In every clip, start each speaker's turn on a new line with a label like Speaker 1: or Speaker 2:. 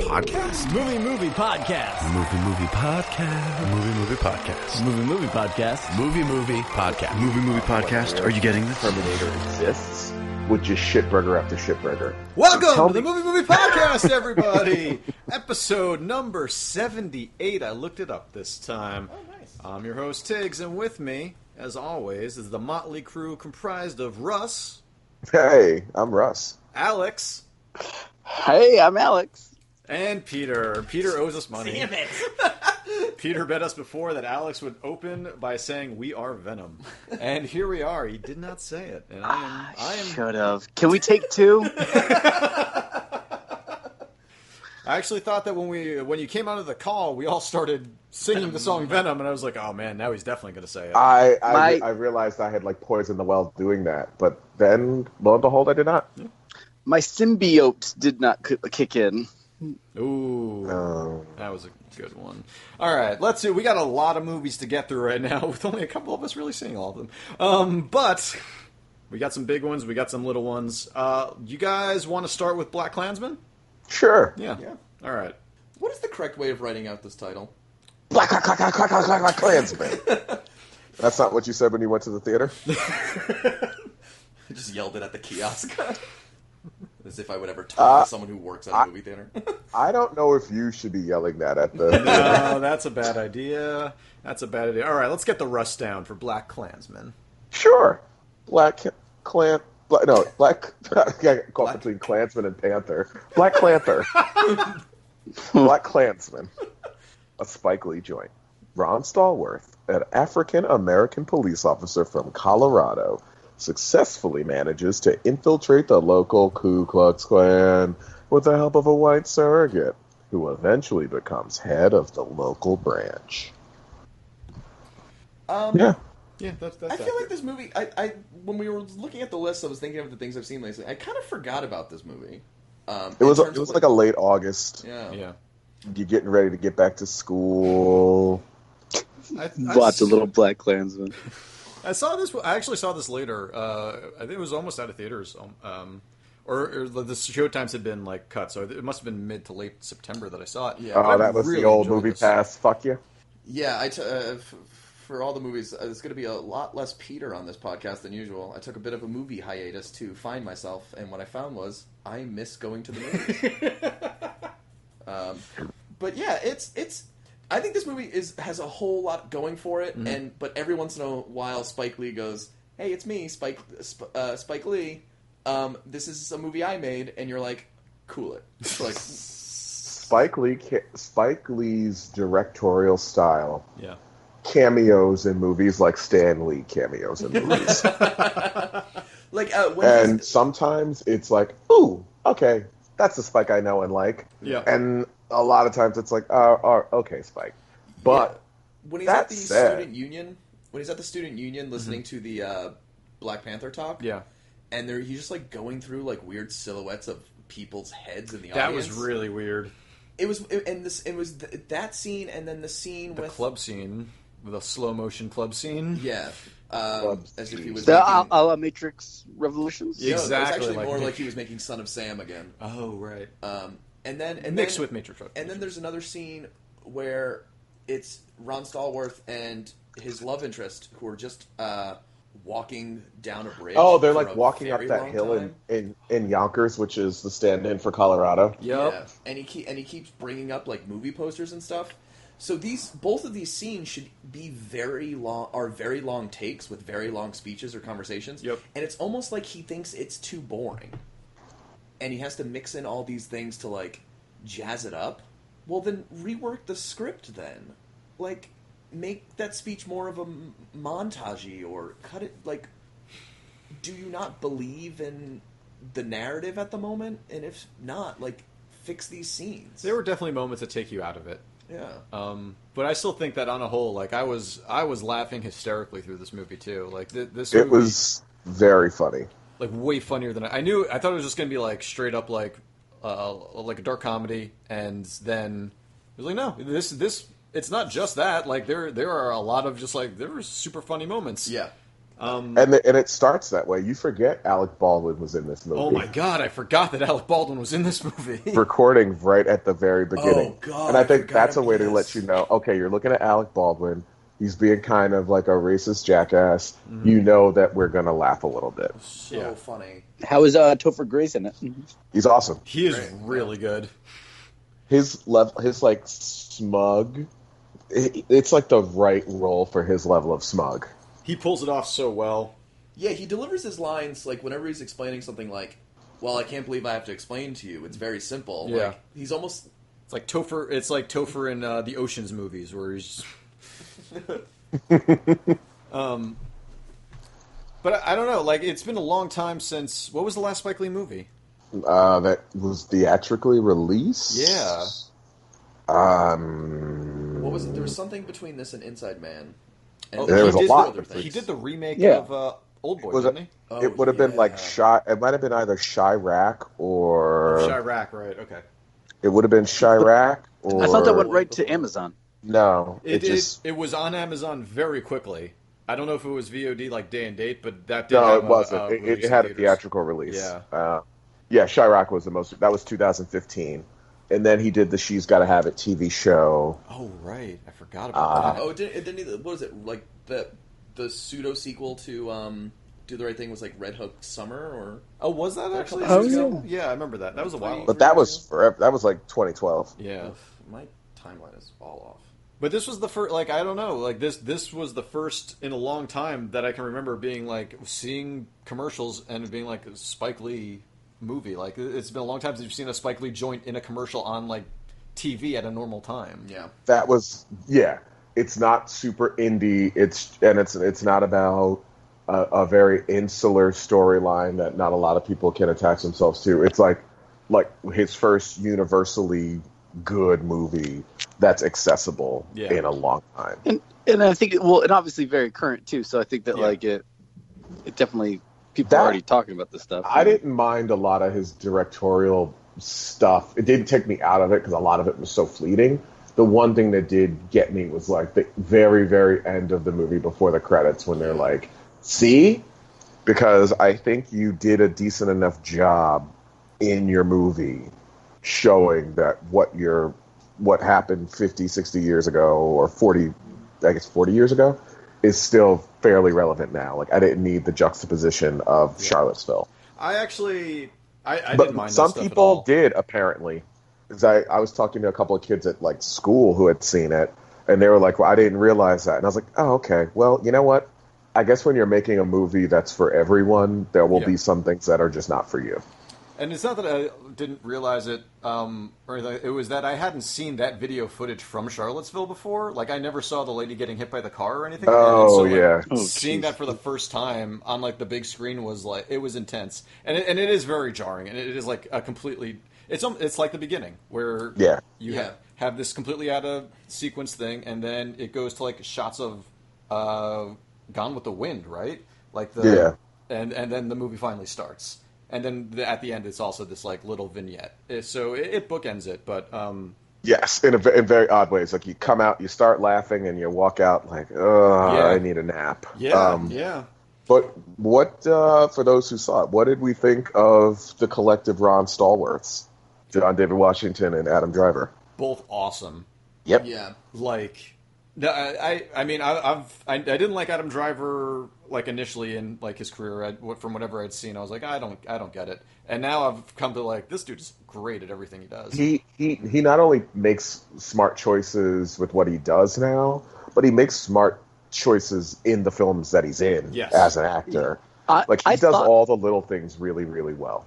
Speaker 1: podcast?
Speaker 2: Movie Movie Podcast.
Speaker 1: Movie movie podcast. Movie movie podcast.
Speaker 2: Movie Movie Podcast.
Speaker 1: Movie movie podcast.
Speaker 3: Movie Movie Podcast. Are you getting this?
Speaker 4: Terminator exists with just shitburger after shitburger.
Speaker 2: Welcome
Speaker 4: Tell
Speaker 2: to the
Speaker 4: me-
Speaker 2: Movie Movie Podcast, everybody. Episode number 78. I looked it up this time. Oh, nice. I'm your host, Tiggs, and with me, as always, is the motley crew comprised of Russ,
Speaker 4: Hey, I'm Russ.
Speaker 2: Alex,
Speaker 5: Hey, I'm Alex.
Speaker 2: and Peter. Peter owes us money.
Speaker 6: Damn it.
Speaker 2: Peter bet us before that Alex would open by saying, We are Venom. And here we are. He did not say it. And I
Speaker 5: Ah,
Speaker 2: am. I am
Speaker 5: Should have. Can we take two?
Speaker 2: I actually thought that when we when you came out of the call, we all started singing the song Venom, and I was like, "Oh man, now he's definitely going to say it."
Speaker 4: I I,
Speaker 5: My-
Speaker 4: I realized I had like poisoned the well doing that, but then lo and behold, I did not.
Speaker 5: My symbiote did not c- kick in.
Speaker 2: Ooh,
Speaker 4: Um,
Speaker 2: that was a good one. All right, let's see. We got a lot of movies to get through right now, with only a couple of us really seeing all of them. Um, but we got some big ones, we got some little ones. Uh, you guys want to start with Black Klansman?
Speaker 4: sure.
Speaker 2: Yeah.
Speaker 3: Yeah.
Speaker 2: All right.
Speaker 6: What is the correct way of writing out this title?
Speaker 4: Black clack clack clack clack clack clack clack Klansman. That's not what you said when you went to the theater.
Speaker 6: I just yelled it at the kiosk. As if I would ever talk
Speaker 4: Uh,
Speaker 6: to someone who works at a
Speaker 4: I-
Speaker 6: movie theater.
Speaker 4: I don't know if you should be yelling that at the.
Speaker 2: Oh, that's a bad idea. That's a bad idea. All right, let's get the rust down for Black Klansman.
Speaker 4: sure. Black Klan. Black, no, Black. I got caught between Klansman and Panther. Black Clanther. Black Klansman. A Spike Lee joint. Ron Stallworth, an African American police officer from Colorado, successfully manages to infiltrate the local Ku Klux Klan with the help of a white surrogate, who eventually becomes head of the local branch.
Speaker 6: Um,
Speaker 4: Yeah.
Speaker 2: Yeah, that's that's.
Speaker 6: I feel like this movie. I, I when we were looking at the list, I was thinking of the things I've seen lately. I kind of forgot about this movie. Um,
Speaker 4: It
Speaker 6: in
Speaker 4: was,
Speaker 6: terms
Speaker 4: it
Speaker 6: of, uh,
Speaker 4: was like a late August.
Speaker 6: yeah.
Speaker 2: yeah.
Speaker 4: You're getting ready to get back to school.
Speaker 2: I, I
Speaker 5: Lots of
Speaker 2: s-
Speaker 5: little black Klansmen.
Speaker 2: I saw this. I actually saw this later. Uh, I think it was almost out of theaters, um, um, or, or the the show times had been like cut, so it must have been mid to late September that I saw it.
Speaker 6: Yeah.
Speaker 4: Oh,
Speaker 2: I
Speaker 4: that was
Speaker 2: really
Speaker 4: the old
Speaker 2: enjoyed
Speaker 4: movie
Speaker 2: this.
Speaker 4: pass. Fuck you.
Speaker 6: Yeah, I t- uh, f- for all the movies, uh, there's going to be a lot less Peter on this podcast than usual. I took a bit of a movie hiatus to find myself, and what I found was I miss going to the movies. um, but yeah, it's it's. I think this movie is has a whole lot going for it, and but every once in a while, Spike Lee goes, "Hey, it's me, Spike Sp- uh, Spike Lee. Um, this is a movie I made," and you're like, "Cool it." It's like,
Speaker 4: Spike Lee, ca- Spike Lee's directorial style
Speaker 2: Yeah.
Speaker 4: cameos in movies like Stan Lee cameos in movies,
Speaker 6: like uh, when he's-
Speaker 4: and sometimes it's like, ooh, okay, that's the Spike I know and like,
Speaker 2: Yeah.
Speaker 4: and a lot of times it's like, oh, oh okay, Spike, but
Speaker 6: when he's
Speaker 4: That
Speaker 6: at the
Speaker 4: said-
Speaker 6: student union, when he's at the student union listening to the uh, Black Panther talk,
Speaker 2: Mm-hmm. yeah.
Speaker 6: and they're, he's just like going through like weird silhouettes of people's heads in the
Speaker 2: That
Speaker 6: audience.
Speaker 2: was really weird.
Speaker 6: It was, it, and this, it was th- that scene, and then the scene
Speaker 2: The
Speaker 6: with
Speaker 2: club scene, the slow motion club scene.
Speaker 6: yeah, um,
Speaker 4: Club
Speaker 6: as if he
Speaker 4: scene.
Speaker 6: was
Speaker 5: The uh, a,
Speaker 6: making-
Speaker 5: a la Matrix Revolutions.
Speaker 2: Yeah.
Speaker 6: No, it was
Speaker 2: Exactly,
Speaker 6: actually
Speaker 2: like-
Speaker 6: more like he was making Son of Sam again.
Speaker 2: Oh right.
Speaker 6: Um, and then and
Speaker 2: Mixed
Speaker 6: then,
Speaker 2: with Matrix.
Speaker 6: And then there's another scene where it's Ron Stallworth and his love interest who are just uh, walking down a bridge.
Speaker 4: oh, they're
Speaker 6: for
Speaker 4: like
Speaker 6: a
Speaker 4: walking up
Speaker 6: very
Speaker 4: that
Speaker 6: long
Speaker 4: hill in,
Speaker 6: time.
Speaker 4: in in Yonkers, which is the stand-in for Colorado.
Speaker 2: Yep.
Speaker 6: Yeah, and he keep, and he keeps bringing up like movie posters and stuff. So these both of these scenes should be very long are very long takes with very long speeches or conversations.
Speaker 2: Yep.
Speaker 6: And it's almost like he thinks it's too boring. And he has to mix in all these things to like jazz it up. Well then rework the script then. Like make that speech more of a m- montagey or cut it like do you not believe in the narrative at the moment? And if not, like fix these scenes.
Speaker 2: There were definitely moments that take you out of it.
Speaker 6: yeah.
Speaker 2: Um, but I still think that on a whole, like I was, I was laughing hysterically through this movie too. Like th- this,
Speaker 4: It
Speaker 2: movie-
Speaker 4: was very funny.
Speaker 2: like way funnier than I, I knew. I thought it was just gonna be like straight up like uh, like a dark comedy, and then it was like no, this this it's not just that. Like there there are a lot of just like there were super funny moments.
Speaker 6: Yeah.
Speaker 2: Um,
Speaker 4: And it, and it starts that way. You forget Alec Baldwin was in this movie.
Speaker 2: oh my god, I forgot that Alec Baldwin was in this movie.
Speaker 4: Recording right at the very beginning.
Speaker 6: Oh, God,
Speaker 4: and I
Speaker 6: I
Speaker 4: think
Speaker 6: forgot
Speaker 4: that's a way to
Speaker 6: about
Speaker 4: let
Speaker 6: this.
Speaker 4: you know. Okay, you're looking at Alec Baldwin. He's being kind of like a racist jackass. You know that we're gonna laugh a little bit.
Speaker 6: So
Speaker 2: Yeah.
Speaker 6: funny.
Speaker 5: How is uh, Topher Grace in it?
Speaker 4: He's awesome.
Speaker 2: He is
Speaker 6: Right.
Speaker 2: really good.
Speaker 4: His level, his like smug. it- It's like the right role for his level of smug.
Speaker 2: He pulls it off so well.
Speaker 6: Yeah, he delivers his lines like whenever he's explaining something like, "Well, I can't believe I have to explain to you. It's very simple."
Speaker 2: Yeah.
Speaker 6: Like, he's almost
Speaker 2: It's like Topher. It's like Topher in uh, the Ocean's movies, where he's. Just... um, but I, I don't know. Like it's been a long time since what was the last Spike Lee movie?
Speaker 4: Uh, that was theatrically released.
Speaker 2: Yeah.
Speaker 4: Um.
Speaker 6: what was it? There was something between this and Inside Man. And
Speaker 2: Oh,
Speaker 4: There
Speaker 2: he
Speaker 4: was a
Speaker 2: did-
Speaker 4: lot
Speaker 6: other
Speaker 4: different.
Speaker 6: things.
Speaker 2: He did the remake
Speaker 5: Yeah.
Speaker 2: of uh, Old Boy,
Speaker 4: Was
Speaker 2: didn't
Speaker 4: it-
Speaker 2: he?
Speaker 6: Oh,
Speaker 4: it would have been like
Speaker 6: yeah.
Speaker 4: Shy. It might have been either Chirac or uh,
Speaker 2: Chirac, right? Okay.
Speaker 4: it would have been Chirac or
Speaker 5: I thought that went
Speaker 6: Or-
Speaker 5: right to Amazon.
Speaker 4: no.
Speaker 2: It,
Speaker 4: It,
Speaker 2: it,
Speaker 4: just
Speaker 2: it was on Amazon very quickly. I don't know if it was VOD like day and date, but that did
Speaker 4: no,
Speaker 2: have
Speaker 4: it
Speaker 2: a-
Speaker 4: wasn't.
Speaker 2: a
Speaker 4: It- it,
Speaker 2: release in
Speaker 4: had a
Speaker 2: theaters.
Speaker 4: theatrical release.
Speaker 2: Yeah.
Speaker 4: uh, yeah. Chirac was the most. That was 2015, and then he did the She's Got to Have It TV show.
Speaker 2: Oh right, I forgot about
Speaker 4: Ah.
Speaker 2: that.
Speaker 6: Oh, it didn't, it didn't either. What was it like the the pseudo sequel to um, Do the Right Thing was like Red Hook Summer or
Speaker 2: Oh, was that
Speaker 6: That
Speaker 2: actually?
Speaker 6: couple
Speaker 2: a
Speaker 6: years
Speaker 2: sequel?
Speaker 6: ago?
Speaker 2: yeah, I remember that. That was a while.
Speaker 4: But that was forever. That was like 2012.
Speaker 2: Yeah.
Speaker 6: Ugh, my timeline is all off.
Speaker 2: But this was the first, like I don't know, like this this was the first in a long time that I can remember being like seeing commercials and being like a Spike Lee movie. Like it- it's been a long time since you've seen a Spike Lee joint in a commercial on like TV at a normal time.
Speaker 6: Yeah,
Speaker 4: That was yeah. It's not super indie. It's and it's it's not about a, a very insular storyline that not a lot of people can attach themselves to. It's like like his first universally good movie that's accessible
Speaker 2: Yeah.
Speaker 4: in a long time.
Speaker 5: And and I think it, well, and obviously very current too. So I think that
Speaker 2: Yeah.
Speaker 5: like it, it definitely people
Speaker 4: That-
Speaker 5: are already talking about this stuff.
Speaker 4: I didn't mind a lot of his directorial stuff. It didn't take me out of it because a lot of it was so fleeting. The one thing that did get me was like the very, very end of the movie before the credits when they're like, see? Because I think you did a decent enough job in your movie showing that what your what happened 50 60 years ago or 40 i guess 40 years ago is still fairly relevant now like i didn't need the juxtaposition of charlottesville
Speaker 2: I actually, I, I didn't
Speaker 4: but
Speaker 2: mind.
Speaker 4: some
Speaker 2: that stuff at
Speaker 4: people
Speaker 2: all.
Speaker 4: did apparently because I, I was talking to a couple of kids at like school who had seen it and they were like well i didn't realize that and i was like oh okay well you know what i guess when you're making a movie that's for everyone there will
Speaker 2: Yeah.
Speaker 4: be some things that are just not for you
Speaker 2: And it's not that I didn't realize it um, or anything. It was that I hadn't seen that video footage from Charlottesville before. Like I never saw the lady getting hit by the car or anything.
Speaker 4: Oh,
Speaker 2: And so, like,
Speaker 4: yeah.
Speaker 5: Oh,
Speaker 2: seeing
Speaker 5: jeez.
Speaker 2: that for the first time on like the big screen was like it was intense, and it, and it is very jarring, and it is like a completely. It's um, it's like the beginning where
Speaker 4: Yeah.
Speaker 2: you
Speaker 6: Yeah.
Speaker 2: have have this completely out of sequence thing, and then it goes to like shots of uh, Gone with the Wind, right? Like the
Speaker 4: Yeah.
Speaker 2: and and then the movie finally starts and then the, at the end it's also this like little vignette Eh, so it, it bookends it but um
Speaker 4: yes in, a, ve- in very odd ways like you come out you start laughing and you walk out like oh
Speaker 2: Yeah.
Speaker 4: i need a nap
Speaker 2: yeah
Speaker 4: Um,
Speaker 2: yeah
Speaker 4: but what uh, for those who saw it what did we think of the collective ron stallworths john david washington and adam driver
Speaker 2: both awesome
Speaker 4: yep
Speaker 6: yeah.
Speaker 2: like no, I, I I mean I, I've I, I didn't like Adam Driver like initially in like his career I, what- from whatever I'd seen I was like I don't I don't get it and now I've come to like this dude is great at everything he does
Speaker 4: he he he not only makes smart choices with what he does now, but he makes smart choices in the films that he's in
Speaker 2: Yes.
Speaker 4: as an actor.
Speaker 5: I,
Speaker 4: Like he
Speaker 5: I
Speaker 4: does
Speaker 5: thought,
Speaker 4: all the little things really really well.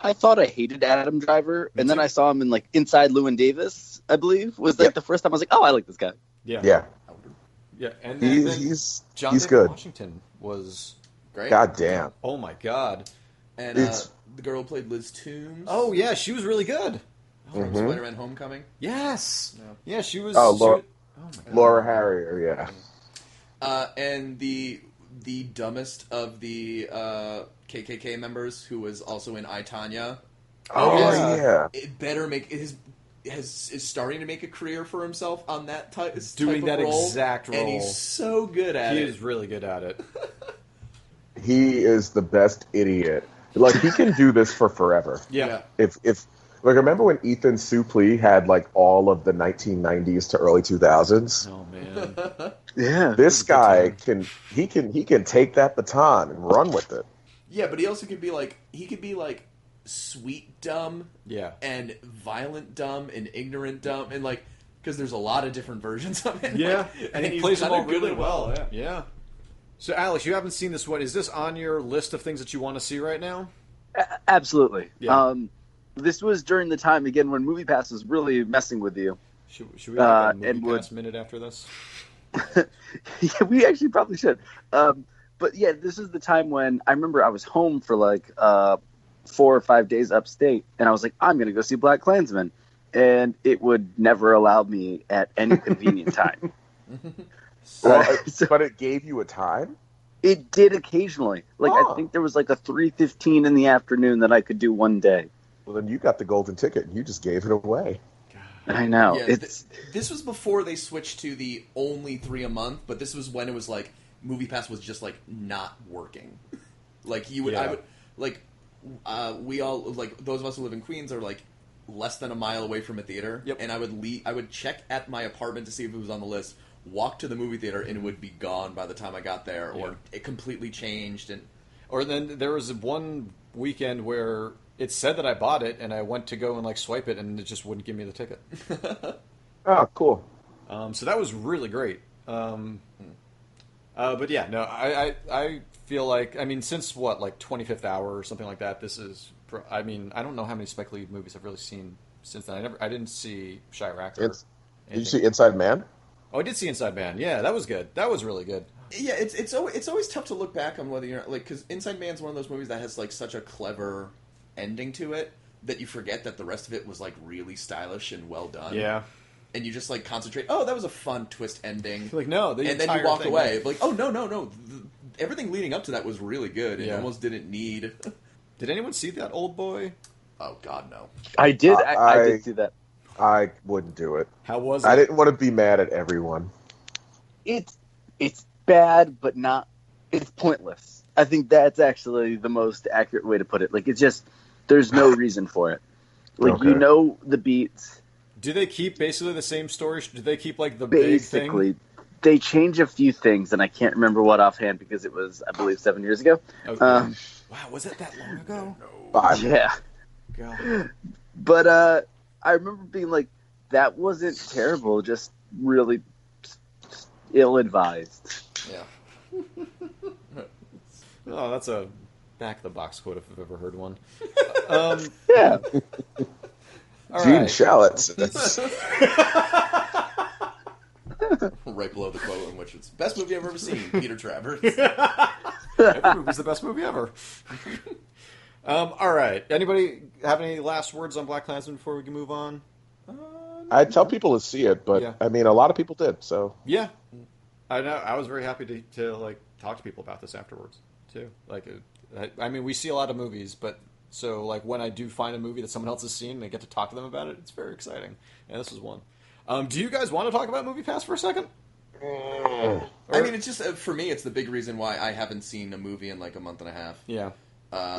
Speaker 5: I thought I hated Adam Driver, and then
Speaker 2: too.
Speaker 5: I saw him in like Inside Lewin Davis. I believe was like
Speaker 4: Yep.
Speaker 5: the first time I was like, oh, I like this guy.
Speaker 2: yeah
Speaker 4: Yeah,
Speaker 2: yeah and then,
Speaker 4: he's
Speaker 2: then
Speaker 4: he's
Speaker 2: John
Speaker 4: he's
Speaker 2: David
Speaker 4: good.
Speaker 2: Washington was
Speaker 6: Great.
Speaker 4: God damn.
Speaker 2: oh my god
Speaker 6: And uh,
Speaker 4: It's-
Speaker 6: the girl who played Liz Toombs.
Speaker 2: oh yeah she was really good
Speaker 6: from
Speaker 4: Mm-hmm.
Speaker 6: Spider-Man: Homecoming.
Speaker 2: Yes. Yeah, she was.
Speaker 4: Oh,
Speaker 2: she
Speaker 4: Laura-
Speaker 2: was- oh my God.
Speaker 4: Laura Harrier, yeah.
Speaker 6: Uh, and the the dumbest of the uh, KKK members, who was also in I Tanya,
Speaker 4: Oh
Speaker 2: yeah.
Speaker 4: yeah.
Speaker 6: it better make his has is starting to make a career for himself on that type
Speaker 2: Doing
Speaker 6: type
Speaker 2: that
Speaker 6: of role,
Speaker 2: exact
Speaker 6: and
Speaker 2: role.
Speaker 6: he's so good at
Speaker 2: He
Speaker 6: it.
Speaker 2: is really good at it.
Speaker 4: he is the best idiot. Like he can do this for forever.
Speaker 2: Yeah.
Speaker 4: If if like remember when Ethan Suplee had like all of the 1990s to early 2000s.
Speaker 2: Oh man.
Speaker 5: Yeah.
Speaker 4: This guy can he can he can take that baton and run with it.
Speaker 6: Yeah, but he also could be like he could be like sweet dumb
Speaker 2: Yeah.
Speaker 6: and violent dumb and ignorant dumb and like because there's a lot of different versions of it.
Speaker 2: Yeah,
Speaker 6: Like,
Speaker 2: and he
Speaker 6: he's
Speaker 2: plays them
Speaker 6: kinda
Speaker 2: all really
Speaker 6: good at
Speaker 2: well. Yeah. yeah. So, Alex, you haven't seen this one. Is this on your list of things that you want to see right now?
Speaker 5: Absolutely.
Speaker 2: Yeah.
Speaker 5: Um, this was during the time again when Movie Pass was really messing with you.
Speaker 2: Should, should we have
Speaker 5: Uh,
Speaker 2: a movie
Speaker 5: Ed Wood.
Speaker 2: pass minute after this?
Speaker 5: yeah, we actually probably should. Um, but yeah, this is the time when I remember I was home for like uh, four or five days upstate, and I was like, I'm going to go see Black Klansman, and it would never allow me at any convenient time.
Speaker 4: Well,
Speaker 5: Uh,
Speaker 4: it-
Speaker 5: so
Speaker 4: but it gave you a time.
Speaker 5: it did occasionally. Like
Speaker 4: Oh.
Speaker 5: I think there was like a three fifteen in the afternoon that I could do one day.
Speaker 4: Well, then you got the golden ticket and you just gave it away.
Speaker 5: I know
Speaker 6: Yeah, th-
Speaker 5: it's
Speaker 6: this was before they switched to the only three a month, but this was when it was like Movie Pass was just like not working. Like you would, I
Speaker 2: Yeah.
Speaker 6: would like uh, we all like those of us who live in Queens are like less than a mile away from a theater,
Speaker 2: Yep.
Speaker 6: and I would leave. I would check at my apartment to see if it was on the list. Walk to the movie theater and it would be gone by the time I got there, or
Speaker 2: Yeah.
Speaker 6: it completely changed. And
Speaker 2: Or then there was one weekend where it said that I bought it, and I went to go and like swipe it, and it just wouldn't give me the ticket.
Speaker 4: Oh, cool.
Speaker 2: Um, so that was really great. Um, uh, but yeah, no, I, I I feel like I mean since what like 25th hour or something like that. This is pro- I mean I don't know how many Spike Lee movies I've really seen since then. I never I didn't see Chirac. Or
Speaker 4: It's, did you
Speaker 2: anything.
Speaker 4: see Inside Man?
Speaker 2: Oh, I did see Inside Man. Yeah, that was good. That was really good.
Speaker 6: yeah, it's it's always, it's always tough to look back on whether you're like because Inside Man's one of those movies that has like such a clever ending to it that you forget that the rest of it was like really stylish and well done. and you just like concentrate. Oh, that was a fun twist ending.
Speaker 2: Like, no, the
Speaker 6: and then you
Speaker 2: entire
Speaker 6: walk
Speaker 2: thing.
Speaker 6: away. Like oh no no no, Th- everything leading up to that was really good. It
Speaker 2: Yeah.
Speaker 6: almost didn't need.
Speaker 2: Did anyone see that old boy?
Speaker 6: Oh God no.
Speaker 5: I did I, I,
Speaker 4: I-
Speaker 5: did see that.
Speaker 4: I wouldn't do it.
Speaker 2: How was it?
Speaker 4: I didn't want to be mad at everyone.
Speaker 5: It's it's bad, but not it's pointless. I think that's actually the most accurate way to put it. Like it's just there's no reason for it. Like you
Speaker 4: Okay.
Speaker 5: know the beats.
Speaker 2: Do they keep basically the same story? Do they keep like the
Speaker 5: Basically, they change a few things, and I can't remember what offhand because it was I believe seven years ago.
Speaker 2: big thing?
Speaker 5: Um,
Speaker 2: wow, was it that long ago?
Speaker 4: Five.
Speaker 5: yeah,
Speaker 2: God.
Speaker 5: but uh, I remember being like that wasn't terrible, just really ill advised.
Speaker 6: Yeah.
Speaker 2: Oh, that's a back of the box quote if I've ever heard one. um,
Speaker 5: Yeah,
Speaker 2: all
Speaker 4: Gene
Speaker 2: right.
Speaker 4: Shalit says,
Speaker 6: Right below the quote in which it's best movie I've ever seen. Peter Travers.
Speaker 2: Every movie's the best movie ever. um, all right. Anybody have any last words on Black Klansman before we can move on?
Speaker 4: I tell people to see it, but
Speaker 2: Yeah.
Speaker 4: I mean, a lot of people did. So
Speaker 2: Yeah, I know. I was very happy to, to like talk to people about this afterwards too. Like, it- I, I mean, we see a lot of movies, but so like when I do find a movie that someone else has seen and I get to talk to them about it, it's very exciting. And this is one. Um, do you guys want to talk about Movie Pass for a second?
Speaker 6: I mean, it's just uh, for me, it's the big reason why I haven't seen a movie in like a month and a half. Um,
Speaker 2: Yeah.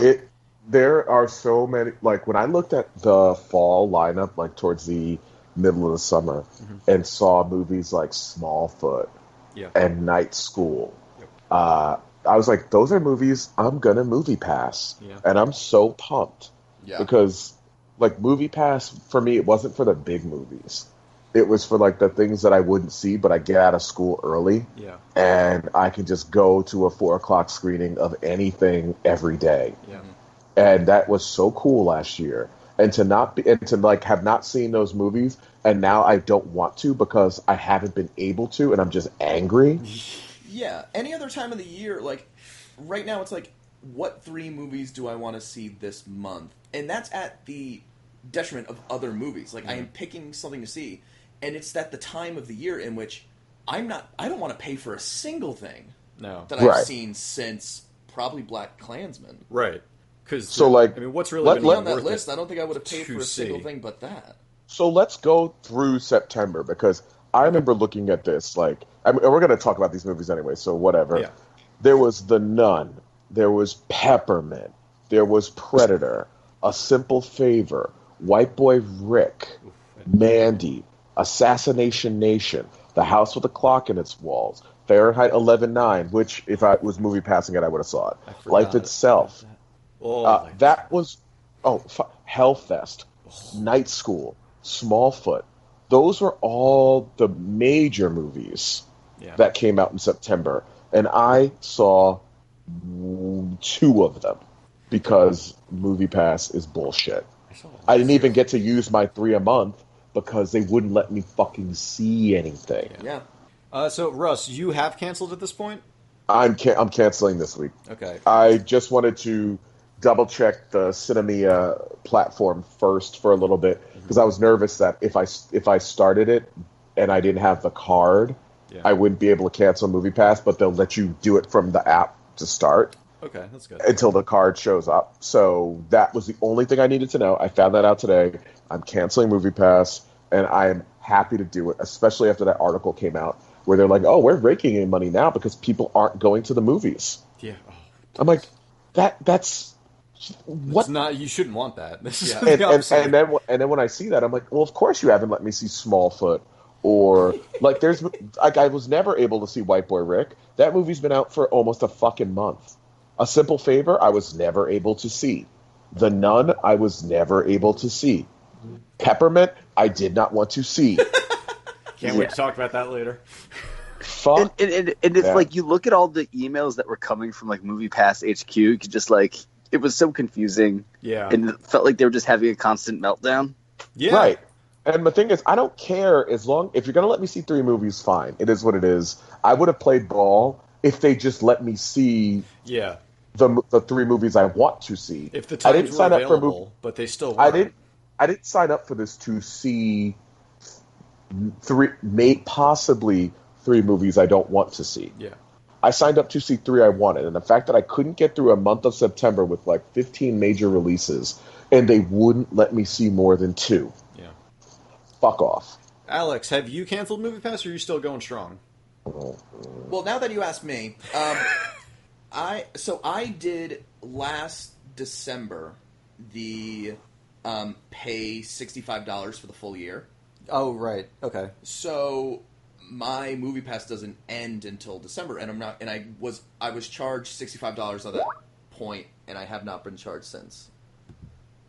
Speaker 4: it there are so many. Like when I looked at the fall lineup, like towards the middle of the summer, and saw movies like Smallfoot
Speaker 2: Mm-hmm. Yeah.
Speaker 4: and Night School, uh, I was like, those are movies I'm gonna movie pass,
Speaker 2: Yeah.
Speaker 4: and I'm so pumped.
Speaker 6: Yeah.
Speaker 4: because like movie pass for me it wasn't for the big movies it was for like the things that i wouldn't see but i get out of school early
Speaker 2: Yeah.
Speaker 4: and i can just go to a four o'clock screening of anything every day
Speaker 2: Yeah.
Speaker 4: and that was so cool last year and to not be and to like have not seen those movies and now i don't want to because i haven't been able to and i'm just angry
Speaker 6: Yeah. Any other time of the year, like right now, it's like, what three movies do I want to see this month? And that's at the detriment of other movies. Like, I am picking something to see, and it's that the time of the year in which I'm not, I don't want to pay for a single thing
Speaker 2: No.
Speaker 6: that I've
Speaker 4: Right.
Speaker 6: seen since probably Black Klansman.
Speaker 2: Right. Because
Speaker 4: So, like,
Speaker 2: I mean, what's really
Speaker 4: let-
Speaker 2: been
Speaker 4: let-
Speaker 6: On that
Speaker 2: worth
Speaker 6: list,
Speaker 2: it?
Speaker 6: I don't think I would have paid
Speaker 2: to
Speaker 6: for a single
Speaker 2: see.
Speaker 6: thing but that.
Speaker 4: So let's go through September because I remember looking at this like, I mean, and we're going to talk about these movies anyway, so whatever.
Speaker 2: Yeah.
Speaker 4: There was The Nun, There was Peppermint. There was Predator. A Simple Favor. White Boy Rick. Mandy. Assassination Nation. The House with a Clock in Its Walls. Fahrenheit 11.9, which if I was movie passing it, I would have saw it.
Speaker 6: forgot
Speaker 4: Life Itself.
Speaker 2: Oh,
Speaker 4: Uh,
Speaker 2: my-
Speaker 4: that was oh fu- Hellfest, Night School, Smallfoot. Those were all the major movies
Speaker 2: yeah.
Speaker 4: that came out in September, and I saw w- two of them because Movie Pass is bullshit. I didn't even get to use my three a month because they wouldn't let me fucking see anything.
Speaker 6: Yeah.
Speaker 2: Uh, so, Russ, you have canceled at this point.
Speaker 4: I'm can- I'm canceling this week.
Speaker 2: Okay.
Speaker 4: I just wanted to double check the Cinemia platform first for a little bit because I was nervous that if I if I started it and I didn't have the card,
Speaker 2: Yeah.
Speaker 4: I wouldn't be able to cancel Movie Pass, but they'll let you do it from the app to start
Speaker 2: Okay, that's good.
Speaker 4: until the card shows up. So that was the only thing I needed to know. I found that out today. I'm canceling Movie Pass, and I'm happy to do it, especially after that article came out where they're like, "Oh, we're raking in money now because people aren't going to the movies."
Speaker 2: Yeah. Oh,
Speaker 4: I'm like, that that's
Speaker 2: it's
Speaker 4: what.
Speaker 2: not. You shouldn't want that. This is the
Speaker 6: Yeah.
Speaker 4: and, and,
Speaker 2: opposite.
Speaker 4: and then and then when I see that, I'm like, well, of course you haven't let me see Smallfoot or like there's like I was never able to see White Boy Rick. That movie's been out for almost a fucking month. A Simple Favor, I was never able to see. The Nun, I was never able to see. Peppermint, I did not want to see.
Speaker 2: Can't wait to talk about that later.
Speaker 4: Fuck.
Speaker 5: and, and, and, and it's
Speaker 4: Oh. Yeah.
Speaker 5: like you look at all the emails that were coming from like movie pass hq you could just like it was so confusing
Speaker 2: Yeah.
Speaker 5: and it felt like they were just having a constant meltdown
Speaker 2: yeah.
Speaker 4: Right. And the thing is, I don't care as long if you're gonna let me see three movies, fine. It is what it is. I would have played ball if they just let me see
Speaker 2: Yeah.
Speaker 4: the mo- the three movies I want to see.
Speaker 2: If the
Speaker 4: I
Speaker 2: times
Speaker 4: didn't
Speaker 2: were
Speaker 4: sign up for
Speaker 2: available,
Speaker 4: movie,
Speaker 2: but they still.
Speaker 4: I
Speaker 2: weren't.
Speaker 4: didn't I didn't sign up for this to see three, may possibly three movies I don't want to see.
Speaker 2: Yeah.
Speaker 4: I signed up to see three I wanted, and the fact that I couldn't get through a month of September with like 15 major releases, and they wouldn't let me see more than two.
Speaker 2: Yeah.
Speaker 4: Fuck off.
Speaker 2: Alex, have you canceled Movie Pass, or are you still going strong?
Speaker 6: Well, now that you ask me, um, I so I did last December the um, pay sixty five dollars for the full year.
Speaker 2: Oh right. Okay.
Speaker 6: So my movie pass doesn't end until December, and I'm not, and I was I was charged sixty five dollars on that point, and I have not been charged since.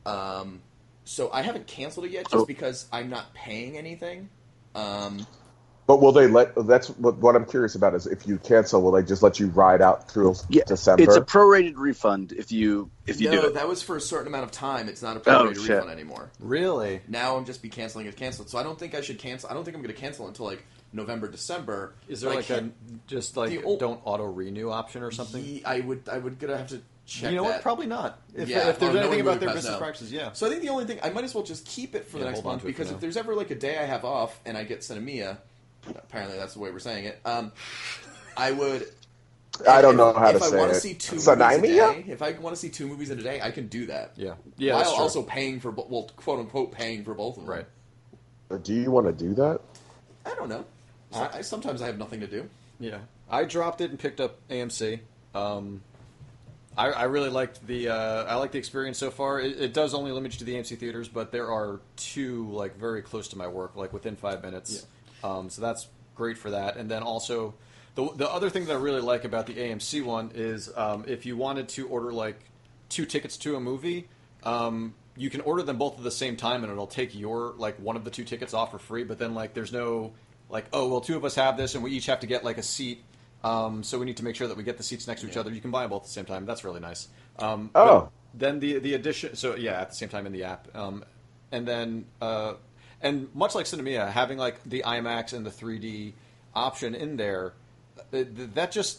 Speaker 6: Um, so I haven't canceled it yet, just
Speaker 5: Oh.
Speaker 6: because I'm not paying anything. Um,
Speaker 4: But will they let? That's what, what I'm curious about is if you cancel, will they just let you ride out through
Speaker 5: yeah
Speaker 4: December?
Speaker 5: it's a prorated refund if you if you
Speaker 6: no,
Speaker 5: do it
Speaker 6: that was for a certain amount of time. It's not a
Speaker 5: Oh,
Speaker 6: prorated
Speaker 5: shit.
Speaker 6: refund anymore.
Speaker 2: Really?
Speaker 6: Now I'm just be canceling if canceled. So I don't think I should cancel. I don't think I'm going to cancel until like November, December.
Speaker 2: Is there
Speaker 6: But I
Speaker 2: like a
Speaker 6: can't-
Speaker 2: just like
Speaker 6: The ol-
Speaker 2: don't auto renew option or something?
Speaker 6: Ye- I would. I would gonna have to check.
Speaker 2: you know what?
Speaker 6: that.
Speaker 2: Probably not. If,
Speaker 6: Yeah,
Speaker 2: if there's
Speaker 6: oh, no
Speaker 2: anything
Speaker 6: one
Speaker 2: about
Speaker 6: really
Speaker 2: their
Speaker 6: does
Speaker 2: business
Speaker 6: know.
Speaker 2: practices, yeah.
Speaker 6: So I think the only thing I might as well just keep it for the
Speaker 2: Yeah,
Speaker 6: next
Speaker 2: hold on
Speaker 6: month
Speaker 2: to it for
Speaker 6: because
Speaker 2: now.
Speaker 6: if there's ever like a day I have off and I get cinemia, apparently that's the way we're saying it. Um, I would.
Speaker 4: I don't
Speaker 6: if-
Speaker 4: know how
Speaker 6: if
Speaker 4: to
Speaker 6: I
Speaker 4: say
Speaker 6: wanna
Speaker 4: it.
Speaker 6: See two
Speaker 4: Sanaimia?
Speaker 6: movies a day, if I want to see two movies in a day, I can do that.
Speaker 2: Yeah. Yeah,
Speaker 6: While
Speaker 2: that's true.
Speaker 6: also paying for bo- well, quote unquote, paying for both of them.
Speaker 2: right.
Speaker 4: Do you want to do that?
Speaker 6: I don't know. I, I- sometimes I have nothing to do.
Speaker 2: Yeah. I dropped it and picked up AMC. Um, I, I really liked the uh, I like the experience so far. It, it does only limit you to the AMC theaters, but there are two like very close to my work, like within five minutes. Um, so that's great for that. And then also, the the other thing that I really like about the AMC one is um, if you wanted to order like two tickets to a movie, um, you can order them both at the same time, and it'll take your like one of the two tickets off for free. But then like there's no like oh well, two of us have this, and we each have to get like a seat. Um, so we need to make sure that we get the seats next to each other. You can buy them both at the same time. That's really nice. Um, but
Speaker 4: Oh.
Speaker 2: then the the addition. So yeah, at the same time in the app, um, and then uh, and much like Cinemia, having like the IMAX and the 3D option in there, uh, th- th- that just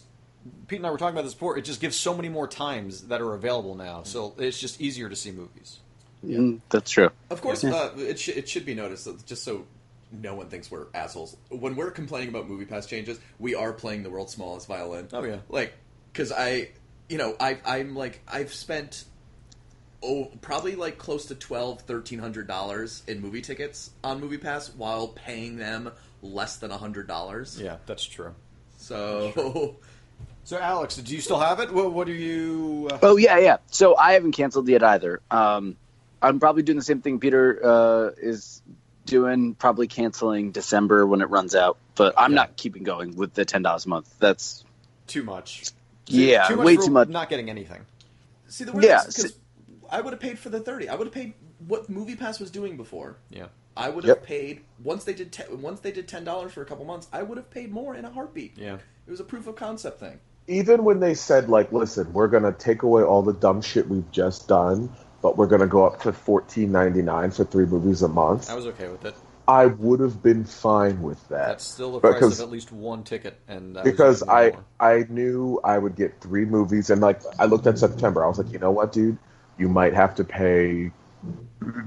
Speaker 2: Pete and I were talking about this before. It just gives so many more times that are available now, so it's just easier to see movies.
Speaker 5: Mm, that's true
Speaker 6: Of course, uh, it, sh- it should be noticed, that just so no one thinks we're assholes. When we're complaining about movie pass changes, we are playing the world's smallest violin.
Speaker 2: Oh, yeah.
Speaker 6: like because I, you know, I I'm like I've spent oh probably like close to twelve thirteen hundred dollars in movie tickets on movie pass while paying them less than a hundred dollars.
Speaker 2: Yeah, that's true.
Speaker 6: So
Speaker 2: So, Alex, do you still have it? What, what are you? Uh,
Speaker 5: Oh yeah, yeah. So I haven't canceled yet either. Um, I'm probably doing the same thing Peter uh, is doing, probably canceling December when it runs out. But I'm not keeping going with the ten dollars a month. That's
Speaker 2: too much.
Speaker 5: yeah,
Speaker 2: too much
Speaker 5: way
Speaker 2: for
Speaker 5: too much.
Speaker 2: Not getting anything.
Speaker 6: See the weird thing
Speaker 5: Yeah,
Speaker 6: is 'cause
Speaker 5: see-
Speaker 6: I would have paid for the thirty. I would have paid what Movie Pass was doing before.
Speaker 2: Yeah.
Speaker 6: I would have
Speaker 4: Yep.
Speaker 6: paid once they did te- once they did ten dollars for a couple months. I would have paid more in a heartbeat.
Speaker 2: Yeah.
Speaker 6: it was a proof of concept thing.
Speaker 4: Even when they said, like, listen, we're gonna take away all the dumb shit we've just done, but we're gonna go up to fourteen ninety nine for three movies a month,
Speaker 2: I was okay with it.
Speaker 4: I would have been fine with that.
Speaker 2: That's still the price
Speaker 4: Because-
Speaker 2: of at least one ticket, and uh, I was
Speaker 4: because
Speaker 2: getting
Speaker 4: I
Speaker 2: more.
Speaker 4: I knew I would get three movies, and like I looked at September, I was like, you know what, dude, you might have to pay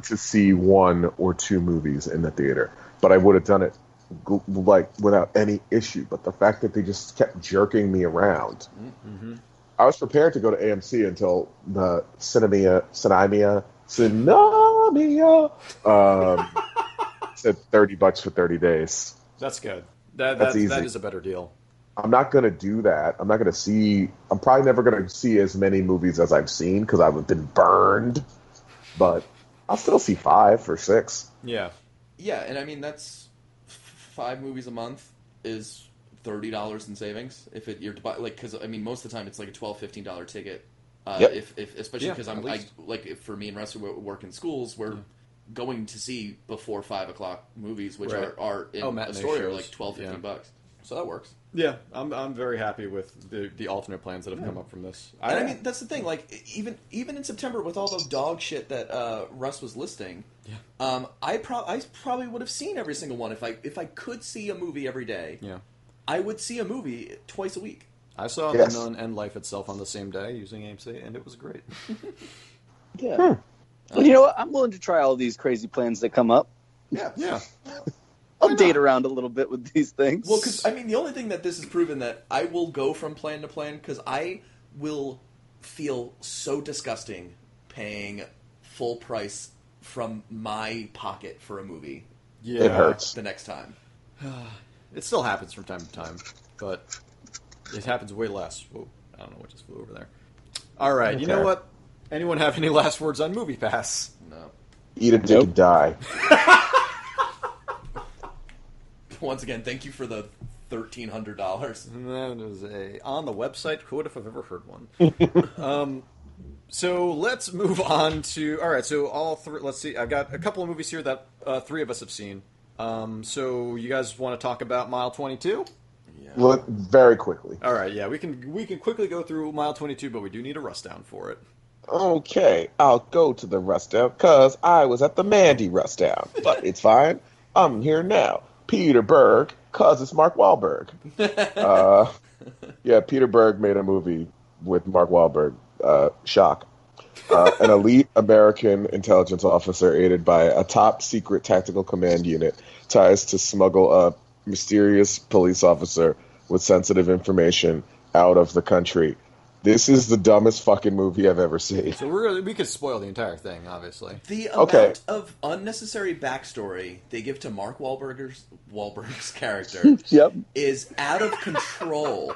Speaker 4: to see one or two movies in the theater, but I would have done it gl- like without any issue. But the fact that they just kept jerking me around,
Speaker 2: Mhm.
Speaker 4: I was prepared to go to AMC until the Cinemia Cinemia Cinemia um, said thirty bucks for thirty days.
Speaker 2: That's good. That,
Speaker 4: That's
Speaker 2: that's that, that
Speaker 4: easy.
Speaker 2: is a better deal.
Speaker 4: I'm not going to do that. I'm not going to see. I'm probably never going to see as many movies as I've seen because I've been burned. But I'll still see five or six.
Speaker 2: Yeah.
Speaker 6: Yeah, and I mean that's f- five movies a month is thirty dollars in savings if it you're to buy- like because I mean most of the time it's like a twelve fifteen dollar ticket. Uh,
Speaker 4: Yep.
Speaker 6: If if especially
Speaker 2: Yeah,
Speaker 6: because
Speaker 2: at
Speaker 6: I'm I,
Speaker 2: least.
Speaker 6: like if for me and Russ who wo- work in schools we're going to see before five o'clock movies which
Speaker 2: Right.
Speaker 6: are are in
Speaker 2: Oh, matinee
Speaker 6: Astoria are
Speaker 2: shows.
Speaker 6: like 12, 15
Speaker 2: Yeah.
Speaker 6: bucks. So that works.
Speaker 2: Yeah, I'm I'm very happy with the the alternate plans that have come up from this.
Speaker 6: And I mean, that's the thing. Like, e- even even in September, with all the dog shit that uh, Russ was listing, um, I pro- I probably would have seen every single one if I if I could see a movie every day.
Speaker 2: yeah,
Speaker 6: I would see a movie twice a week.
Speaker 2: I saw
Speaker 4: Yes.
Speaker 2: The Nun and Life itself on the same day using AMC, and it was great.
Speaker 5: yeah. Well, you know what? I'm willing to try all these crazy plans that come up.
Speaker 6: Yeah,
Speaker 2: yeah,
Speaker 5: I'll date around a little bit with these things.
Speaker 6: Well, because I mean, the only thing that this has proven that I will go from plan to plan because I will feel so disgusting paying full price from my pocket for a movie
Speaker 2: yeah,
Speaker 4: It hurts.
Speaker 6: the next time.
Speaker 2: It still happens from time to time, but it happens way less. Whoa, I don't know what just flew over there. All right, you know
Speaker 4: Okay.
Speaker 2: what? Anyone have any last words on Movie Pass?
Speaker 6: No.
Speaker 4: Eat a dick and die.
Speaker 6: Once again, thank you for the thirteen hundred dollars.
Speaker 2: That is a on the website quote if I've ever heard one. um, so let's move on to all right. So all three. Let's see. I've got a couple of movies here that uh, three of us have seen. Um, so you guys want to talk about Mile Twenty Two?
Speaker 4: Look very quickly.
Speaker 2: All right. Yeah, we can we can quickly go through Mile Twenty Two, but we do need a rust down for it.
Speaker 4: Okay, I'll go to the rust out because I was at the Mandy rust out. But it's fine. I'm here now. Peter Berg, because it's Mark Wahlberg. uh, yeah, Peter Berg made a movie with Mark Wahlberg. Uh, shock. Uh, an elite American intelligence officer aided by a top secret tactical command unit tries to smuggle a mysterious police officer with sensitive information out of the country. This is the dumbest fucking movie I've ever seen.
Speaker 2: So we're we could spoil the entire thing, obviously.
Speaker 6: The amount
Speaker 4: Okay.
Speaker 6: of unnecessary backstory they give to Mark Wahlberg's Wahlberg's character
Speaker 5: yep.
Speaker 6: is out of control.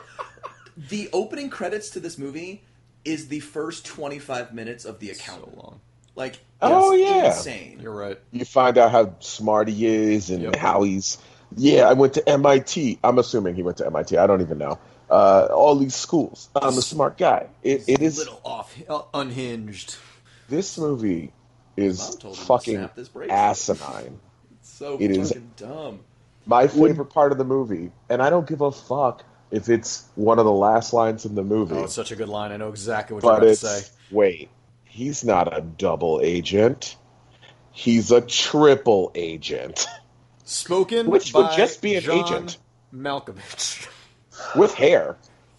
Speaker 6: the opening credits to this movie is the first twenty five minutes of The
Speaker 2: So
Speaker 6: Accountant.
Speaker 2: long.
Speaker 6: Like, it's
Speaker 4: Oh, yeah.
Speaker 6: insane.
Speaker 2: You're right.
Speaker 4: You find out how smart he is and
Speaker 2: Yep.
Speaker 4: how he's. Yeah, I went to MIT. I'm assuming he went to MIT. I don't even know. Uh, all these schools. I'm a smart guy. It, it
Speaker 2: a
Speaker 4: is.
Speaker 2: little off, uh, unhinged.
Speaker 4: This movie
Speaker 6: Mom
Speaker 4: is
Speaker 6: told him to
Speaker 4: fucking
Speaker 6: snap this bracelet.
Speaker 4: asinine.
Speaker 6: It's so
Speaker 4: It
Speaker 6: fucking
Speaker 4: is-
Speaker 6: dumb.
Speaker 4: My favorite part of the movie, and I don't give a fuck if it's one of the last lines in the movie,
Speaker 2: Oh, it's such a good line. I know exactly what
Speaker 4: but
Speaker 2: you're about
Speaker 4: it's
Speaker 2: to say.
Speaker 4: wait, he's not a double agent. He's a triple agent
Speaker 2: Spoken
Speaker 4: Which
Speaker 2: by
Speaker 4: would just be an
Speaker 2: John
Speaker 4: agent.
Speaker 2: Malkovich.
Speaker 4: with hair,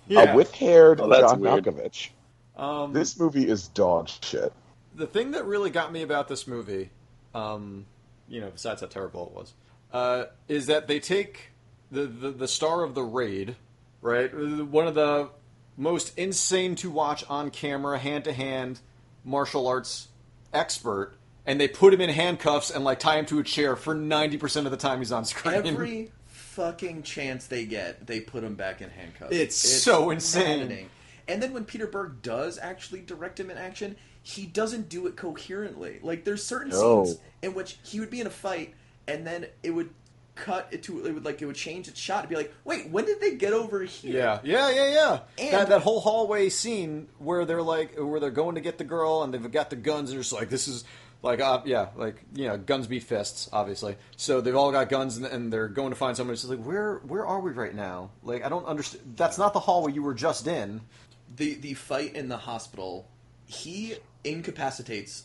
Speaker 4: a with-haired
Speaker 5: Oh, that's
Speaker 4: John
Speaker 5: weird.
Speaker 4: Malkovich.
Speaker 2: Um,
Speaker 4: This movie is dog shit.
Speaker 2: the thing that really got me about this movie, um, you know, besides how terrible it was, uh, is that they take the, the the star of the raid, right? One of the most insane to watch on camera, hand to hand martial arts expert, and they put him in handcuffs and like tie him to a chair for ninety percent of the time he's on screen.
Speaker 6: Every fucking chance they get, they put him back in handcuffs.
Speaker 2: It's so insane.
Speaker 6: maddening. And then when Peter Berg does actually direct him in action, he doesn't do it coherently. Like there's certain
Speaker 5: No.
Speaker 6: scenes in which he would be in a fight, and then it would cut it to it would like it would change its shot to be like, wait, when did they get over here?
Speaker 2: Yeah, yeah, yeah, yeah.
Speaker 6: And-
Speaker 2: that, that whole hallway scene where they're like, where they're going to get the girl and they've got the guns. They're just like, this is like, uh, yeah, like you know, guns beat fists, obviously. So they've all got guns and, and they're going to find someone. It's just like, where, where are we right now? Like, I don't understand. That's not the hallway you were just in.
Speaker 6: the the fight in the hospital, he incapacitates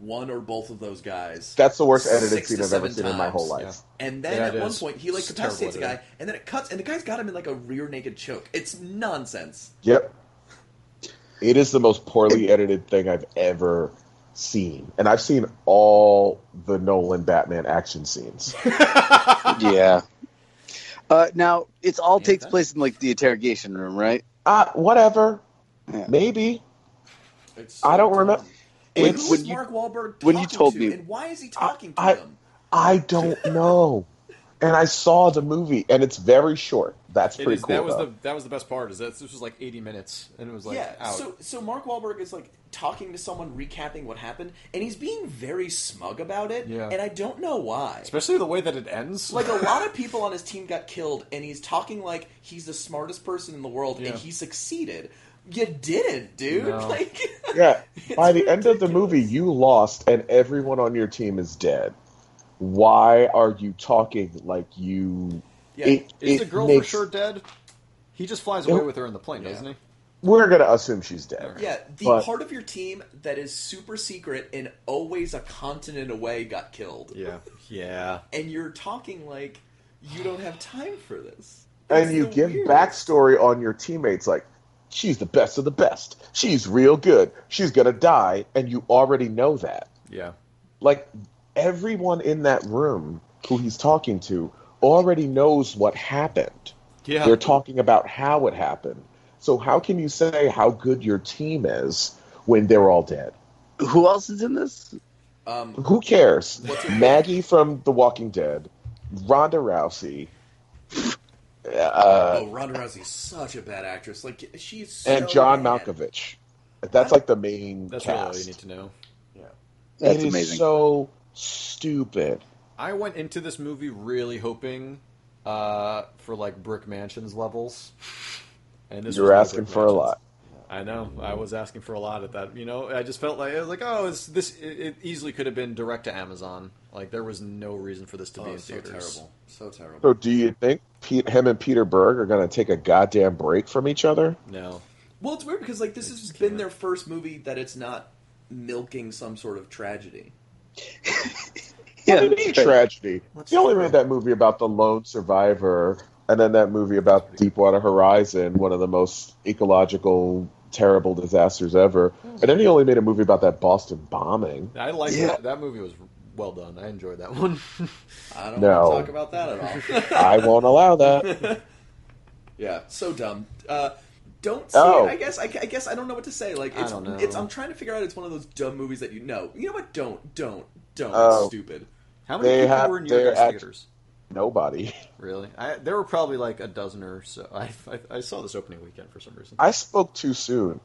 Speaker 6: one or both of those guys.
Speaker 4: That's the worst edited
Speaker 6: six
Speaker 4: scene
Speaker 6: to
Speaker 4: I've ever
Speaker 6: seven
Speaker 4: seen in my whole
Speaker 6: times.
Speaker 4: life.
Speaker 6: And then
Speaker 2: Yeah,
Speaker 6: at
Speaker 2: it
Speaker 6: one
Speaker 2: is.
Speaker 6: point, he like
Speaker 2: It's
Speaker 6: capacitates a
Speaker 2: terrible,
Speaker 6: guy, and then it cuts, and the guy's got him in like a rear naked choke. It's nonsense.
Speaker 4: Yep. It is the most poorly edited thing I've ever seen. And I've seen all the Nolan Batman action scenes.
Speaker 5: yeah. Uh, now it's all
Speaker 6: Yeah,
Speaker 5: takes
Speaker 6: that's-
Speaker 5: place in like the interrogation room, right?
Speaker 4: uh, whatever.
Speaker 5: Yeah.
Speaker 4: Maybe.
Speaker 6: It's
Speaker 4: I don't remember.
Speaker 6: When,
Speaker 5: It's-
Speaker 6: who
Speaker 5: when
Speaker 6: is
Speaker 5: you-
Speaker 6: Mark Wahlberg
Speaker 5: when you
Speaker 6: talking
Speaker 5: told
Speaker 6: to,
Speaker 5: me-
Speaker 6: and why is he talking
Speaker 4: I-
Speaker 6: to him?
Speaker 4: I don't know. and I saw the movie, and it's very short. That's
Speaker 2: It
Speaker 4: pretty
Speaker 2: is-
Speaker 4: cool.
Speaker 2: that was
Speaker 4: though.
Speaker 2: the that was the best part. Is that this was like eighty minutes and it was like
Speaker 6: yeah.
Speaker 2: out.
Speaker 6: So so Mark Wahlberg is like talking to someone, recapping what happened, and he's being very smug about it.
Speaker 2: Yeah.
Speaker 6: And I don't know why.
Speaker 2: Especially the way that it ends.
Speaker 6: Like a lot of people on his team got killed, and he's talking like he's the smartest person in the world,
Speaker 2: Yeah.
Speaker 6: and he succeeded. You didn't, dude.
Speaker 2: No.
Speaker 6: Like,
Speaker 4: Yeah.
Speaker 6: It's
Speaker 4: By the end of the
Speaker 6: ridiculous.
Speaker 4: movie, you lost, and everyone on your team is dead. Why are you talking like you?
Speaker 6: Yeah.
Speaker 2: is
Speaker 4: it
Speaker 2: the girl
Speaker 4: makes-
Speaker 2: for sure dead? He just flies away
Speaker 4: It-
Speaker 2: with her in the plane,
Speaker 6: Yeah.
Speaker 2: doesn't he?
Speaker 4: We're gonna assume she's dead.
Speaker 6: yeah, the
Speaker 4: But-
Speaker 6: part of your team that is super secret and always a continent away got killed,
Speaker 2: Yeah, yeah.
Speaker 6: and you're talking like you don't have time for this.
Speaker 4: and
Speaker 6: It's
Speaker 4: you
Speaker 6: the
Speaker 4: give
Speaker 6: weirdest.
Speaker 4: backstory on your teammates like she's the best of the best she's real good she's gonna die and you already know that
Speaker 2: Yeah.
Speaker 4: like everyone in that room who he's talking to already knows what happened
Speaker 2: Yeah.
Speaker 4: they're talking about how it happened so how can you say how good your team is when they're all dead
Speaker 5: Who else is in this?
Speaker 6: Um,
Speaker 4: who cares
Speaker 6: What's her-
Speaker 4: maggie from the walking dead ronda rousey uh,
Speaker 6: oh, Ronda Rousey's such a bad actress. Like she's so
Speaker 4: and John
Speaker 6: bad.
Speaker 4: Malkovich. That's like the main
Speaker 2: That's really all
Speaker 4: cast.
Speaker 2: you need to know.
Speaker 4: It
Speaker 5: That's
Speaker 4: is
Speaker 5: amazing.
Speaker 4: so stupid.
Speaker 2: I went into this movie really hoping uh, for like brick mansions levels. And this
Speaker 4: You're
Speaker 2: was no
Speaker 4: asking
Speaker 2: Brick
Speaker 4: for a
Speaker 2: Mansions.
Speaker 4: lot.
Speaker 2: I know. I was asking for a lot at that. You know, I just felt like I was like, oh, it's, this it, it easily could have been direct to Amazon. Like there was no reason for this to be
Speaker 6: Oh,
Speaker 2: in
Speaker 6: so
Speaker 2: theaters.
Speaker 6: terrible. So terrible.
Speaker 4: So, do you think Pete, him and Peter Berg are going to take a goddamn break from each other?
Speaker 2: No.
Speaker 6: Well, it's weird because like this has been their first movie that it's not milking some sort of tragedy.
Speaker 5: Yeah,
Speaker 4: What do you
Speaker 5: that's
Speaker 4: mean
Speaker 5: right.
Speaker 4: tragedy. They only made that movie about the lone survivor, and then that movie about Deepwater Horizon, one of the most ecological, terrible disasters ever. And then he only made a movie about that Boston bombing.
Speaker 2: I like
Speaker 5: Yeah.
Speaker 2: that. That movie was well done. I enjoyed that one.
Speaker 6: I don't
Speaker 4: No.
Speaker 6: want to talk about that at all.
Speaker 4: I won't allow that.
Speaker 6: yeah, so dumb. Uh, don't see
Speaker 4: Oh.
Speaker 6: it. I guess. I, I guess I don't know what to say. Like,
Speaker 2: I
Speaker 6: it's,
Speaker 2: don't know.
Speaker 6: it's. I'm trying to figure out. It's one of those dumb movies that you know. You know what? Don't, don't, don't.
Speaker 4: Oh.
Speaker 6: Stupid.
Speaker 2: How many
Speaker 4: They
Speaker 2: people
Speaker 4: have-
Speaker 2: were in your
Speaker 4: they're
Speaker 2: guys'
Speaker 4: act-
Speaker 2: theaters?
Speaker 4: Nobody.
Speaker 2: Really? I, there were probably like a dozen or so. I, I, I saw this opening weekend for some reason.
Speaker 4: I spoke too soon.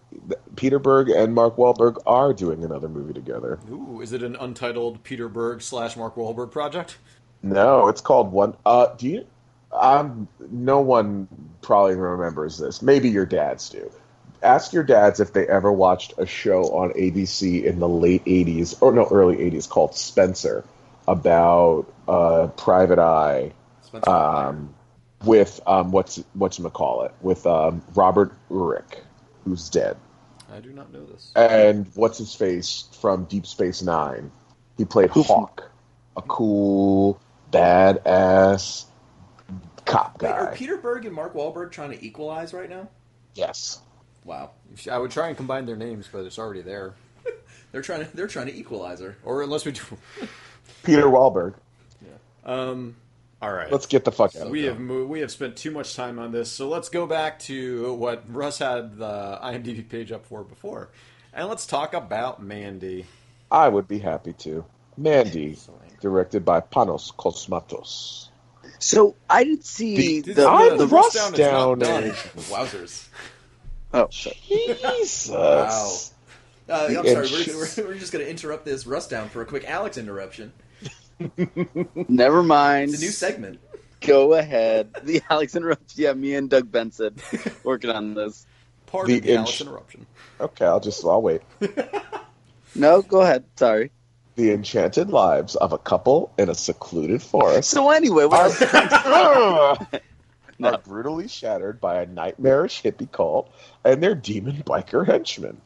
Speaker 4: Peter Berg and Mark Wahlberg are doing another movie together.
Speaker 2: Ooh, is it an untitled Peter Berg slash Mark Wahlberg project?
Speaker 4: No, it's called One. Uh, do you? Um, no one probably remembers this. Maybe your dads do. Ask your dads if they ever watched a show on ABC in the late '80s or no, early '80s called Spencer about uh, Private Eye
Speaker 6: Spencer
Speaker 4: um, with um, what's what's call it with um, Robert Urich, who's dead.
Speaker 2: I do not know this.
Speaker 4: and what's his face from Deep Space Nine. He played Hawk, a cool, badass cop
Speaker 6: Wait, oh, are
Speaker 4: guy.
Speaker 6: Peter Berg and Mark Wahlberg trying to equalize right now?
Speaker 4: Yes,
Speaker 6: Wow,
Speaker 2: I would try and combine their names, but it's already there.
Speaker 6: they're trying to. They're trying to equalize her.
Speaker 2: Or unless we do.
Speaker 4: Peter Wahlberg.
Speaker 2: Um, all right.
Speaker 4: Let's get the fuck out.
Speaker 2: we
Speaker 4: of
Speaker 2: have mo- we have spent too much time on this, so let's go back to what Russ had the IMDb page up for before, and let's talk about Mandy.
Speaker 4: I would be happy to. Mandy,
Speaker 6: So angry.
Speaker 4: directed by Panos Cosmatos.
Speaker 5: So I did see
Speaker 2: Did-
Speaker 5: the,
Speaker 2: no,
Speaker 4: I'm
Speaker 5: the-
Speaker 2: the Rust
Speaker 4: Rust
Speaker 2: Down is not
Speaker 4: Down
Speaker 2: done.
Speaker 4: is-
Speaker 6: Wowzers.
Speaker 5: oh,
Speaker 4: Jesus.
Speaker 6: Uh, I'm
Speaker 4: The
Speaker 6: sorry, we're,
Speaker 4: inches.
Speaker 6: we're, we're just going to interrupt this rust down for a quick Alex interruption.
Speaker 5: never mind.
Speaker 6: It's a new segment.
Speaker 5: Go ahead. The Alex interrupts. Yeah, me and Doug Benson working on this.
Speaker 2: Pardon the,
Speaker 4: The
Speaker 2: Alex
Speaker 4: inch-
Speaker 2: interruption.
Speaker 4: Okay, I'll just I'll wait.
Speaker 5: No, go ahead. Sorry.
Speaker 4: The enchanted lives of a couple in a secluded forest
Speaker 5: So anyway, what I
Speaker 4: are,
Speaker 5: was-
Speaker 4: are brutally shattered by a nightmarish hippie cult and their demon biker henchmen,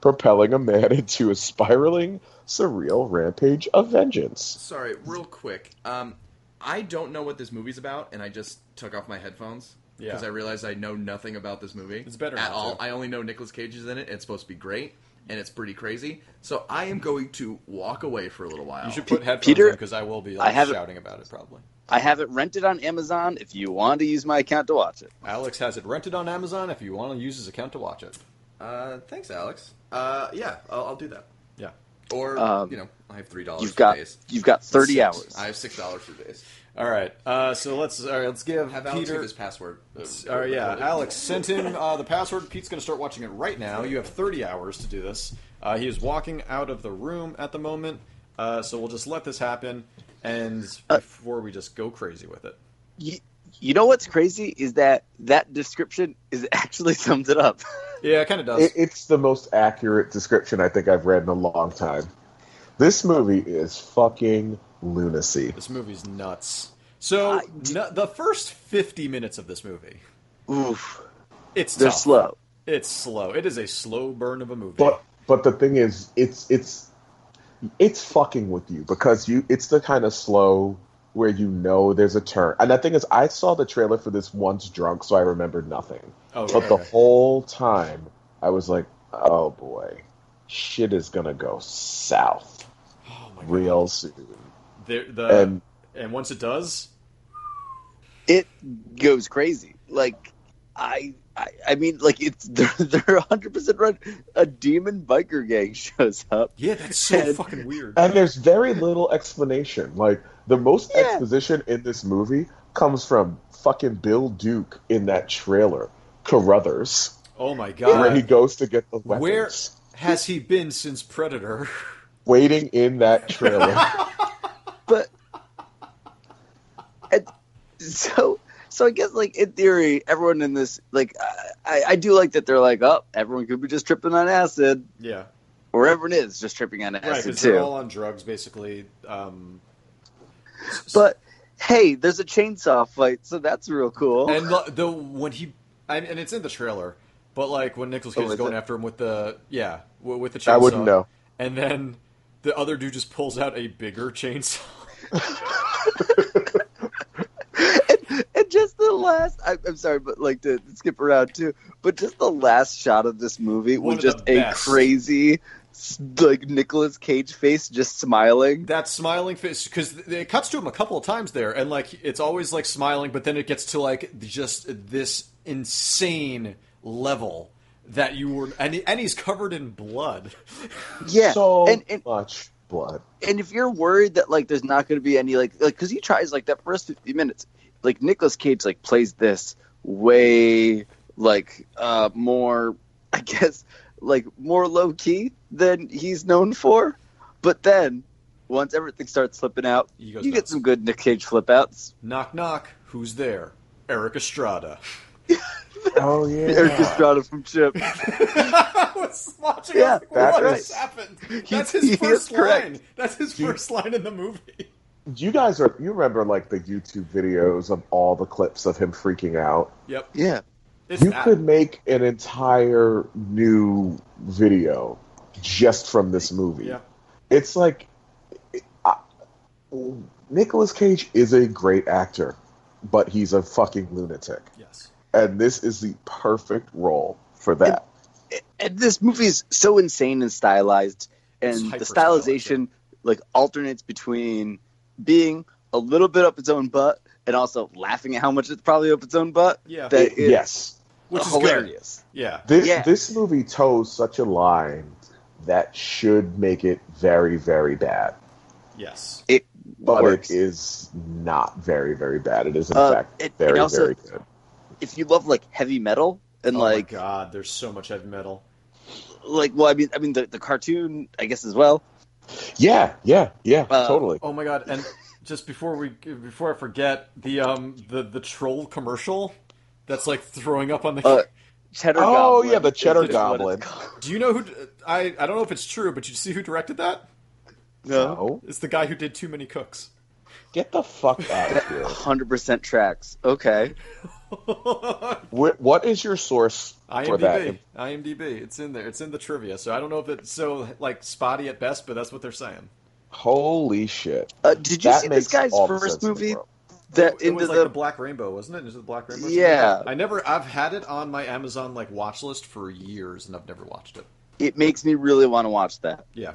Speaker 4: propelling a man into a spiraling, surreal rampage of vengeance.
Speaker 6: Sorry, real quick. Um, I don't know what this movie's about, and I just took off my headphones
Speaker 2: Yeah.
Speaker 6: because I realized I know nothing about this movie.
Speaker 2: It's better
Speaker 6: at
Speaker 2: not
Speaker 6: all.
Speaker 2: to.
Speaker 6: I only know Nicolas Cage is in it. It's supposed to be great, and it's pretty crazy. So I am going to walk away for a little while.
Speaker 2: You should put headphones
Speaker 5: Peter,
Speaker 2: on because I will be
Speaker 5: I
Speaker 2: like,
Speaker 5: have it-
Speaker 2: shouting about it probably.
Speaker 5: I have it rented on Amazon. If you want to use my account to watch it,
Speaker 2: Alex has it rented on Amazon if you want to use his account to watch it.
Speaker 6: Uh, thanks, Alex. Uh, yeah, I'll, I'll do that.
Speaker 2: Yeah.
Speaker 6: Or
Speaker 5: Um,
Speaker 6: you know, I have three dollars.
Speaker 5: you've got
Speaker 6: days.
Speaker 5: you've got thirty
Speaker 6: Six.
Speaker 5: hours.
Speaker 6: I have six dollars for days.
Speaker 2: All right. Uh, so let's all right, let's give
Speaker 6: Have Alex give
Speaker 2: Peter.
Speaker 6: his password.
Speaker 2: All right, yeah, Alex sent in uh, the password. Pete's going to start watching it right now. You have 30 hours to do this. Uh, he is walking out of the room at the moment, uh, so we'll just let this happen. And
Speaker 4: Uh,
Speaker 2: before we just go crazy with it,
Speaker 5: you, you know what's crazy is that that description is actually sums it up.
Speaker 2: yeah, it kind of does.
Speaker 4: It, it's the most accurate description I think I've read in a long time. This movie is fucking lunacy.
Speaker 2: This movie's nuts. So
Speaker 5: I-
Speaker 2: nu- the first 50 minutes of this movie,
Speaker 5: Oof,
Speaker 2: it's
Speaker 5: they're
Speaker 2: tough.
Speaker 5: slow.
Speaker 2: It's slow. It is a slow burn of a movie.
Speaker 4: But but the thing is, it's it's it's fucking with you because you it's the kind of slow where you know there's a turn. And the thing is, I saw the trailer for this once drunk, so I remembered nothing.
Speaker 2: oh,
Speaker 4: But
Speaker 2: right,
Speaker 4: the
Speaker 2: right.
Speaker 4: whole time, I was like, oh boy, shit is gonna go south
Speaker 2: oh my god,
Speaker 4: real soon.
Speaker 2: the, the-
Speaker 4: And
Speaker 2: and once it does,
Speaker 5: It goes crazy. Like I. I, I mean, like it's they're they're 100 percent right. A demon biker gang shows up.
Speaker 2: yeah, that's so
Speaker 5: And-
Speaker 2: fucking weird.
Speaker 4: and there's very little explanation. Like the most
Speaker 5: Yeah.
Speaker 4: exposition in this movie comes from fucking Bill Duke in that trailer, Carruthers.
Speaker 2: Oh my
Speaker 5: Uh,
Speaker 4: where he
Speaker 2: god,
Speaker 4: goes to get the weapons.
Speaker 2: where has he been since Predator?
Speaker 4: Waiting in that trailer.
Speaker 5: but and so so I guess like in theory, everyone in this like I, I do like that they're like, oh, everyone could be just tripping on acid,
Speaker 2: yeah,
Speaker 5: or everyone is just tripping on
Speaker 2: right.
Speaker 5: acid
Speaker 2: Because
Speaker 5: too.
Speaker 2: they're all on drugs, basically. Um, s-
Speaker 5: But hey, there's a chainsaw fight, so that's real cool.
Speaker 2: and lo- the when he and, and it's in the trailer, but like when Nicholas Cage
Speaker 5: Oh,
Speaker 2: is
Speaker 5: is
Speaker 2: going
Speaker 5: it?
Speaker 2: after him with the yeah w- with the chainsaw.
Speaker 4: I wouldn't know.
Speaker 2: And then the other dude just pulls out a bigger chainsaw.
Speaker 5: and, and just the last I, i'm sorry but like to skip around too but just the last shot of this movie
Speaker 2: One
Speaker 5: was
Speaker 2: of
Speaker 5: just
Speaker 2: the
Speaker 5: a
Speaker 2: best.
Speaker 5: crazy s- like Nicolas cage face just smiling
Speaker 2: That smiling face because it cuts to him a couple of times there, and like it's always like smiling, but then it gets to like just this insane level that you were, and, he, and he's covered in blood.
Speaker 5: yeah
Speaker 4: So
Speaker 5: and, and
Speaker 4: much blood.
Speaker 5: and if you're worried that like there's not going to be any like like because he tries like that first 50 minutes like Nicolas cage like plays this way like uh more i guess like more low key than he's known for but then once everything starts flipping out
Speaker 2: He
Speaker 5: you
Speaker 2: goes
Speaker 5: get
Speaker 2: nuts.
Speaker 5: some good nick cage flip outs
Speaker 2: knock knock. Who's there? Eric Estrada.
Speaker 4: Oh
Speaker 5: eric
Speaker 4: yeah.
Speaker 5: estrada from chip
Speaker 2: I was watching. I
Speaker 5: Yeah,
Speaker 2: was like,
Speaker 4: that's
Speaker 2: what
Speaker 4: right.
Speaker 2: has happened?
Speaker 5: He-
Speaker 2: That's
Speaker 5: he
Speaker 2: his
Speaker 5: is
Speaker 2: first
Speaker 5: correct.
Speaker 2: line. That's his first line in the movie.
Speaker 4: You guys are you remember like the YouTube videos of all the clips of him freaking out?
Speaker 2: Yep.
Speaker 5: yeah
Speaker 2: It's
Speaker 4: You
Speaker 2: that.
Speaker 4: could make an entire new video just from this movie.
Speaker 2: Yeah.
Speaker 4: It's like I, Nicolas Cage is a great actor, but he's a fucking lunatic.
Speaker 2: Yes.
Speaker 4: And this is the perfect role for that.
Speaker 5: and this movie is so insane and stylized
Speaker 2: It's
Speaker 5: and the
Speaker 2: hyper-stylized,
Speaker 5: stylization like alternates between being a little bit up its own butt and also laughing at how much it's probably up its own butt
Speaker 2: Yeah.
Speaker 5: that is
Speaker 4: yes.
Speaker 2: Which is good.
Speaker 5: hilarious
Speaker 2: Yeah.
Speaker 4: This,
Speaker 5: Yeah.
Speaker 4: this movie toes such a line that should make it very, very bad.
Speaker 2: Yes.
Speaker 5: it
Speaker 4: but
Speaker 5: works.
Speaker 4: it is not very, very bad. It is in
Speaker 5: Uh,
Speaker 4: fact
Speaker 5: it-
Speaker 4: very,
Speaker 5: it also-
Speaker 4: very good.
Speaker 5: If you love like heavy metal and
Speaker 2: oh
Speaker 5: like
Speaker 2: my god, there's so much heavy metal.
Speaker 5: like well, I mean, I mean the, the cartoon, I guess as well.
Speaker 4: Yeah, yeah, yeah,
Speaker 5: Uh,
Speaker 4: totally.
Speaker 2: Oh my god! And just before we before I forget the um the the troll commercial that's like throwing up on the.
Speaker 5: Uh, Cheddar.
Speaker 4: Oh,
Speaker 5: Goblin
Speaker 4: yeah, the
Speaker 5: is-
Speaker 4: Cheddar
Speaker 5: is what it's
Speaker 4: Goblin.
Speaker 5: called.
Speaker 2: Do you know who? I I don't know if it's true, but you see who directed that?
Speaker 5: No,
Speaker 4: No,
Speaker 2: It's the guy who did Too Many Cooks.
Speaker 4: get the fuck out of here.
Speaker 5: hundred percent tracks. Okay,
Speaker 4: Wh- what is your source for that?
Speaker 2: IMDb, IMDb, it's in there. It's in the trivia. So I don't know if it's so like spotty at best, but that's what they're saying.
Speaker 4: Holy shit!
Speaker 5: uh, did you
Speaker 4: That
Speaker 5: see
Speaker 4: makes
Speaker 5: this guy's
Speaker 4: all the
Speaker 5: first
Speaker 4: sense in the
Speaker 5: movie?
Speaker 4: world.
Speaker 5: That
Speaker 2: It
Speaker 5: into
Speaker 2: was like
Speaker 5: the,
Speaker 2: the, Black Rainbow, wasn't it? Into the Black Rainbow. or something?
Speaker 5: Yeah.
Speaker 2: I never. I've had it on my Amazon like watch list for years, and I've never watched it.
Speaker 5: it makes me really want to watch that.
Speaker 2: Yeah,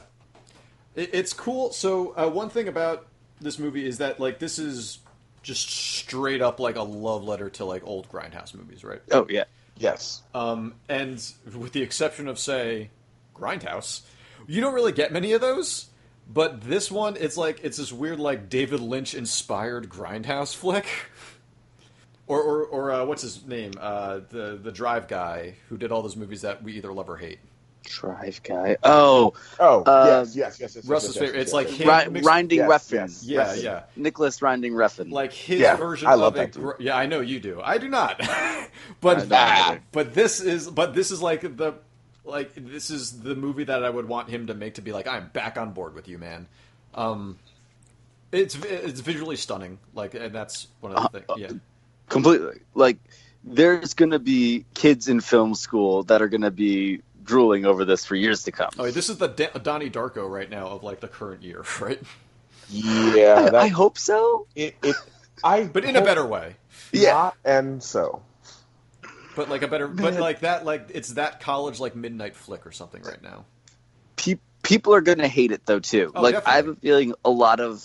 Speaker 2: it, it's cool. So uh, one thing about this movie is that like this is just straight up like a love letter to like old grindhouse movies, right?
Speaker 5: Oh yeah,
Speaker 4: Yes,
Speaker 2: Um, and with the exception of say Grindhouse, you don't really get many of those. But this one, it's like it's this weird like David Lynch inspired Grindhouse flick. Or, or, or uh, what's his name? Uh, the the Drive guy who did all those movies that we either love or hate.
Speaker 5: Drive Guy. Oh,
Speaker 4: Oh,
Speaker 5: Uh,
Speaker 4: yes, yes, yes, yes.
Speaker 2: Russ's
Speaker 4: yes, yes,
Speaker 2: favorite.
Speaker 4: yes,
Speaker 2: It's like
Speaker 4: yes.
Speaker 2: him
Speaker 5: Ri-
Speaker 2: mixed-
Speaker 5: Rinding
Speaker 4: yes,
Speaker 5: Refn.
Speaker 4: yes.
Speaker 2: yeah, yeah.
Speaker 5: Nicholas Rinding Refn.
Speaker 2: Like his
Speaker 4: Yeah,
Speaker 2: version
Speaker 4: I love
Speaker 2: of a
Speaker 4: that dude.
Speaker 2: gr- yeah, I know you do. I do not. but
Speaker 5: don't either.
Speaker 2: but this is but this is like the like this is the movie that I would want him to make to be like I'm back on board with you, man. Um it's vi- it's visually stunning. Like and that's one of the
Speaker 4: Uh,
Speaker 2: things. Yeah.
Speaker 5: completely like there's gonna be kids in film school that are gonna be drooling over this for years to come
Speaker 2: Oh, this is the Da- Donnie Darko right now of like the current year, right?
Speaker 4: Yeah,
Speaker 5: I,
Speaker 4: that,
Speaker 5: I hope so
Speaker 4: it, it, I
Speaker 2: But in a better way.
Speaker 5: Yeah.
Speaker 4: yeah, and so
Speaker 2: But like a better but
Speaker 5: Man.
Speaker 2: like that like it's that college like midnight flick or something right now.
Speaker 5: Pe- people are gonna hate it though too
Speaker 2: Oh,
Speaker 5: like
Speaker 2: definitely.
Speaker 5: i have a feeling a lot of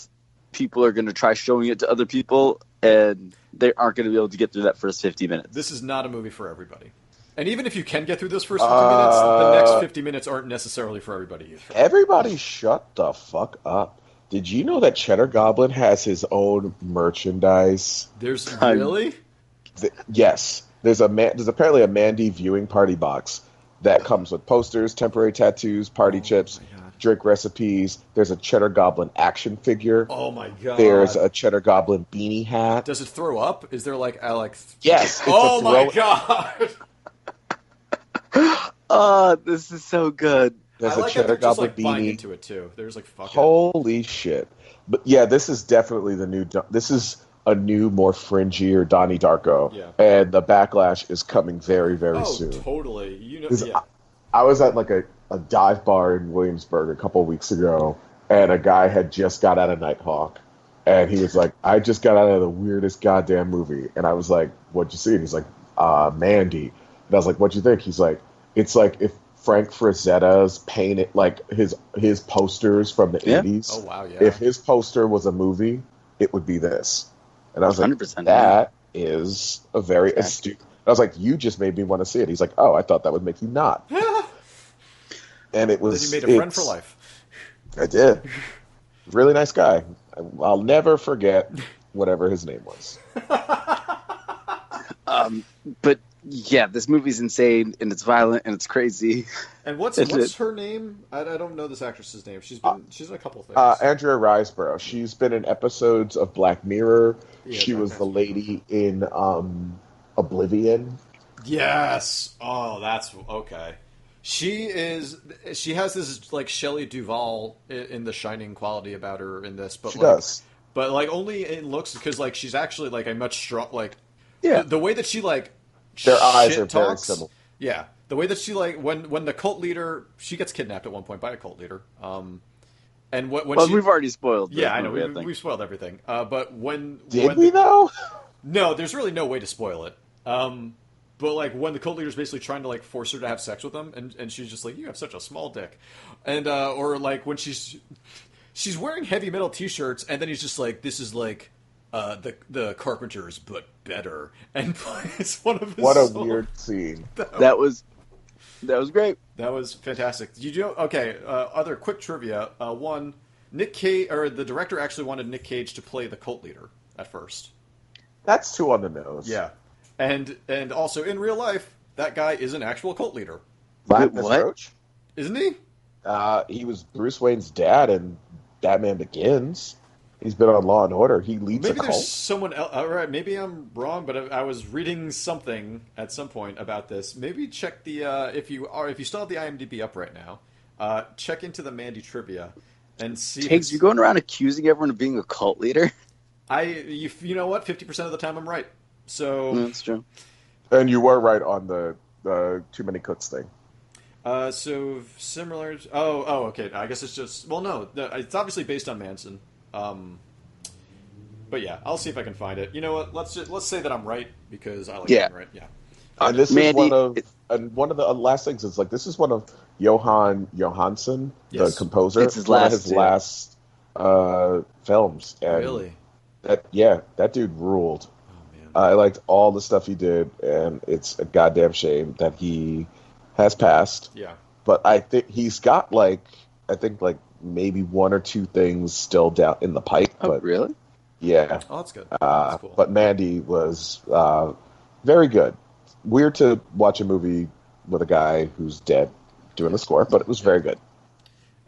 Speaker 5: people are gonna try showing it to other people and they aren't gonna be able to get through that first 50 minutes
Speaker 2: this is not a movie for everybody. And even if you can get through those first 50
Speaker 4: Uh,
Speaker 2: minutes, the next 50 minutes aren't necessarily for everybody either.
Speaker 4: everybody shut the fuck up. Did you know that Cheddar Goblin has his own merchandise?
Speaker 2: There's
Speaker 5: I'm-
Speaker 2: really?
Speaker 4: Th- yes, there's a man, there's apparently a Mandy viewing party box that comes with posters, temporary tattoos,
Speaker 2: Oh
Speaker 4: party chips, drink recipes. There's a Cheddar Goblin action figure.
Speaker 2: Oh my god.
Speaker 4: There's a Cheddar Goblin beanie hat.
Speaker 2: Does it throw up? Is there like I like th-
Speaker 4: yes. It's
Speaker 2: Oh
Speaker 4: a
Speaker 2: my
Speaker 4: throw-
Speaker 2: god.
Speaker 5: oh this is so good
Speaker 4: There's
Speaker 2: I
Speaker 4: a
Speaker 2: like that
Speaker 4: Cheddar
Speaker 2: they're just
Speaker 4: Goblin
Speaker 2: like buying
Speaker 4: beanie.
Speaker 2: into it too. There's like fuck it.
Speaker 4: Holy shit! But yeah, this is definitely the new. Don- This is a new, more fringier Donnie Darko,
Speaker 2: Yeah.
Speaker 4: and the backlash is coming very, very
Speaker 2: Oh,
Speaker 4: soon.
Speaker 2: totally. You know
Speaker 4: This-
Speaker 2: yeah.
Speaker 4: I was at like a, a dive bar in Williamsburg a couple weeks ago, and a guy had just got out of Nighthawk, and he was like, "I just got out of the weirdest goddamn movie," and I was like, "What'd you see?" And he's like, "Uh, Mandy," and I was like, "What'd you think?" He's like, "It's like if Frank Frazetta's painted like his his posters from the
Speaker 5: Yeah.
Speaker 4: '80s.
Speaker 2: Oh wow, yeah.
Speaker 4: If his poster was a movie, it would be this." And I was like,
Speaker 5: 100%
Speaker 4: "That is a very
Speaker 5: Exactly.
Speaker 4: astute." I was like, "You just made me want to see it." He's like, "Oh, I thought that would make you not." and it
Speaker 2: then
Speaker 4: was
Speaker 2: you made a friend
Speaker 4: it's-
Speaker 2: for life.
Speaker 4: I did. Really nice guy. I, I'll never forget whatever his name was.
Speaker 5: um but yeah this movie's insane and it's violent and it's crazy
Speaker 2: And what's
Speaker 5: It's-
Speaker 2: what's her name? I, I don't know this actress's name. She's been she's in a couple things.
Speaker 4: Uh, Andrea Riseborough. She's been in episodes of Black Mirror.
Speaker 2: Yeah,
Speaker 4: she
Speaker 2: Black
Speaker 4: was the
Speaker 2: Mirror.
Speaker 4: lady in um, Oblivion.
Speaker 2: Yes. Oh, that's okay. She is. She has this like Shelley Duvall i- in the shining quality about her in this, but
Speaker 4: She
Speaker 2: like,
Speaker 4: does.
Speaker 2: but like only in looks because like she's actually like a much strong like
Speaker 4: Yeah.
Speaker 2: the, the way that she like
Speaker 4: Their eyes
Speaker 2: shit
Speaker 4: are very
Speaker 2: talks-
Speaker 4: similar.
Speaker 2: Yeah, the way that she like when when the cult leader she gets kidnapped at one point by a cult leader. Um, and what when
Speaker 5: well
Speaker 2: she
Speaker 5: we've already spoiled
Speaker 2: yeah I know
Speaker 5: movie,
Speaker 2: we,
Speaker 5: I think.
Speaker 2: we spoiled everything. Uh, but when
Speaker 4: Did
Speaker 2: when
Speaker 4: we though?
Speaker 2: no, there's really no way to spoil it. Um, but like when the cult leader's basically trying to like force her to have sex with him, and, and she's just like, "You have such a small dick," and uh, or like when she's she's wearing heavy metal t-shirts, and then he's just like, "This is like uh, the the carpenters, but better," and plays one of his
Speaker 4: What a
Speaker 2: songs.
Speaker 4: weird scene.
Speaker 5: that was that was great
Speaker 2: That was fantastic. Did you do okay? Uh, other quick trivia. Uh, one, Nick Cage, or the director actually wanted Nick Cage to play the cult leader at first.
Speaker 4: That's too on the nose.
Speaker 2: and and also in real life, that guy is an actual cult leader,
Speaker 4: Black
Speaker 5: Wait, what?
Speaker 4: Roach.
Speaker 2: isn't he?
Speaker 4: Uh, he was Bruce Wayne's dad in Batman Begins. He's been on Law and Order. He leads
Speaker 2: Maybe
Speaker 4: a cult.
Speaker 2: there's someone else. All right, maybe I'm wrong, but I, I was reading something at some point about this. Maybe check the uh, if you are if you still have the IMDb up right now, uh, check into the Mandy trivia and see. if
Speaker 5: Tiggs,
Speaker 2: it's-
Speaker 5: you're going around accusing everyone of being a cult leader.
Speaker 2: I you, you know what? Fifty percent of the time I'm right. So
Speaker 5: That's true.
Speaker 4: And you were right on the the too many cooks thing.
Speaker 2: uh, so similar. Oh oh okay. I guess it's just well no. the- It's obviously based on Manson. Um, but yeah, I'll see if I can find it. You know what? Let's just, let's say that I'm right because I like
Speaker 5: Yeah.
Speaker 2: being right. Yeah. Uh,
Speaker 4: And this
Speaker 5: Mandy,
Speaker 4: is one of
Speaker 5: it-
Speaker 4: and one of the uh, last things is like this is one of Johan Johansson,
Speaker 2: Yes.
Speaker 4: the composer.
Speaker 5: It's his
Speaker 4: one
Speaker 5: last,
Speaker 4: of his
Speaker 5: yeah.
Speaker 4: last uh, films. And That yeah, that dude ruled.
Speaker 2: Oh man.
Speaker 4: I liked all the stuff he did, and it's a goddamn shame that he has passed.
Speaker 2: yeah.
Speaker 4: But I think he's got like I think like maybe one or two things still down in the pipe.
Speaker 5: Oh,
Speaker 4: but
Speaker 5: really?
Speaker 4: yeah,
Speaker 2: Oh, that's good.
Speaker 4: uh,
Speaker 2: That's cool.
Speaker 4: but Mandy was uh, very good. Weird to watch a movie with a guy who's dead doing the score, but it was very good.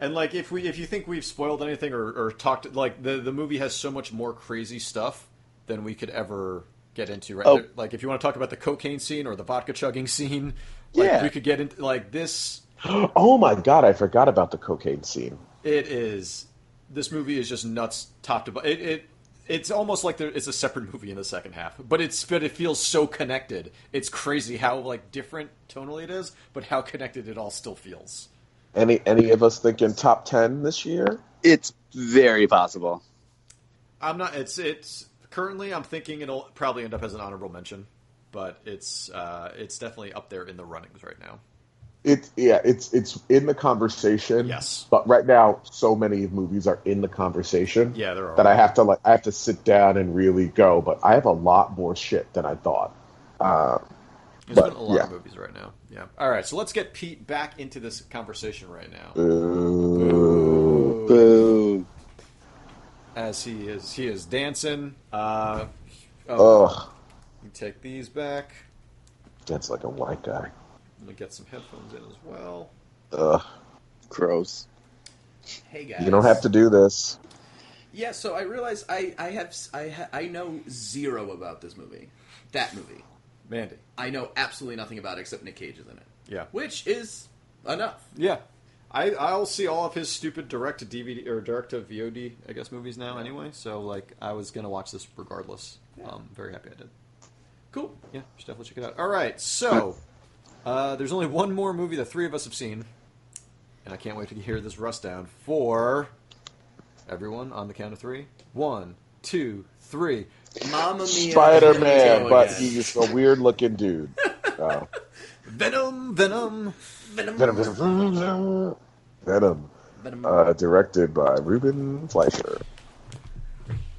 Speaker 2: And like, if we if you think we've spoiled anything or, or talked like the the movie has so much more crazy stuff than we could ever get into. Right?
Speaker 5: Oh.
Speaker 2: Like, if you want to talk about the cocaine scene or the vodka chugging scene, like
Speaker 4: Yeah.
Speaker 2: we could get into like this.
Speaker 4: Oh my god, I forgot about the cocaine scene.
Speaker 2: It is this movie is just nuts, top to bottom. It, it it's almost like there, it's a separate movie in the second half, but it's but it feels so connected. It's crazy how like different tonally it is, but how connected it all still feels.
Speaker 4: Any any of us thinking top ten this year?
Speaker 5: It's very possible.
Speaker 2: I'm not. It's it's currently. I'm thinking it'll probably end up as an honorable mention, but it's uh, it's definitely up there in the runnings right now.
Speaker 4: It's yeah, it's it's in the conversation.
Speaker 2: Yes.
Speaker 4: But right now, so many movies are in the conversation.
Speaker 2: Yeah, there are.
Speaker 4: That I have to like, I have to sit down and really go. But I have a lot more shit than I thought. Uh,
Speaker 2: There's been
Speaker 4: but,
Speaker 2: a lot of
Speaker 4: yeah.
Speaker 2: movies right now. Yeah. All right. So let's get Pete back into this conversation right now.
Speaker 4: ooh.
Speaker 5: Boo.
Speaker 2: As he is, he is dancing. Uh, oh,
Speaker 4: ugh,
Speaker 2: you take these back.
Speaker 4: that's like a white guy.
Speaker 2: I'm gonna get some headphones in as well.
Speaker 4: Ugh,
Speaker 5: Gross.
Speaker 6: Hey guys,
Speaker 4: you don't have to do this.
Speaker 6: Yeah, so I realize I I have s- I ha, I know zero about this movie, that movie.
Speaker 2: Mandy.
Speaker 6: I know absolutely nothing about it except Nick Cage is in it.
Speaker 2: Yeah.
Speaker 6: which is enough.
Speaker 2: Yeah. I, I'll see all of his stupid direct to DVD or direct to VOD, I guess, movies now anyway. So, like, I was going to watch this regardless. Um, very happy I did.
Speaker 6: Cool.
Speaker 2: Yeah, should definitely check it out. All right, so uh, there's only one more movie the three of us have seen, and I can't wait to hear this rust down for everyone on the count of three. One, two, three.
Speaker 6: Mamma Mia.
Speaker 4: Spider
Speaker 6: here we
Speaker 4: Man,
Speaker 6: go
Speaker 4: but
Speaker 6: again.
Speaker 4: he's a weird looking dude. Uh,
Speaker 2: Venom, Venom.
Speaker 6: Venom,
Speaker 4: Venom. Venom.
Speaker 6: Venom.
Speaker 4: uh, directed by Ruben Fleischer.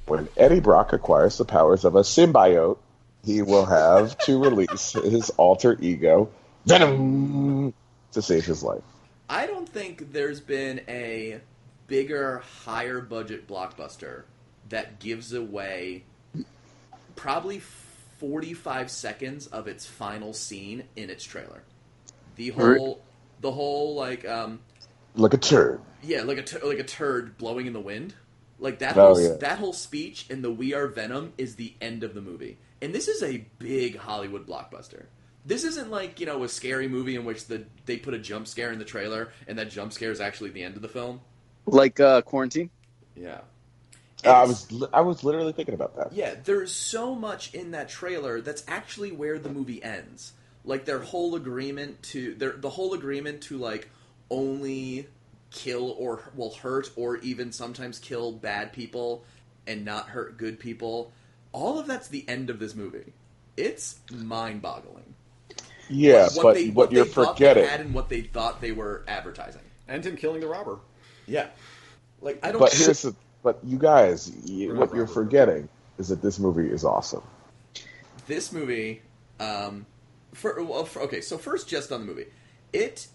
Speaker 4: When Eddie Brock acquires the powers of a symbiote, he will have to release his alter ego, Venom, to save his life.
Speaker 6: I don't think there's been a bigger, higher budget blockbuster that gives away probably 45 seconds of its final scene in its trailer. The
Speaker 5: Right.
Speaker 6: whole, the whole like, um,
Speaker 4: Look at turd.
Speaker 6: yeah, like a tur- like a turd blowing in the wind. Like that
Speaker 4: Oh,
Speaker 6: whole
Speaker 4: yeah.
Speaker 6: that whole speech and the "We Are Venom" is the end of the movie, and this is a big Hollywood blockbuster. This isn't like you know a scary movie in which the they put a jump scare in the trailer and that jump scare is actually the end of the film.
Speaker 5: Like uh, quarantine?
Speaker 6: Yeah,
Speaker 4: I
Speaker 6: It's-
Speaker 4: was li- I was literally thinking about that.
Speaker 6: yeah. There's so much in that trailer that's actually where the movie ends. Like their whole agreement to their the whole agreement to like only kill or will hurt or even sometimes kill bad people and not hurt good people. All of that's the end of this movie. It's mind boggling.
Speaker 4: Yeah, but what, you're
Speaker 6: they thought they
Speaker 4: forgetting,
Speaker 6: had and what they thought they were advertising.
Speaker 2: And him killing the robber.
Speaker 6: Yeah, like I don't.
Speaker 4: but here's the, but you guys, you,
Speaker 2: Remember
Speaker 4: what you're
Speaker 2: Robert.
Speaker 4: forgetting is that this movie is awesome.
Speaker 6: this movie um for, well, for okay so first just on the movie it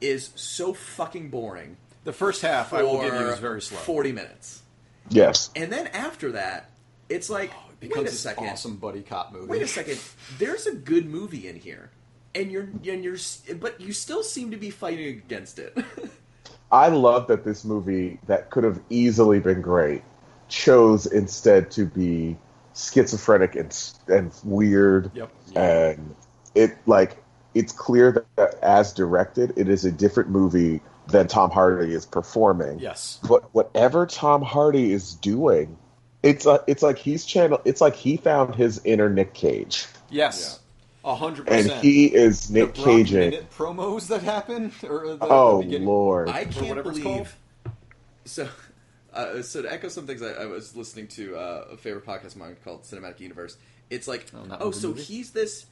Speaker 6: is so fucking boring
Speaker 2: The first half, I will give you,
Speaker 6: for
Speaker 2: is very slow.
Speaker 6: Forty minutes,
Speaker 4: Yes.
Speaker 6: and then after that, it's like
Speaker 2: Oh, becomes
Speaker 6: wait a
Speaker 2: this
Speaker 6: second,
Speaker 2: awesome buddy cop movie.
Speaker 6: wait a second. There's a good movie in here, and you're and you're, s- but you still seem to be fighting against it.
Speaker 4: I love that this movie that could have easily been great chose instead to be schizophrenic and s- and weird.
Speaker 2: Yep.
Speaker 4: And it like it's clear that, that as directed, it is a different movie than Tom Hardy is performing.
Speaker 2: Yes.
Speaker 4: But whatever Tom Hardy is doing, it's uh, it's like he's channel. It's like he found his inner Nick Cage,
Speaker 2: Yes. A hundred
Speaker 4: and
Speaker 2: percent.
Speaker 4: he is Nick
Speaker 2: Brock
Speaker 4: Cage. in-
Speaker 2: Minute promos that happen, or the, the
Speaker 4: Oh
Speaker 2: beginning-
Speaker 4: lord!
Speaker 6: I
Speaker 2: Or
Speaker 6: can't
Speaker 2: whatever it's called.
Speaker 6: believe. So, uh, so to echo some things, I, I was listening to uh, a favorite podcast of mine called Cinematic Universe. It's like, oh,
Speaker 2: not movie
Speaker 6: so
Speaker 2: movie?
Speaker 6: he's this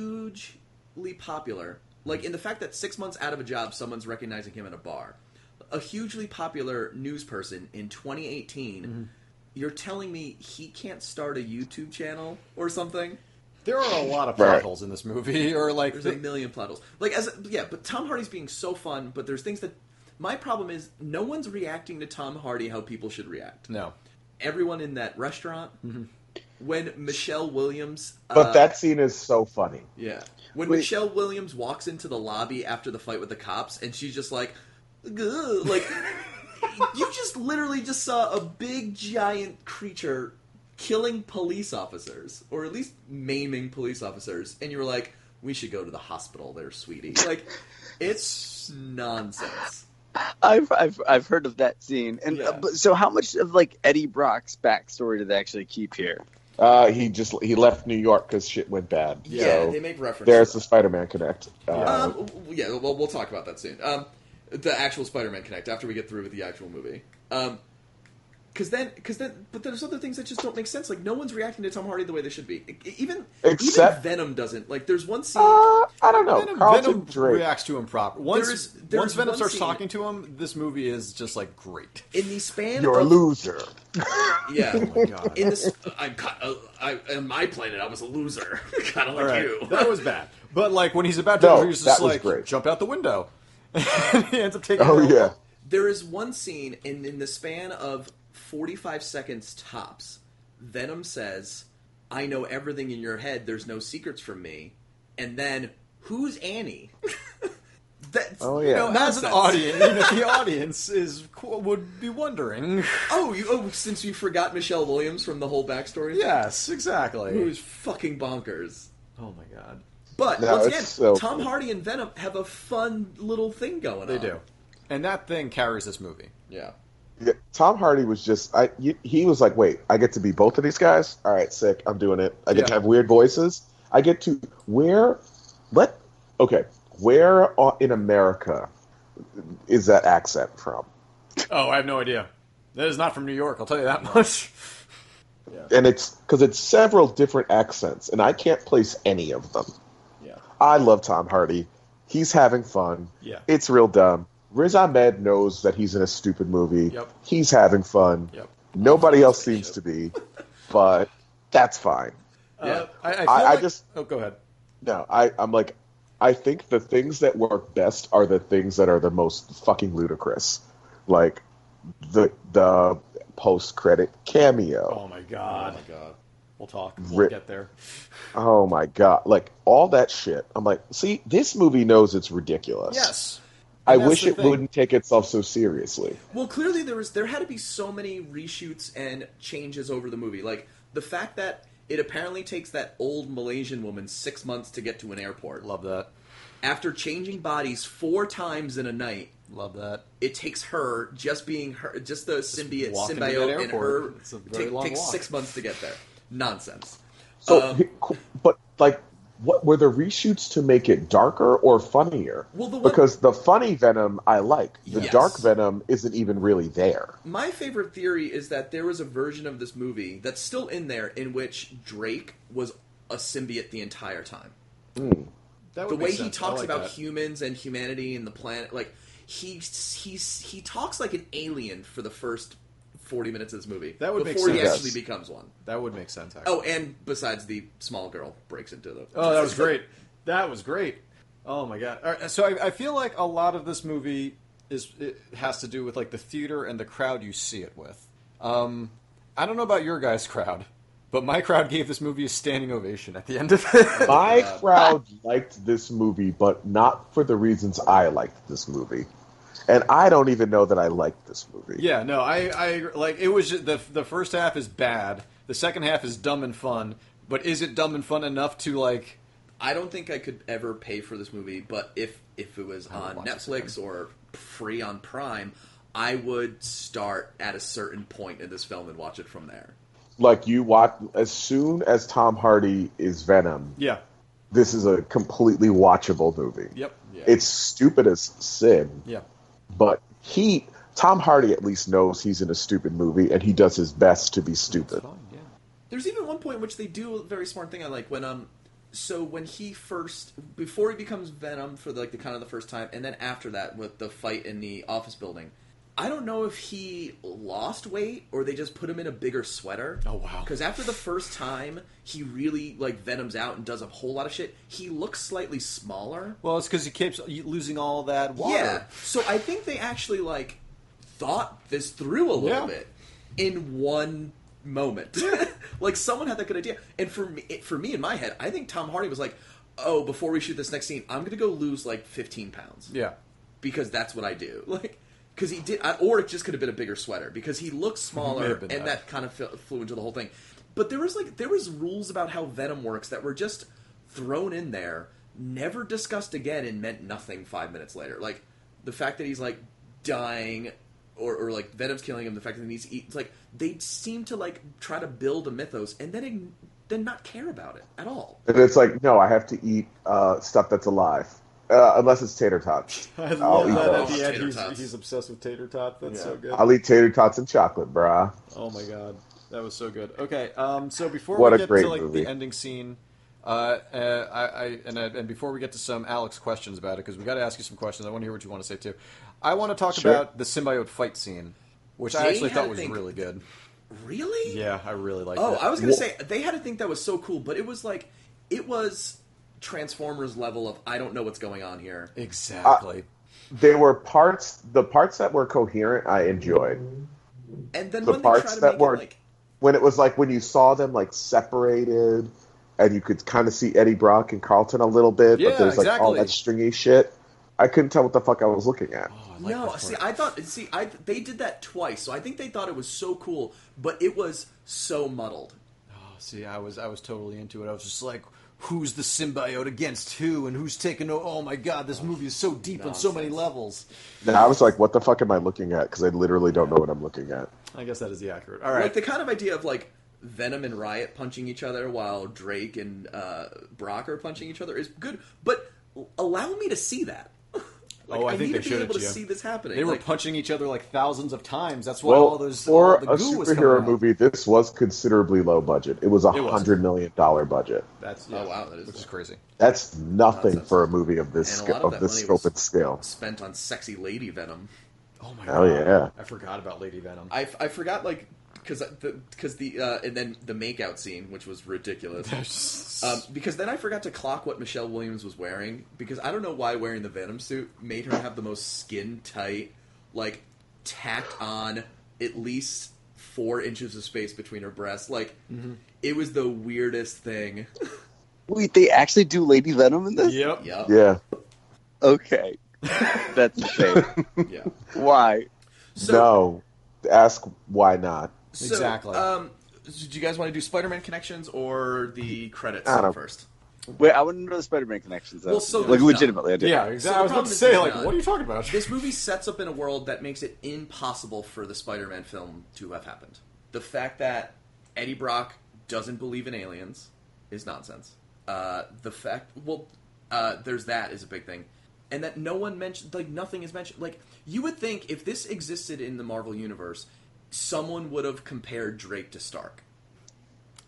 Speaker 6: hugely popular, like in the fact that six months out of a job, someone's recognizing him in a bar. A hugely popular news person in 2018. You're telling me he can't start a YouTube channel or something?
Speaker 2: There are a lot of plot
Speaker 4: Right.
Speaker 2: holes in this movie, or like
Speaker 6: There's a million plot holes. Like as yeah, but Tom Hardy's being so fun, but there's things that my problem is no one's reacting to Tom Hardy how people should react.
Speaker 2: no.
Speaker 6: Everyone in that restaurant when Michelle Williams uh,
Speaker 4: but that scene is so funny.
Speaker 6: yeah. When
Speaker 5: Wait.
Speaker 6: Michelle Williams walks into the lobby after the fight with the cops and she's just like "Ugh," like you just literally just saw a big giant creature killing police officers or at least maiming police officers and you were like we should go to the hospital there sweetie like it's nonsense
Speaker 5: I've I've I've heard of that scene, and
Speaker 6: Yeah.
Speaker 5: uh, but, so how much of like Eddie Brock's backstory did they actually keep here?
Speaker 4: Uh, he just he left New York because shit went bad.
Speaker 6: yeah
Speaker 4: So
Speaker 6: they make reference
Speaker 4: there's
Speaker 6: to
Speaker 4: the
Speaker 6: that.
Speaker 4: Spider-Man connect. Uh,
Speaker 6: um, w- yeah well we'll talk about that soon um the actual spider-man connect after we get through with the actual movie um because then, because then, but there's other things that just don't make sense. Like no one's reacting to Tom Hardy the way they should be. E- Even,
Speaker 4: Except-
Speaker 6: even Venom doesn't. Like there's one scene.
Speaker 4: uh, I don't know.
Speaker 2: Venom,
Speaker 4: Carlton
Speaker 2: Venom
Speaker 4: Drake.
Speaker 2: reacts to him proper. Once,
Speaker 6: There is- there's
Speaker 2: once Venom
Speaker 6: one
Speaker 2: starts
Speaker 6: scene-
Speaker 2: talking to him, this movie is just like great.
Speaker 6: in the span
Speaker 4: You're a
Speaker 6: of,
Speaker 4: loser.
Speaker 6: yeah
Speaker 2: God.
Speaker 6: in this i'm cut- uh, I, on my planet i was a loser kind of like
Speaker 2: Alright,
Speaker 6: you
Speaker 2: that was bad. But like when he's about to,
Speaker 4: No,
Speaker 2: he's just
Speaker 4: that was
Speaker 2: like
Speaker 4: great.
Speaker 2: jump out the window. he ends up taking.
Speaker 4: Oh
Speaker 2: it out.
Speaker 4: yeah.
Speaker 6: there is one scene and in the span of 45 seconds tops venom says i know everything in your head there's no secrets from me and then who's annie that's
Speaker 4: Oh
Speaker 2: You
Speaker 4: yeah.
Speaker 2: know, as an
Speaker 6: Nonsense.
Speaker 2: audience, you know, the audience is qu- would be wondering.
Speaker 6: oh you oh since you forgot michelle williams from the whole backstory
Speaker 2: Yes, exactly.
Speaker 6: it was fucking bonkers
Speaker 2: oh my god,
Speaker 6: but
Speaker 4: No,
Speaker 6: once
Speaker 4: it's
Speaker 6: again
Speaker 4: so
Speaker 6: tom
Speaker 4: cool.
Speaker 6: hardy and venom have a fun little thing going
Speaker 2: they
Speaker 6: on
Speaker 2: do, Uh, and that thing carries this movie.
Speaker 6: yeah
Speaker 4: Yeah, Tom Hardy was just I you- he was like, "Wait, I get to be both of these guys? All right, sick. I'm doing it. I get
Speaker 2: Yeah.
Speaker 4: to have weird voices. I get to where what? Okay, where o- in America is that accent from?
Speaker 2: Oh, I have no idea. That is not from New York. I'll tell you that much.
Speaker 4: And it's cuz it's several different accents and I can't place any of them.
Speaker 6: yeah
Speaker 4: I love Tom Hardy. He's having fun.
Speaker 2: Yeah.
Speaker 4: It's real dumb. Riz Ahmed knows that he's in a stupid movie.
Speaker 2: Yep.
Speaker 4: He's having fun.
Speaker 2: Yep.
Speaker 4: Nobody else seems to be, but that's fine.
Speaker 2: Uh, I, I, feel
Speaker 4: I
Speaker 2: like-
Speaker 4: just-
Speaker 2: Oh, go ahead.
Speaker 4: No, I, I'm like, I think the things that work best are the things that are the most fucking ludicrous, like the the post credit cameo.
Speaker 2: Oh my god.
Speaker 6: oh my god
Speaker 2: We'll talk. We'll
Speaker 4: Rip.
Speaker 2: get there.
Speaker 4: Oh. my god, like all that shit. I'm like, see, this movie knows it's ridiculous.
Speaker 2: Yes.
Speaker 4: I
Speaker 2: And that's
Speaker 4: wish
Speaker 2: the
Speaker 4: it
Speaker 2: thing.
Speaker 4: wouldn't take itself so seriously.
Speaker 6: Well, clearly there was there had to be so many reshoots and changes over the movie. Like the fact that it apparently takes that old Malaysian woman six months to get to an airport.
Speaker 2: Love that.
Speaker 6: After changing bodies four times in a night,
Speaker 2: Love that.
Speaker 6: it takes her just being her, just the symbiote,
Speaker 2: walk into
Speaker 6: symbiote,
Speaker 2: that
Speaker 6: and her
Speaker 2: airport. It's a
Speaker 6: it
Speaker 2: very
Speaker 6: take-
Speaker 2: long
Speaker 6: takes
Speaker 2: walk.
Speaker 6: six months to get there. Nonsense.
Speaker 4: So,
Speaker 6: Um,
Speaker 4: he- qu- but like, what were the reshoots to make it darker or funnier?
Speaker 6: Well, the one-
Speaker 4: because the funny Venom I like. The
Speaker 6: Yes.
Speaker 4: dark Venom isn't even really there.
Speaker 6: My favorite theory is that there was a version of this movie that's still in there in which Drake was a symbiote the entire time.
Speaker 2: That
Speaker 6: the
Speaker 2: would make
Speaker 6: way he
Speaker 2: sense. I
Speaker 6: talks
Speaker 2: like
Speaker 6: about
Speaker 2: that.
Speaker 6: humans and humanity and the planet like he he's he talks like an alien for the first 40 minutes of this movie
Speaker 2: That would make
Speaker 6: before he
Speaker 2: sense.
Speaker 6: actually
Speaker 4: Yes.
Speaker 6: becomes one.
Speaker 2: That would make sense. Actually.
Speaker 6: Oh, and besides the small girl breaks into the
Speaker 2: Oh, that was great. That was great. Oh my god. All right, so I, I feel like a lot of this movie is it has to do with like the theater and the crowd you see it with. Um, I don't know about your guys' crowd, but my crowd gave this movie a standing ovation at the end of it.
Speaker 4: My
Speaker 6: uh,
Speaker 4: crowd liked this movie, but not for the reasons I liked this movie. And I don't even know that I liked this movie.
Speaker 2: Yeah, no, I, I agree. like it was ju- the the first half is bad. The second half is dumb and fun, but is it dumb and fun enough to like?
Speaker 6: I don't think I could ever pay for this movie, but if if it was on
Speaker 2: watch this
Speaker 6: Netflix or free on Prime, I would start at a certain point in this film and watch it from there.
Speaker 4: Like you watch as soon as Tom Hardy is Venom,
Speaker 2: Yeah,
Speaker 4: this is a completely watchable movie.
Speaker 2: yep, yeah,
Speaker 4: It's stupid as sin,
Speaker 2: yeah,
Speaker 4: but he Tom Hardy at least knows he's in a stupid movie and he does his best to be stupid.
Speaker 2: fine, yeah.
Speaker 6: There's even one point in which they do a very smart thing I like when um so when he first before he becomes Venom for like the kind of the first time and then after that with the fight in the office building. I don't know if he lost weight or they just put him in a bigger sweater.
Speaker 2: Oh, wow.
Speaker 6: Cuz after the first time he really like Venom's out and does a whole lot of shit, he looks slightly smaller.
Speaker 2: Well, it's because he keeps losing all that water.
Speaker 6: Yeah. So I think they actually like thought this through a little
Speaker 2: Yeah.
Speaker 6: bit in one moment. like someone had that good idea. And for me, it, for me in my head, I think Tom Hardy was like, "Oh, before we shoot this next scene, I'm gonna go lose like 15 pounds."
Speaker 2: yeah.
Speaker 6: Because that's what I do. Like. Because he did, I- or it just could have been a bigger sweater. Because he looked
Speaker 2: May
Speaker 6: smaller,
Speaker 2: have
Speaker 6: and
Speaker 2: been
Speaker 6: that,
Speaker 2: that.
Speaker 6: kind of fil- flew into the whole thing. But there was like there was rules about how Venom works that were just thrown in there, never discussed again, and meant nothing five minutes later. Like the fact that he's like dying, or, or like Venom's killing him. The fact that he needs to eat. It's like they seem to like try to build a mythos and then ign- then not care about it at all.
Speaker 4: And it's like, no, I have to eat uh, stuff that's alive, uh, unless it's tater tots.
Speaker 2: I
Speaker 4: I'll
Speaker 2: love
Speaker 4: eat
Speaker 2: that
Speaker 4: those.
Speaker 2: at the end.
Speaker 6: Oh, Tater
Speaker 2: He's,
Speaker 6: tots.
Speaker 2: he's obsessed with tater tot. That's so good.
Speaker 4: I'll eat tater tots and chocolate, bruh.
Speaker 2: Oh my god, that was so good. Okay, um, so before
Speaker 4: What
Speaker 2: we
Speaker 4: a
Speaker 2: get
Speaker 4: great
Speaker 2: to like
Speaker 4: movie.
Speaker 2: the ending scene, uh, uh, I, I and I, and before we get to some Alex questions about it, because we got to ask you some questions. I want to hear what you want to say too. I want to talk
Speaker 4: Sure.
Speaker 2: about the symbiote fight scene, which I
Speaker 6: They
Speaker 2: actually
Speaker 6: had
Speaker 2: thought
Speaker 6: to
Speaker 2: was
Speaker 6: think-
Speaker 2: really good.
Speaker 6: Really?
Speaker 2: Yeah, I really liked.
Speaker 6: Oh,
Speaker 2: it.
Speaker 6: I was gonna
Speaker 4: Wha-
Speaker 6: say they had to think that was so cool, but it was like it was Transformers level of I don't know what's going on here.
Speaker 2: exactly.
Speaker 4: There were parts, the parts that were coherent, I enjoyed.
Speaker 6: And then
Speaker 4: The
Speaker 6: when they try
Speaker 4: parts
Speaker 6: to
Speaker 4: that
Speaker 6: make
Speaker 4: were-
Speaker 6: it like
Speaker 4: When it was like when you saw them like separated, and you could kind of see Eddie Brock and Carlton a little bit,
Speaker 2: Yeah,
Speaker 4: but there's like all
Speaker 2: exactly.
Speaker 4: that stringy shit. I couldn't tell what the fuck I was looking at.
Speaker 2: Oh, I like
Speaker 6: no,
Speaker 2: that
Speaker 6: see,
Speaker 2: part.
Speaker 6: I thought see, I they did that twice, so I think they thought it was so cool, but it was so muddled.
Speaker 2: Oh, see, I was I was totally into it. I was just like. Who's the symbiote against who, and who's taking? o- Oh my God, this movie is so deep on so many
Speaker 6: nonsense.
Speaker 2: levels.
Speaker 4: And I was like, what the fuck am I looking at? Because I literally don't know what I'm looking at.
Speaker 2: I guess that is the accurate. All right,
Speaker 6: Like the kind of idea of like Venom and Riot punching each other while Drake and uh, Brock are punching each other is good, but allow me to see that. Like,
Speaker 2: Oh, I think
Speaker 6: need
Speaker 2: they
Speaker 6: to
Speaker 2: showed
Speaker 6: be
Speaker 2: it
Speaker 6: able to
Speaker 2: to you.
Speaker 6: see this happening.
Speaker 2: They were
Speaker 6: Like,
Speaker 2: punching each other like thousands of times. That's why
Speaker 4: Well,
Speaker 2: all those
Speaker 4: for
Speaker 2: all the
Speaker 4: a
Speaker 2: goo was coming
Speaker 4: superhero
Speaker 2: out.
Speaker 4: movie, this was considerably low budget. It was a
Speaker 2: It was.
Speaker 4: hundred million dollar budget.
Speaker 2: That's
Speaker 6: Oh, wow, that is-
Speaker 2: which is crazy.
Speaker 4: That's nothing
Speaker 6: Nonsense.
Speaker 4: for a movie of this
Speaker 6: And a lot
Speaker 4: sc-
Speaker 6: of
Speaker 4: of
Speaker 6: that
Speaker 4: this
Speaker 6: money
Speaker 4: scope
Speaker 6: was-
Speaker 4: and scale.
Speaker 6: spent on sexy lady Venom.
Speaker 2: Oh my god!
Speaker 4: Hell yeah.
Speaker 2: I forgot about Lady Venom.
Speaker 6: I, I forgot like because the because the uh, and then the makeout scene, which was ridiculous. Um, because then I forgot to clock what Michelle Williams was wearing because I don't know why wearing the Venom suit made her have the most skin tight, like tacked on at least four inches of space between her breasts. Like it was the weirdest thing.
Speaker 5: Wait, they actually do Lady Venom in this?
Speaker 2: yep.
Speaker 6: yep.
Speaker 4: Yeah.
Speaker 5: Okay. That's a shame.
Speaker 6: Yeah.
Speaker 5: Why?
Speaker 6: So,
Speaker 4: no. Ask why not.
Speaker 6: so,
Speaker 2: Exactly.
Speaker 6: Um, so do you guys want to do Spider-Man connections or the credits
Speaker 4: I don't-
Speaker 6: first?
Speaker 5: Wait, I wouldn't know the Spider-Man connections. Though.
Speaker 6: Well, so
Speaker 5: like
Speaker 6: there's
Speaker 5: legitimately, I do.
Speaker 2: Yeah, exactly.
Speaker 6: So the
Speaker 2: I was about
Speaker 6: problem
Speaker 2: to
Speaker 6: is
Speaker 2: say,
Speaker 6: it's
Speaker 2: like,
Speaker 6: not-
Speaker 2: what are you talking about?
Speaker 6: this movie sets up in a world that makes it impossible for the Spider-Man film to have happened. The fact that Eddie Brock doesn't believe in aliens is nonsense. Uh, the fact, well, uh, there's that is a big thing, and that no one mentioned, like nothing is mentioned. Like you would think if this existed in the Marvel universe, someone would have compared Drake to Stark.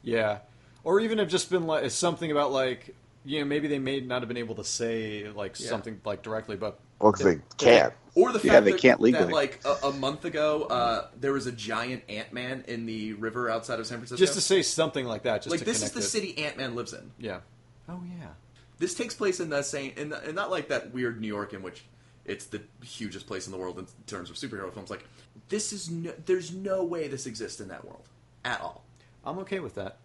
Speaker 2: Yeah, or even have just been like it's something about like you know maybe they may not have been able to say like
Speaker 6: Yeah.
Speaker 2: something like directly, but
Speaker 4: Well, 'cause they can't.
Speaker 6: Or the fact
Speaker 5: Yeah, they
Speaker 6: that,
Speaker 5: can't
Speaker 6: that
Speaker 5: legally.
Speaker 6: like a, a month ago, uh, there was a giant Ant Man in the river outside of San Francisco.
Speaker 2: just to say something like that, just
Speaker 6: like
Speaker 2: to
Speaker 6: this is
Speaker 2: connect
Speaker 6: the
Speaker 2: it.
Speaker 6: city Ant Man lives in.
Speaker 2: Yeah. Oh yeah.
Speaker 6: This takes place in the same, in the, and not like that weird New York in which It's the hugest place in the world in terms of superhero films. Like this is no, there's no way this exists in that world at all.
Speaker 2: I'm okay with that.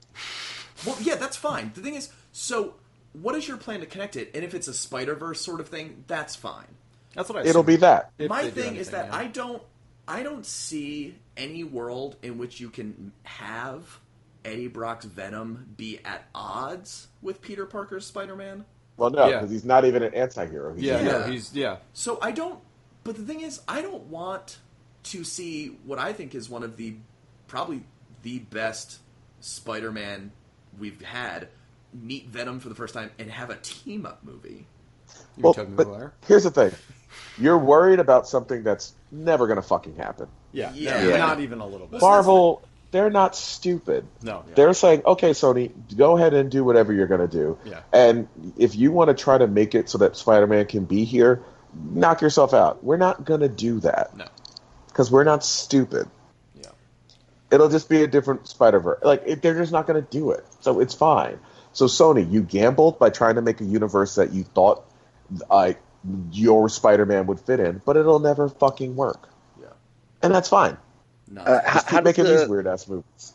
Speaker 6: Well, yeah, that's fine. The thing is, so what is your plan to connect it? And if it's a Spider Verse sort of thing, that's fine.
Speaker 2: That's what I.
Speaker 4: It'll be that.
Speaker 2: If
Speaker 6: My
Speaker 2: they do
Speaker 6: thing is
Speaker 2: anything,
Speaker 6: that
Speaker 2: yeah.
Speaker 6: I don't I don't see any world in which you can have Eddie Brock's Venom be at odds with Peter Parker's Spider-Man.
Speaker 4: Well, no,
Speaker 2: Yeah.
Speaker 4: because he's not even an anti-hero. He's
Speaker 2: Yeah,
Speaker 4: just-
Speaker 2: no,
Speaker 6: Yeah.
Speaker 2: he's yeah.
Speaker 6: So I don't but the thing is I don't want to see what I think is one of the probably the best Spider-Man we've had meet Venom for the first time and have a team up movie.
Speaker 2: You
Speaker 4: Well,
Speaker 2: mean Tobey
Speaker 4: but
Speaker 2: Maguire?
Speaker 4: here's the thing: you're worried about something that's never going to fucking happen.
Speaker 2: Yeah,
Speaker 6: Yeah.
Speaker 2: no,
Speaker 5: Yeah.
Speaker 2: not even a little bit.
Speaker 4: Marvel, they're not stupid.
Speaker 2: No. Yeah.
Speaker 4: They're saying, okay, Sony, go ahead and do whatever you're going to do.
Speaker 2: Yeah.
Speaker 4: And if you want to try to make it so that Spider Man can be here, knock yourself out. We're not going to do that.
Speaker 2: No.
Speaker 4: Because we're not stupid.
Speaker 2: Yeah.
Speaker 4: It'll just be a different Spider Verse. Like, it, they're just not going to do it. So it's fine. So, Sony, you gambled by trying to make a universe that you thought uh, your Spider Man would fit in, but it'll never fucking work.
Speaker 6: Yeah.
Speaker 4: And that's fine.
Speaker 6: Not
Speaker 5: Uh, how,
Speaker 4: Just
Speaker 5: how
Speaker 4: keep
Speaker 5: does
Speaker 4: making these
Speaker 5: the,
Speaker 4: weird ass movies.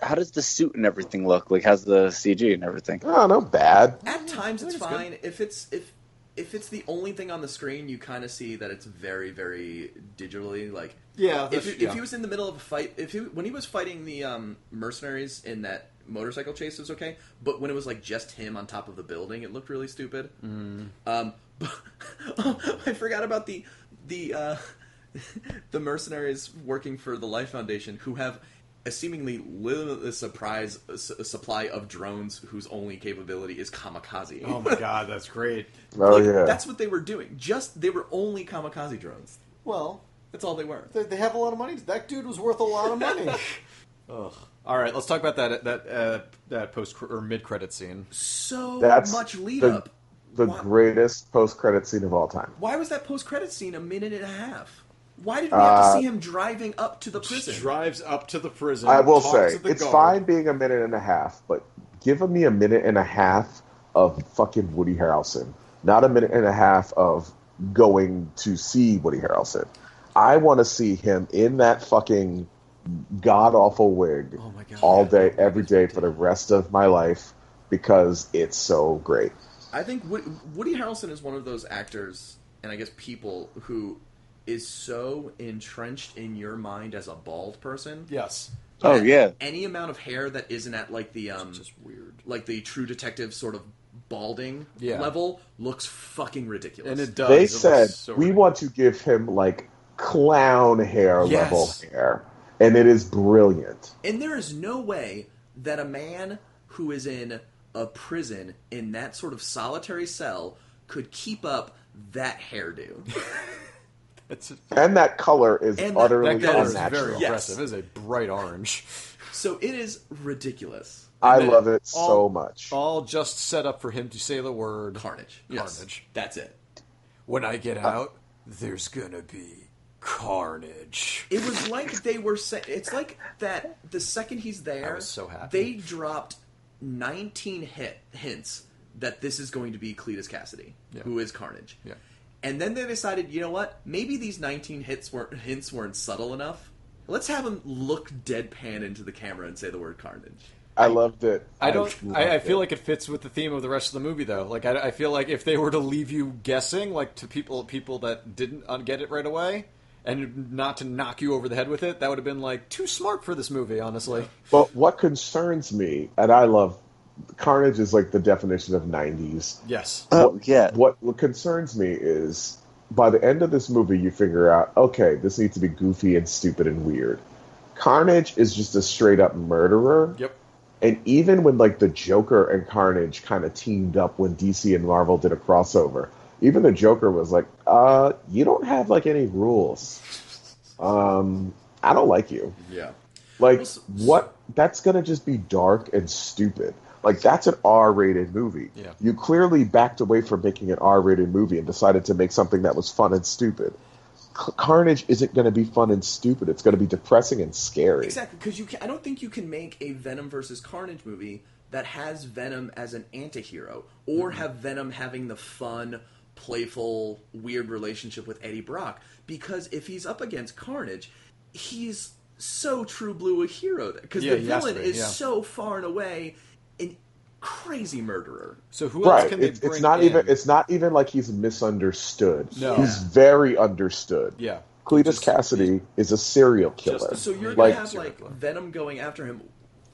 Speaker 5: how does the suit and everything look? Like, how's the CG and everything?
Speaker 4: Oh, no, bad.
Speaker 6: At times it's
Speaker 2: Mm-hmm. it's good.
Speaker 6: fine. If it's if if it's the only thing on the screen, you kind of see that it's very very digitally like.
Speaker 2: Yeah,
Speaker 6: If
Speaker 2: that's-
Speaker 6: he, if
Speaker 2: yeah.
Speaker 6: he was in the middle of a fight, if he when he was fighting the um, mercenaries in that motorcycle chase, it was okay. But when it was like just him on top of the building, it looked really stupid.
Speaker 2: Mm-hmm.
Speaker 6: Um, I forgot about the the uh, the mercenaries working for the Life Foundation who have a seemingly limitless surprise s- supply of drones whose only capability is kamikaze.
Speaker 2: Oh my god, that's great.
Speaker 4: Oh
Speaker 6: Like,
Speaker 4: yeah,
Speaker 6: That's what they were doing. Just they were only kamikaze drones.
Speaker 2: Well,
Speaker 6: That's all they were.
Speaker 2: they, they have a lot of money. That dude was worth a lot of money. Ugh. All right, let's talk about that that uh, that post or mid credit scene.
Speaker 6: So
Speaker 4: That's
Speaker 6: much lead
Speaker 4: the-
Speaker 6: up.
Speaker 4: the
Speaker 6: why,
Speaker 4: greatest post-credit scene of all time.
Speaker 6: why was that post credit scene a minute and a half? Why did we have
Speaker 4: Uh,
Speaker 6: to see him driving up to the prison?
Speaker 2: Drives up to the prison.
Speaker 4: I will
Speaker 2: talks
Speaker 4: say
Speaker 2: to the
Speaker 4: it's
Speaker 2: guard.
Speaker 4: fine being a minute and a half, but give me a minute and a half of fucking Woody Harrelson, not a minute and a half of going to see Woody Harrelson. I want to see him in that fucking god awful wig
Speaker 6: Oh my God.
Speaker 4: all day, every day for the rest of my life because it's so great.
Speaker 6: I think Woody, Woody Harrelson is one of those actors, and I guess people who is so entrenched in your mind as a bald person.
Speaker 2: Yes.
Speaker 5: Oh, yeah.
Speaker 6: Any amount of hair that isn't at like the um,
Speaker 2: Just weird.
Speaker 6: like the True Detective sort of balding
Speaker 2: Yeah.
Speaker 6: level looks fucking ridiculous.
Speaker 2: And it does.
Speaker 4: they
Speaker 2: It Oh, looks
Speaker 4: said
Speaker 2: so
Speaker 4: we
Speaker 2: ridiculous.
Speaker 4: want to give him like clown hair
Speaker 2: Yes.
Speaker 4: level hair and it is brilliant
Speaker 6: And there is no way that a man who is in a prison in that sort of solitary cell could keep up that hairdo.
Speaker 2: It's-
Speaker 4: and that color is
Speaker 6: And that-
Speaker 4: utterly
Speaker 2: that color is
Speaker 4: unnatural
Speaker 2: very
Speaker 6: Yes.
Speaker 2: impressive. It is a bright orange.
Speaker 6: so it is ridiculous.
Speaker 4: i
Speaker 2: And
Speaker 4: love it so
Speaker 2: all-
Speaker 4: much
Speaker 2: All just set up for him to say the word
Speaker 6: Carnage. Yes.
Speaker 2: Carnage.
Speaker 6: That's it.
Speaker 2: When I get out, there's gonna be carnage.
Speaker 6: It was like they were saying. It's like that. The second he's there,
Speaker 2: I was so happy.
Speaker 6: They dropped 19 hit, hints that this is going to be Cletus Cassidy,
Speaker 2: Yeah.
Speaker 6: who is Carnage.
Speaker 2: Yeah.
Speaker 6: And then they decided, you know what? Maybe these 19 hits weren't hints weren't subtle enough. Let's have him look deadpan into the camera and say the word Carnage.
Speaker 4: i loved it
Speaker 2: I don't. I, I
Speaker 4: loved
Speaker 2: feel
Speaker 4: it.
Speaker 2: like it fits with the theme of the rest of the movie, though. Like, I, I feel like if they were to leave you guessing, like to people people that didn't un- get it right away, and not to knock you over the head with it, that would have been like too smart for this movie, honestly.
Speaker 4: but what concerns me and i love carnage is like the definition of 90s
Speaker 2: Yes.
Speaker 5: Oh, yeah.
Speaker 4: what, what concerns me is by the end of this movie, you figure out, okay, this needs to be goofy and stupid and weird. Carnage is just a straight up murderer.
Speaker 2: Yep.
Speaker 4: And even when like the Joker and Carnage kind of teamed up when DC and Marvel did a crossover, even the Joker was like, "Uh, you don't have like any rules. Um, I don't like you."
Speaker 6: Yeah.
Speaker 4: Like
Speaker 6: s-
Speaker 4: what? That's gonna just be dark and stupid. Like that's an R-rated movie.
Speaker 2: Yeah.
Speaker 4: You clearly backed away from making an R-rated movie and decided to make something that was fun and stupid. C- Carnage isn't going to be fun and stupid. It's going to be depressing and scary.
Speaker 6: Exactly, because you. Can, I don't think you can make a Venom versus Carnage
Speaker 2: Mm-hmm.
Speaker 6: movie that has Venom as an antihero or have Venom having the fun playful, weird relationship with Eddie Brock. Because if he's up against Carnage, he's so true blue a hero. Because
Speaker 2: Yeah,
Speaker 6: the
Speaker 2: he has to
Speaker 6: villain
Speaker 2: be,
Speaker 6: is
Speaker 2: yeah.
Speaker 6: so far and away an crazy murderer.
Speaker 2: So who else
Speaker 4: Right.
Speaker 2: can they
Speaker 4: It's,
Speaker 2: bring
Speaker 4: it's not
Speaker 2: in?
Speaker 4: even it's not even like he's misunderstood.
Speaker 2: No.
Speaker 4: He's very understood.
Speaker 2: yeah.
Speaker 4: Cletus
Speaker 6: Just-
Speaker 4: Cassidy is a serial killer.
Speaker 2: Just-
Speaker 6: So you're
Speaker 4: Like-
Speaker 6: gonna have like Venom going after him.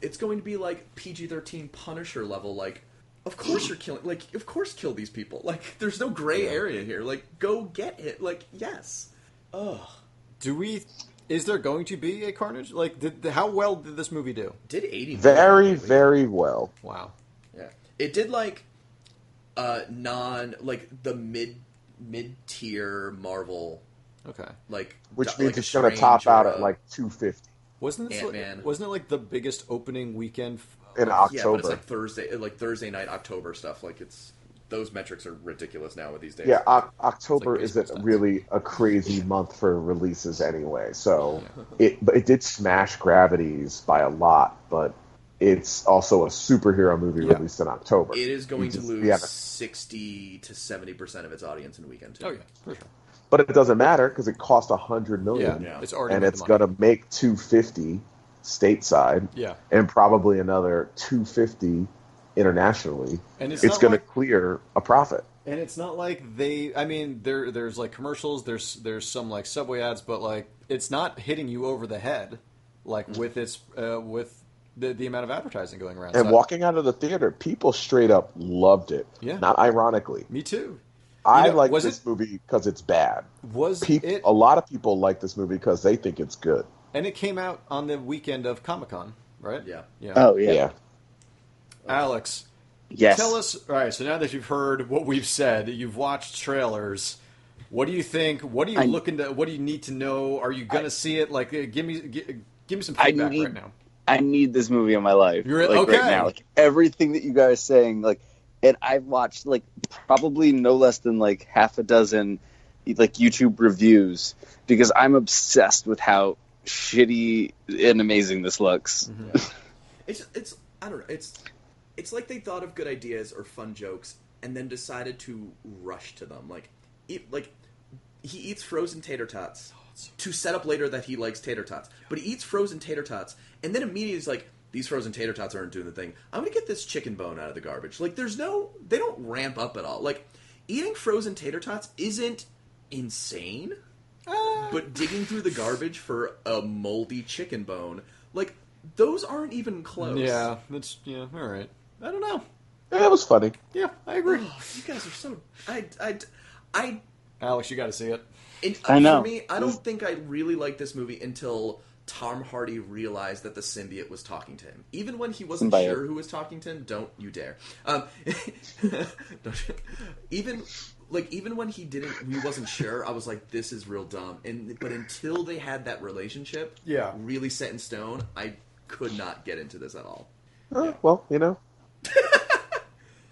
Speaker 6: It's going to be like PG-13 Punisher level. Like, of course you're killing. Like, of course kill these people. Like, there's no gray area here. Like, go get it. Like, yes.
Speaker 2: Do we? Is there going to be a Carnage? Like, did how well did this movie do?
Speaker 6: Did eighty
Speaker 4: very, very well.
Speaker 2: Wow.
Speaker 6: Yeah. It did like uh non like the mid mid tier Marvel
Speaker 2: Okay.
Speaker 6: like
Speaker 4: Which
Speaker 6: do-
Speaker 4: means
Speaker 6: like a
Speaker 4: it's gonna
Speaker 6: Strange uh,
Speaker 4: top out
Speaker 6: or
Speaker 2: uh,
Speaker 4: at
Speaker 6: a-
Speaker 4: like two fifty
Speaker 2: Wasn't this
Speaker 6: Ant-Man.
Speaker 2: like, wasn't it like the biggest opening weekend? f-
Speaker 4: in
Speaker 6: yeah, but it's
Speaker 4: October.
Speaker 6: like Thursday like Thursday night October stuff. Like it's those metrics are ridiculous now with these days.
Speaker 4: Yeah, Oc October
Speaker 2: It's like
Speaker 4: isn't
Speaker 2: baseball stats.
Speaker 4: really a crazy month for releases anyway. So it but it did smash Gravities by a lot, but it's also a superhero movie released in October.
Speaker 6: It is going to
Speaker 4: just-
Speaker 6: lose
Speaker 4: we haven't-
Speaker 6: sixty to seventy percent of its audience in a weekend.
Speaker 2: Oh yeah, for sure.
Speaker 4: but it doesn't matter because it cost a hundred
Speaker 2: Yeah,
Speaker 4: million,
Speaker 6: Yeah.
Speaker 2: it's already
Speaker 4: and
Speaker 2: made
Speaker 4: it's
Speaker 2: the money.
Speaker 4: going to make two fifty stateside,
Speaker 2: Yeah.
Speaker 4: and probably another two fifty internationally.
Speaker 2: And it's not
Speaker 4: going
Speaker 2: like-
Speaker 4: to clear a profit.
Speaker 2: And it's not like they. I mean, there there's like commercials. There's there's some like subway ads, but like it's not hitting you over the head, like with its uh, with the, the amount of advertising going around.
Speaker 4: And
Speaker 2: So-
Speaker 4: walking out of the theater, people straight up loved it.
Speaker 2: Yeah.
Speaker 4: Not ironically.
Speaker 2: Me too.
Speaker 4: I
Speaker 2: know,
Speaker 4: like
Speaker 2: was
Speaker 4: this
Speaker 2: it-
Speaker 4: movie because it's bad.
Speaker 2: Was
Speaker 4: Peop
Speaker 2: it?
Speaker 4: A lot of people like this movie because they think it's good.
Speaker 2: And it came out on the weekend of Comic Con, right?
Speaker 6: Yeah.
Speaker 2: Yeah.
Speaker 5: Oh yeah.
Speaker 4: yeah.
Speaker 2: Alex,
Speaker 5: Yes.
Speaker 2: tell us. All right. So now that you've heard what we've said, you've watched trailers. What do you think? What are you
Speaker 5: I-
Speaker 2: looking to? What do you need to know? Are you gonna see it? Like, uh, give me gi- give me some
Speaker 5: I
Speaker 2: feedback
Speaker 5: need-
Speaker 2: right now.
Speaker 5: I need this movie in my life.
Speaker 2: You're-
Speaker 5: like
Speaker 2: okay.
Speaker 5: right now. Like everything that you guys are saying, like and I've watched like probably no less than like half a dozen like YouTube reviews because I'm obsessed with how shitty and amazing this looks.
Speaker 2: Mm-hmm.
Speaker 6: It's it's I don't know. It's it's like they thought of good ideas or fun jokes and then decided to rush to them. Like eat like he eats frozen tater tots to set up later that he likes tater tots. But he eats frozen tater tots and then immediately he's like these frozen tater tots aren't doing the thing. I'm going to get this chicken bone out of the garbage. Like there's no they don't ramp up at all. Like eating frozen tater tots isn't insane. But digging through the garbage for a moldy chicken bone, like those aren't even close.
Speaker 2: Yeah, that's yeah. All right. I don't know.
Speaker 4: Yeah, It was funny.
Speaker 2: Yeah, I agree.
Speaker 6: Oh, you guys are so. I. I. I.
Speaker 2: Alex, you got to see it.
Speaker 6: It,
Speaker 5: I know.
Speaker 6: For me, I don't think I really liked this movie until Tom Hardy realized that the symbiote was talking to him. Even when he wasn't
Speaker 5: Symbiote.
Speaker 6: sure who was talking to him, don't you dare. Um, don't you- even like even when he didn't, he wasn't sure. I was like, this is real dumb. And but until they had that relationship,
Speaker 2: Yeah.
Speaker 6: really set in stone, I could not get into this at all.
Speaker 4: Oh, Well, you know.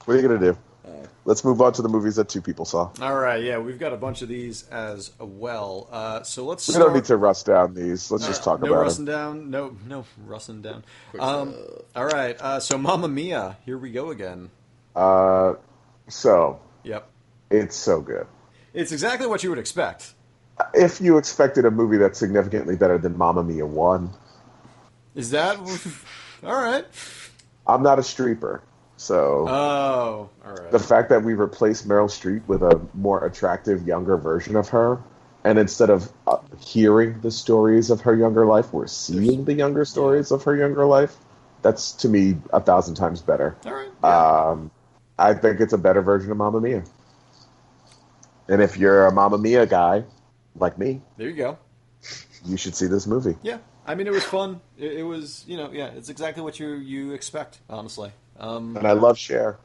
Speaker 4: what are you going to do?
Speaker 2: Uh,
Speaker 4: Let's move on to the movies that two people saw.
Speaker 2: All right. Yeah, we've got a bunch of these as well. Uh, so let's.
Speaker 4: We
Speaker 2: start-
Speaker 4: don't need to rush down these. Let's just talk
Speaker 2: no
Speaker 4: about
Speaker 2: russin'
Speaker 4: them.
Speaker 2: down. No, no russin' down. Um, all right. Uh, so, Mamma Mia, here we go again.
Speaker 4: So,
Speaker 2: Yep,
Speaker 4: it's so good.
Speaker 2: it's exactly what you would expect.
Speaker 4: If you expected a movie that's significantly better than Mamma Mia 1,
Speaker 2: Is that all right?
Speaker 4: I'm not a streeper. So,
Speaker 2: Oh, all
Speaker 4: the
Speaker 2: right.
Speaker 4: fact that we replaced Meryl Streep with a more attractive, younger version of her, and instead of uh, hearing the stories of her younger life, we're seeing the younger stories of her younger life, that's to me a thousand times better.
Speaker 2: All right.
Speaker 4: Um, I think it's a better version of Mamma Mia. And if you're a Mamma Mia guy, like me,
Speaker 2: there you go.
Speaker 4: you should see this movie.
Speaker 2: Yeah, I mean, it was fun. It, it was, you know, yeah, it's exactly what you you expect, honestly. Um,
Speaker 4: And I love Cher.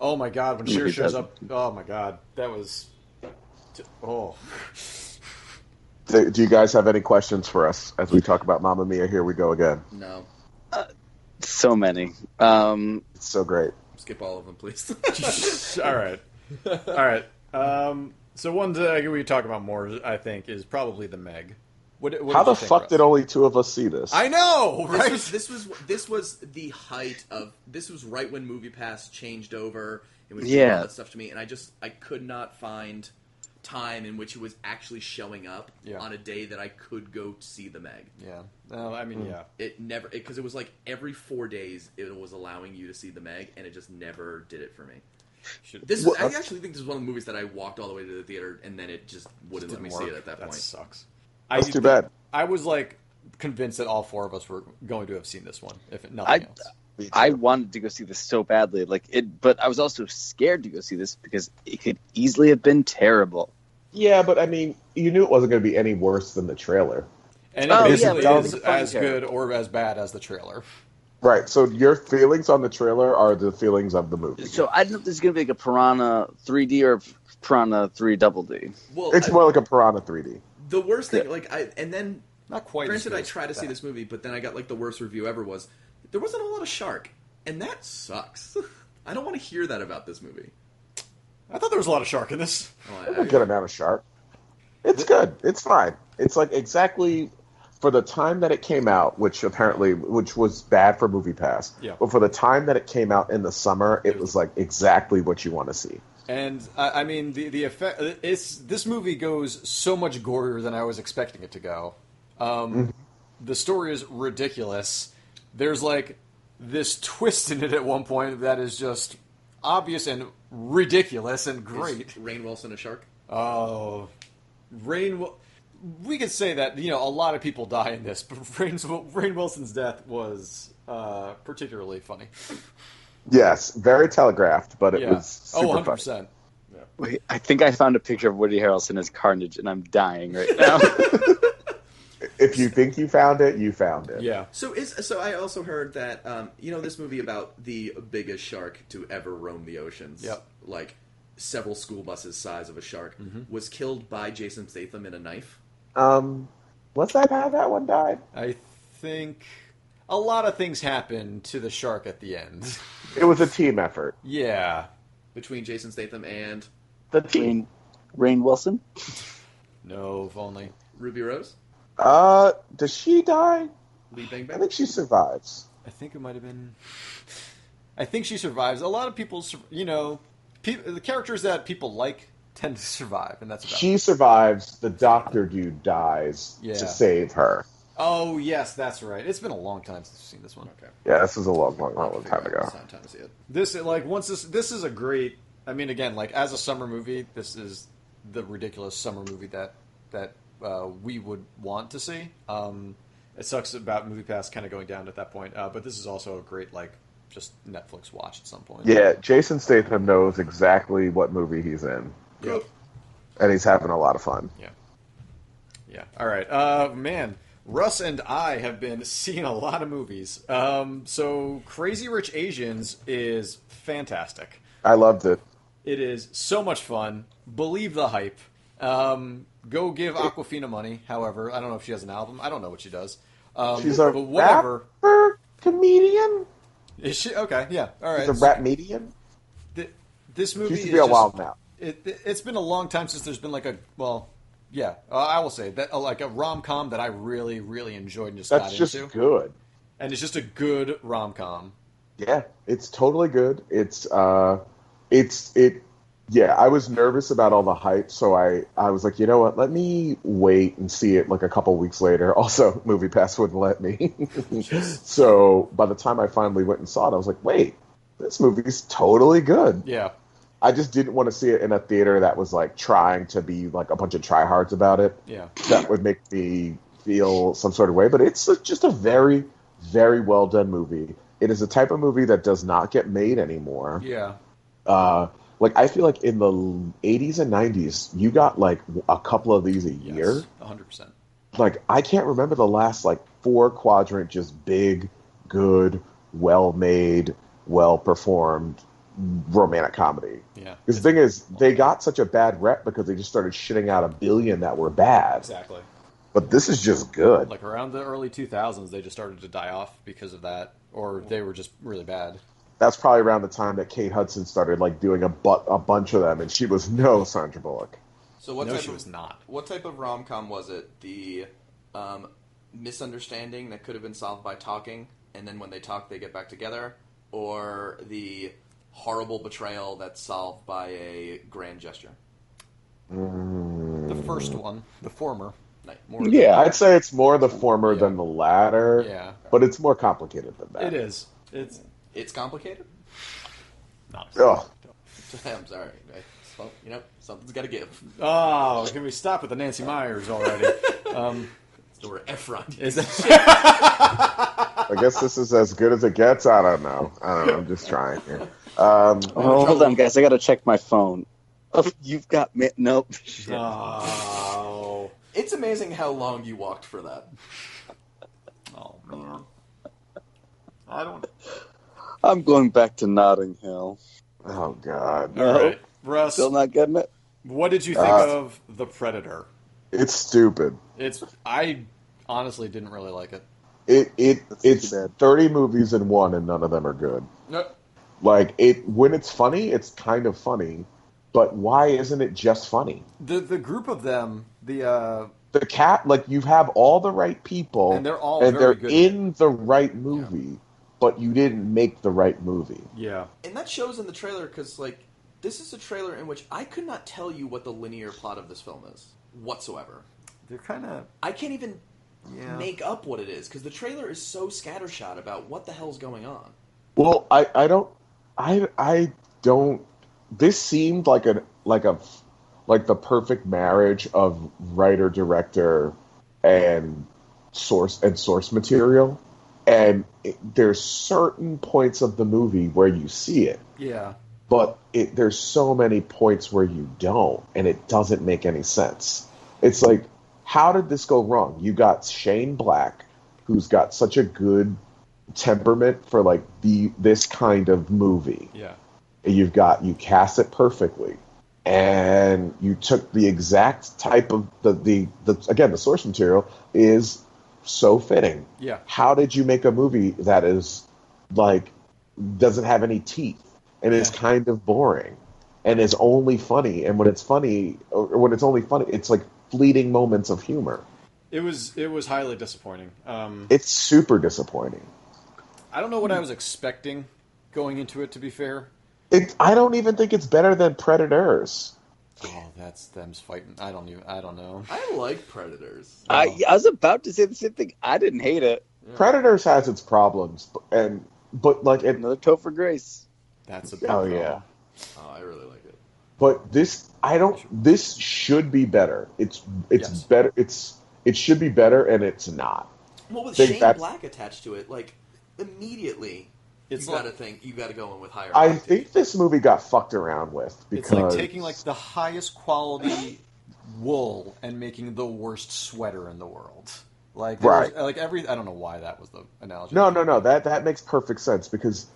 Speaker 2: Oh my god, when
Speaker 5: Look
Speaker 2: Cher
Speaker 5: at
Speaker 2: shows
Speaker 5: that.
Speaker 2: up. Oh my god, that was. Oh.
Speaker 4: Do, do you guys have any questions for us as we talk about Mamma Mia? Here we go again.
Speaker 6: No,
Speaker 5: So many. Um
Speaker 4: It's so great.
Speaker 6: skip all of them, please.
Speaker 2: All right. All right. Um, so, one that we talk about more, I think, is probably the Meg. What, what
Speaker 4: How
Speaker 2: did you
Speaker 4: the
Speaker 2: think,
Speaker 4: fuck
Speaker 2: Russ?
Speaker 4: did only two of us see this?
Speaker 2: I know,
Speaker 6: This
Speaker 2: right?
Speaker 6: was this was this was the height of this was right when Movie Pass changed over and was showing
Speaker 5: Yeah.
Speaker 6: all that stuff to me, and I just I could not find time in which it was actually showing up
Speaker 2: Yeah.
Speaker 6: on a day that I could go see the Meg.
Speaker 2: yeah. No, I mean, yeah.
Speaker 6: It never because it, was like every four days it was allowing you to see the Meg, and it just never did it for me.
Speaker 2: Should-
Speaker 6: This
Speaker 4: Well,
Speaker 6: is, I
Speaker 4: that's-
Speaker 6: actually think this is one of the movies that I walked all the way to the theater, and then it just wouldn't let me see it at that, point.
Speaker 2: sucks.
Speaker 4: That's
Speaker 2: I,
Speaker 4: too bad.
Speaker 2: I was like convinced that all four of us were going to have seen this one, if nothing
Speaker 5: I-
Speaker 2: else.
Speaker 4: Me
Speaker 5: I
Speaker 4: too.
Speaker 5: wanted to go see this so badly, like it, but I was also scared to go see this because it could easily have been terrible.
Speaker 4: yeah, but I mean, you knew it wasn't going to be any worse than the trailer,
Speaker 2: And
Speaker 5: Oh,
Speaker 2: it
Speaker 5: yeah,
Speaker 2: basically
Speaker 5: but
Speaker 2: is
Speaker 5: it's a fun
Speaker 2: as
Speaker 5: character.
Speaker 2: good or as bad as the trailer.
Speaker 4: right? So your feelings on the trailer are the feelings of the movie.
Speaker 5: So I don't know if this is going to be like a Piranha 3D or Piranha 3 Double D.
Speaker 6: Well,
Speaker 4: it's
Speaker 6: I-
Speaker 4: more like a Piranha 3D.
Speaker 6: the worst thing, like I, and then
Speaker 2: Not quite. as
Speaker 6: Granted,
Speaker 2: good
Speaker 6: I
Speaker 2: as
Speaker 6: tried to see
Speaker 2: that.
Speaker 6: this movie, but then I got like the worst review ever was there wasn't a lot of shark, and that sucks. I don't want to hear that about this movie.
Speaker 2: I thought there was a lot of shark in this.
Speaker 6: Oh,
Speaker 4: A
Speaker 6: I,
Speaker 4: good amount of shark. It's good. It's fine. It's like exactly for the time that it came out, which apparently which was bad for Movie Pass.
Speaker 2: Yeah.
Speaker 4: But for the time that it came out in the summer, it was like exactly what you want to see.
Speaker 2: And I, I mean, the the effect. It's this movie goes so much gorier than I was expecting it to go. Um,
Speaker 4: Mm-hmm.
Speaker 2: The story is ridiculous. There's like this twist in it at one point that is just obvious and ridiculous and great.
Speaker 6: Is Rain Wilson a shark?
Speaker 2: Oh, Rain. Wil- We could say that you know a lot of people die in this, but Rain, Rain Wilson's death was uh, particularly funny.
Speaker 4: Yes, very telegraphed, but it
Speaker 2: yeah.
Speaker 4: was
Speaker 2: oh,
Speaker 4: super
Speaker 2: 100
Speaker 4: fun.
Speaker 2: percent.
Speaker 5: Wait, I think I found a picture of Woody Harrelson as Carnage, and I'm dying right now.
Speaker 4: If you think you found it, you found it.
Speaker 2: Yeah.
Speaker 6: So is so. I also heard that um, you know this movie about the biggest shark to ever roam the oceans.
Speaker 2: Yep.
Speaker 6: Like several school buses size of a shark was killed by Jason Statham in a knife.
Speaker 4: Um, was that how that one died?
Speaker 2: I think a lot of things happen to the shark at the end.
Speaker 4: It was a team effort.
Speaker 2: yeah.
Speaker 6: Between Jason Statham and
Speaker 4: The team.
Speaker 5: Rain, Rain Wilson?
Speaker 2: No, if only.
Speaker 6: Ruby Rose,
Speaker 4: Uh, does she die?
Speaker 6: Lee Bang
Speaker 4: I
Speaker 6: Bang.
Speaker 4: think she survives.
Speaker 2: I think it might have been. I think she survives. A lot of people, sur- you know, pe- the characters that people like tend to survive, and that's about.
Speaker 4: She survives. The doctor dude dies
Speaker 2: Yeah.
Speaker 4: to save her.
Speaker 2: oh yes, that's right. It's been a long time since I've seen this one.
Speaker 6: Okay.
Speaker 4: Yeah, this was a long, long, long, long
Speaker 6: Figure
Speaker 4: time
Speaker 6: out
Speaker 4: ago.
Speaker 6: It's not time to see it.
Speaker 2: This like once this this is a great. I mean, again, like as a summer movie, this is the ridiculous summer movie that that uh, we would want to see. Um, it sucks about MoviePass kind of going down at that point, uh, but this is also a great like just Netflix watch at some point.
Speaker 4: Yeah, Jason Statham knows exactly what movie he's in,
Speaker 2: yeah,
Speaker 4: and he's having a lot of fun.
Speaker 2: yeah. Yeah. All right, uh, man. Russ and I have been seeing a lot of movies. Um, so Crazy Rich Asians is fantastic.
Speaker 4: I loved it.
Speaker 2: It is so much fun. Believe the hype. Um, go give Aquafina money. However, I don't know if she has an album. I don't know what she does. Um,
Speaker 4: She's a
Speaker 2: but whatever.
Speaker 4: rapper, comedian.
Speaker 2: Is she okay? Yeah. All right.
Speaker 4: She's a rap medium.
Speaker 2: Th- this movie
Speaker 4: She used to
Speaker 2: is
Speaker 4: be a
Speaker 2: just-
Speaker 4: wild now.
Speaker 2: It, it, it's been a long time since there's been like a well, yeah. Uh, I will say that uh, like a rom com that I really really enjoyed and just
Speaker 4: That's
Speaker 2: got
Speaker 4: just
Speaker 2: into,
Speaker 4: good.
Speaker 2: and it's just a good rom com.
Speaker 4: Yeah, it's totally good. It's uh, it's it. Yeah, I was nervous about all the hype, so I I was like, you know what? Let me wait and see it like a couple weeks later. Also, Movie Pass wouldn't let me. so by the time I finally went and saw it, I was like, wait, this movie's totally good.
Speaker 2: Yeah.
Speaker 4: I just didn't want to see it in a theater that was like trying to be like a bunch of tryhards about it
Speaker 2: Yeah.
Speaker 4: that would make me feel some sort of way. But it's just a very, very well done movie. It is a type of movie that does not get made anymore.
Speaker 2: Yeah.
Speaker 4: Uh, like I feel like in the '80s and '90s, you got like a couple of these a year.
Speaker 2: Yes. hundred percent.
Speaker 4: Like I can't remember the last like four quadrant just big, good, well made, well performed romantic comedy.
Speaker 2: Yeah.
Speaker 4: Because the thing is, they got such a bad rep because they just started shitting out a billion that were bad.
Speaker 2: Exactly.
Speaker 4: But this is just good.
Speaker 2: like around the early 2000s they just started to die off because of that or they were just really bad
Speaker 4: That's probably around the time that Kate Hudson started like doing a but a bunch of them, and she was no Sandra Bullock.
Speaker 6: So what
Speaker 2: no
Speaker 6: type
Speaker 2: she
Speaker 6: of
Speaker 2: was not
Speaker 6: What type of rom com was it? The um, misunderstanding that could have been solved by talking, and then when they talk, they get back together, or the horrible betrayal that's solved by a grand gesture.
Speaker 2: The first one, the former.
Speaker 6: Like,
Speaker 2: More of the-
Speaker 4: Yeah, I'd say it's more the former than the latter.
Speaker 2: Yeah.
Speaker 4: but it's more complicated than that.
Speaker 2: It is. It's
Speaker 6: It's complicated.
Speaker 4: Oh,
Speaker 6: I'm sorry. I, well, you know, something's got to give.
Speaker 2: Oh, can we stop with the Nancy Myers already? um,
Speaker 6: It's the word Efron.
Speaker 2: is that
Speaker 4: I guess this is as good as it gets. I don't know. I don't know. I'm just trying here. Um,
Speaker 5: Oh, hold on, guys. I gotta check my phone. Oh, you've got me. Nope.
Speaker 2: Oh.
Speaker 6: It's amazing how long you walked for that.
Speaker 2: Oh man. I don't
Speaker 5: I'm going back to Notting Hill.
Speaker 4: oh God,
Speaker 2: All right. Russ,
Speaker 5: Still not getting it.
Speaker 2: what did you think
Speaker 4: Uh,
Speaker 2: of The Predator?
Speaker 4: it's stupid.
Speaker 2: It's I honestly didn't really like it.
Speaker 4: It it
Speaker 5: too
Speaker 4: it's
Speaker 5: bad.
Speaker 4: 30 movies in one, and none of them are good.
Speaker 6: No,
Speaker 4: Like it when it's funny, it's kind of funny, but why isn't it just funny?
Speaker 2: The the group of them, the uh
Speaker 4: the cat like you have all the right people
Speaker 2: And they're all
Speaker 4: Oh. and they're
Speaker 2: very good.
Speaker 4: in the right movie but you didn't make the right movie
Speaker 2: yeah.
Speaker 6: and that shows in the trailer because like this is a trailer in which I could not tell you what the linear plot of this film is whatsoever.
Speaker 2: They're kind of
Speaker 6: I can't even
Speaker 2: Yeah.
Speaker 6: make up what it is because the trailer is so scattershot about what the hell's going on.
Speaker 4: well i i don't i i don't this seemed like a like a like the perfect marriage of writer director and source and source material and it, there's certain points of the movie where you see it
Speaker 2: yeah.
Speaker 4: but it, there's so many points where you don't, and it doesn't make any sense. It's like, how did this go wrong? You got Shane Black, who's got such a good temperament for like the this kind of movie.
Speaker 2: Yeah.
Speaker 4: You've got you cast it perfectly, and you took the exact type of the the, the again the source material is so fitting
Speaker 2: Yeah.
Speaker 4: how did you make a movie that is like doesn't have any teeth and is
Speaker 2: Yeah.
Speaker 4: kind of boring and is only funny and when it's funny or when it's only funny it's like fleeting moments of humor
Speaker 2: It was it was highly disappointing. Um
Speaker 4: it's super disappointing
Speaker 2: I don't know
Speaker 4: Hmm.
Speaker 2: what I was expecting going into it to be fair.
Speaker 4: it, i don't even think it's better than predators
Speaker 2: Oh, that's them's fighting. I don't even I don't know.
Speaker 6: I like predators.
Speaker 5: I, I was about to say the same thing. I didn't hate it.
Speaker 4: predators has its problems b- and but like it,
Speaker 5: Another toe for grace.
Speaker 2: That's a big
Speaker 4: oh
Speaker 2: problem.
Speaker 4: yeah
Speaker 6: Oh, I really like it.
Speaker 4: but this i don't this should be better it's it's
Speaker 2: Yes.
Speaker 4: better it's it should be better and it's not
Speaker 6: Well, with
Speaker 4: Think
Speaker 6: Shane
Speaker 4: that's-
Speaker 6: Black attached to it, like immediately,
Speaker 2: It's
Speaker 6: you
Speaker 2: like-
Speaker 6: got to think you got to go in with higher.
Speaker 4: I
Speaker 6: octave.
Speaker 4: think this movie got fucked around with
Speaker 2: It's
Speaker 4: because
Speaker 2: like taking like the highest quality wool and making the worst sweater in the world. Like there was-
Speaker 4: Right.
Speaker 2: like every I don't know why that was the analogy.
Speaker 4: no, no, no. That that makes perfect sense because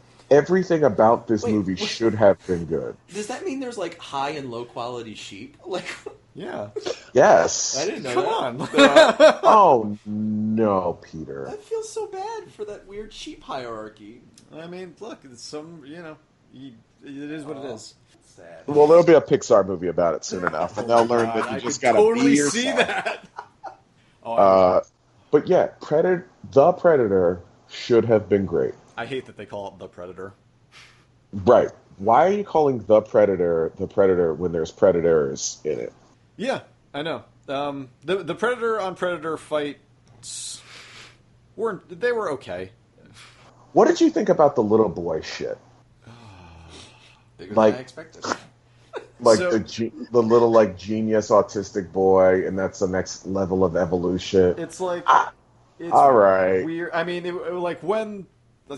Speaker 4: everything about this
Speaker 6: Wait,
Speaker 4: movie
Speaker 6: what-
Speaker 4: should have been good.
Speaker 6: Does that mean there's like high and low quality sheep? Like
Speaker 2: Yeah.
Speaker 6: I
Speaker 4: Yes.
Speaker 6: didn't know.
Speaker 2: Come
Speaker 6: that.
Speaker 2: on.
Speaker 4: Oh no, Peter.
Speaker 6: That feels so bad for that weird sheep hierarchy.
Speaker 2: I mean, look, it's some you know, you, it is what it is.
Speaker 6: Sad.
Speaker 4: Well, there'll be a Pixar movie about it soon enough, and they'll learn that
Speaker 2: I
Speaker 4: you just
Speaker 2: could
Speaker 4: gotta
Speaker 2: totally
Speaker 4: be
Speaker 2: see
Speaker 4: yourself.
Speaker 2: that. Oh, I-
Speaker 4: Uh, but yeah, Predator, the Predator should have been great.
Speaker 2: I hate that they call it the Predator.
Speaker 4: Right? Why are you calling the Predator the Predator when there's predators in it?
Speaker 2: Yeah, I know. Um, the the Predator on Predator fights weren't they were okay.
Speaker 4: What did you think about the little boy shit?
Speaker 6: Bigger
Speaker 4: Like-
Speaker 6: than I expected.
Speaker 4: like
Speaker 2: So-
Speaker 4: the ge- the little like genius autistic boy, and that's the next level of evolution.
Speaker 2: It's like it's
Speaker 4: Ah. all right.
Speaker 2: Weird. I mean, it, it- like when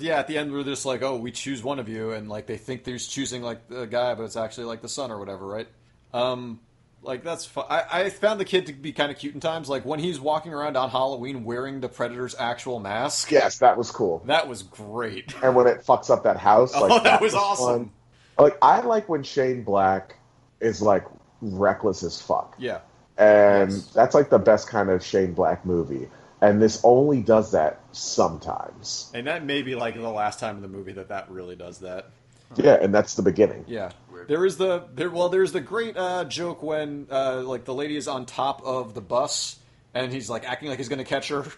Speaker 2: yeah, at the end we're just like, oh, we choose one of you, and like they think they're choosing like the guy, but it's actually like the son or whatever, right? Um, like that's fu- I, I found the kid to be kind of cute in times. Like when he's walking around on Halloween wearing the Predator's actual mask.
Speaker 4: yes, that was cool.
Speaker 2: That was great.
Speaker 4: And when it fucks up that house, like
Speaker 2: oh, that was awesome.
Speaker 4: fun. Like I like when Shane Black is like reckless as fuck,
Speaker 2: Yeah.
Speaker 4: and
Speaker 2: Yes.
Speaker 4: that's like the best kind of Shane Black movie. And this only does that sometimes.
Speaker 2: And that may be like the last time in the movie that that really does that.
Speaker 4: Yeah, and that's the beginning.
Speaker 2: Hmm. Yeah,
Speaker 6: Weird.
Speaker 2: there is the there. Well, there's the great uh, joke when uh, like the lady is on top of the bus and he's like acting like he's going to catch her.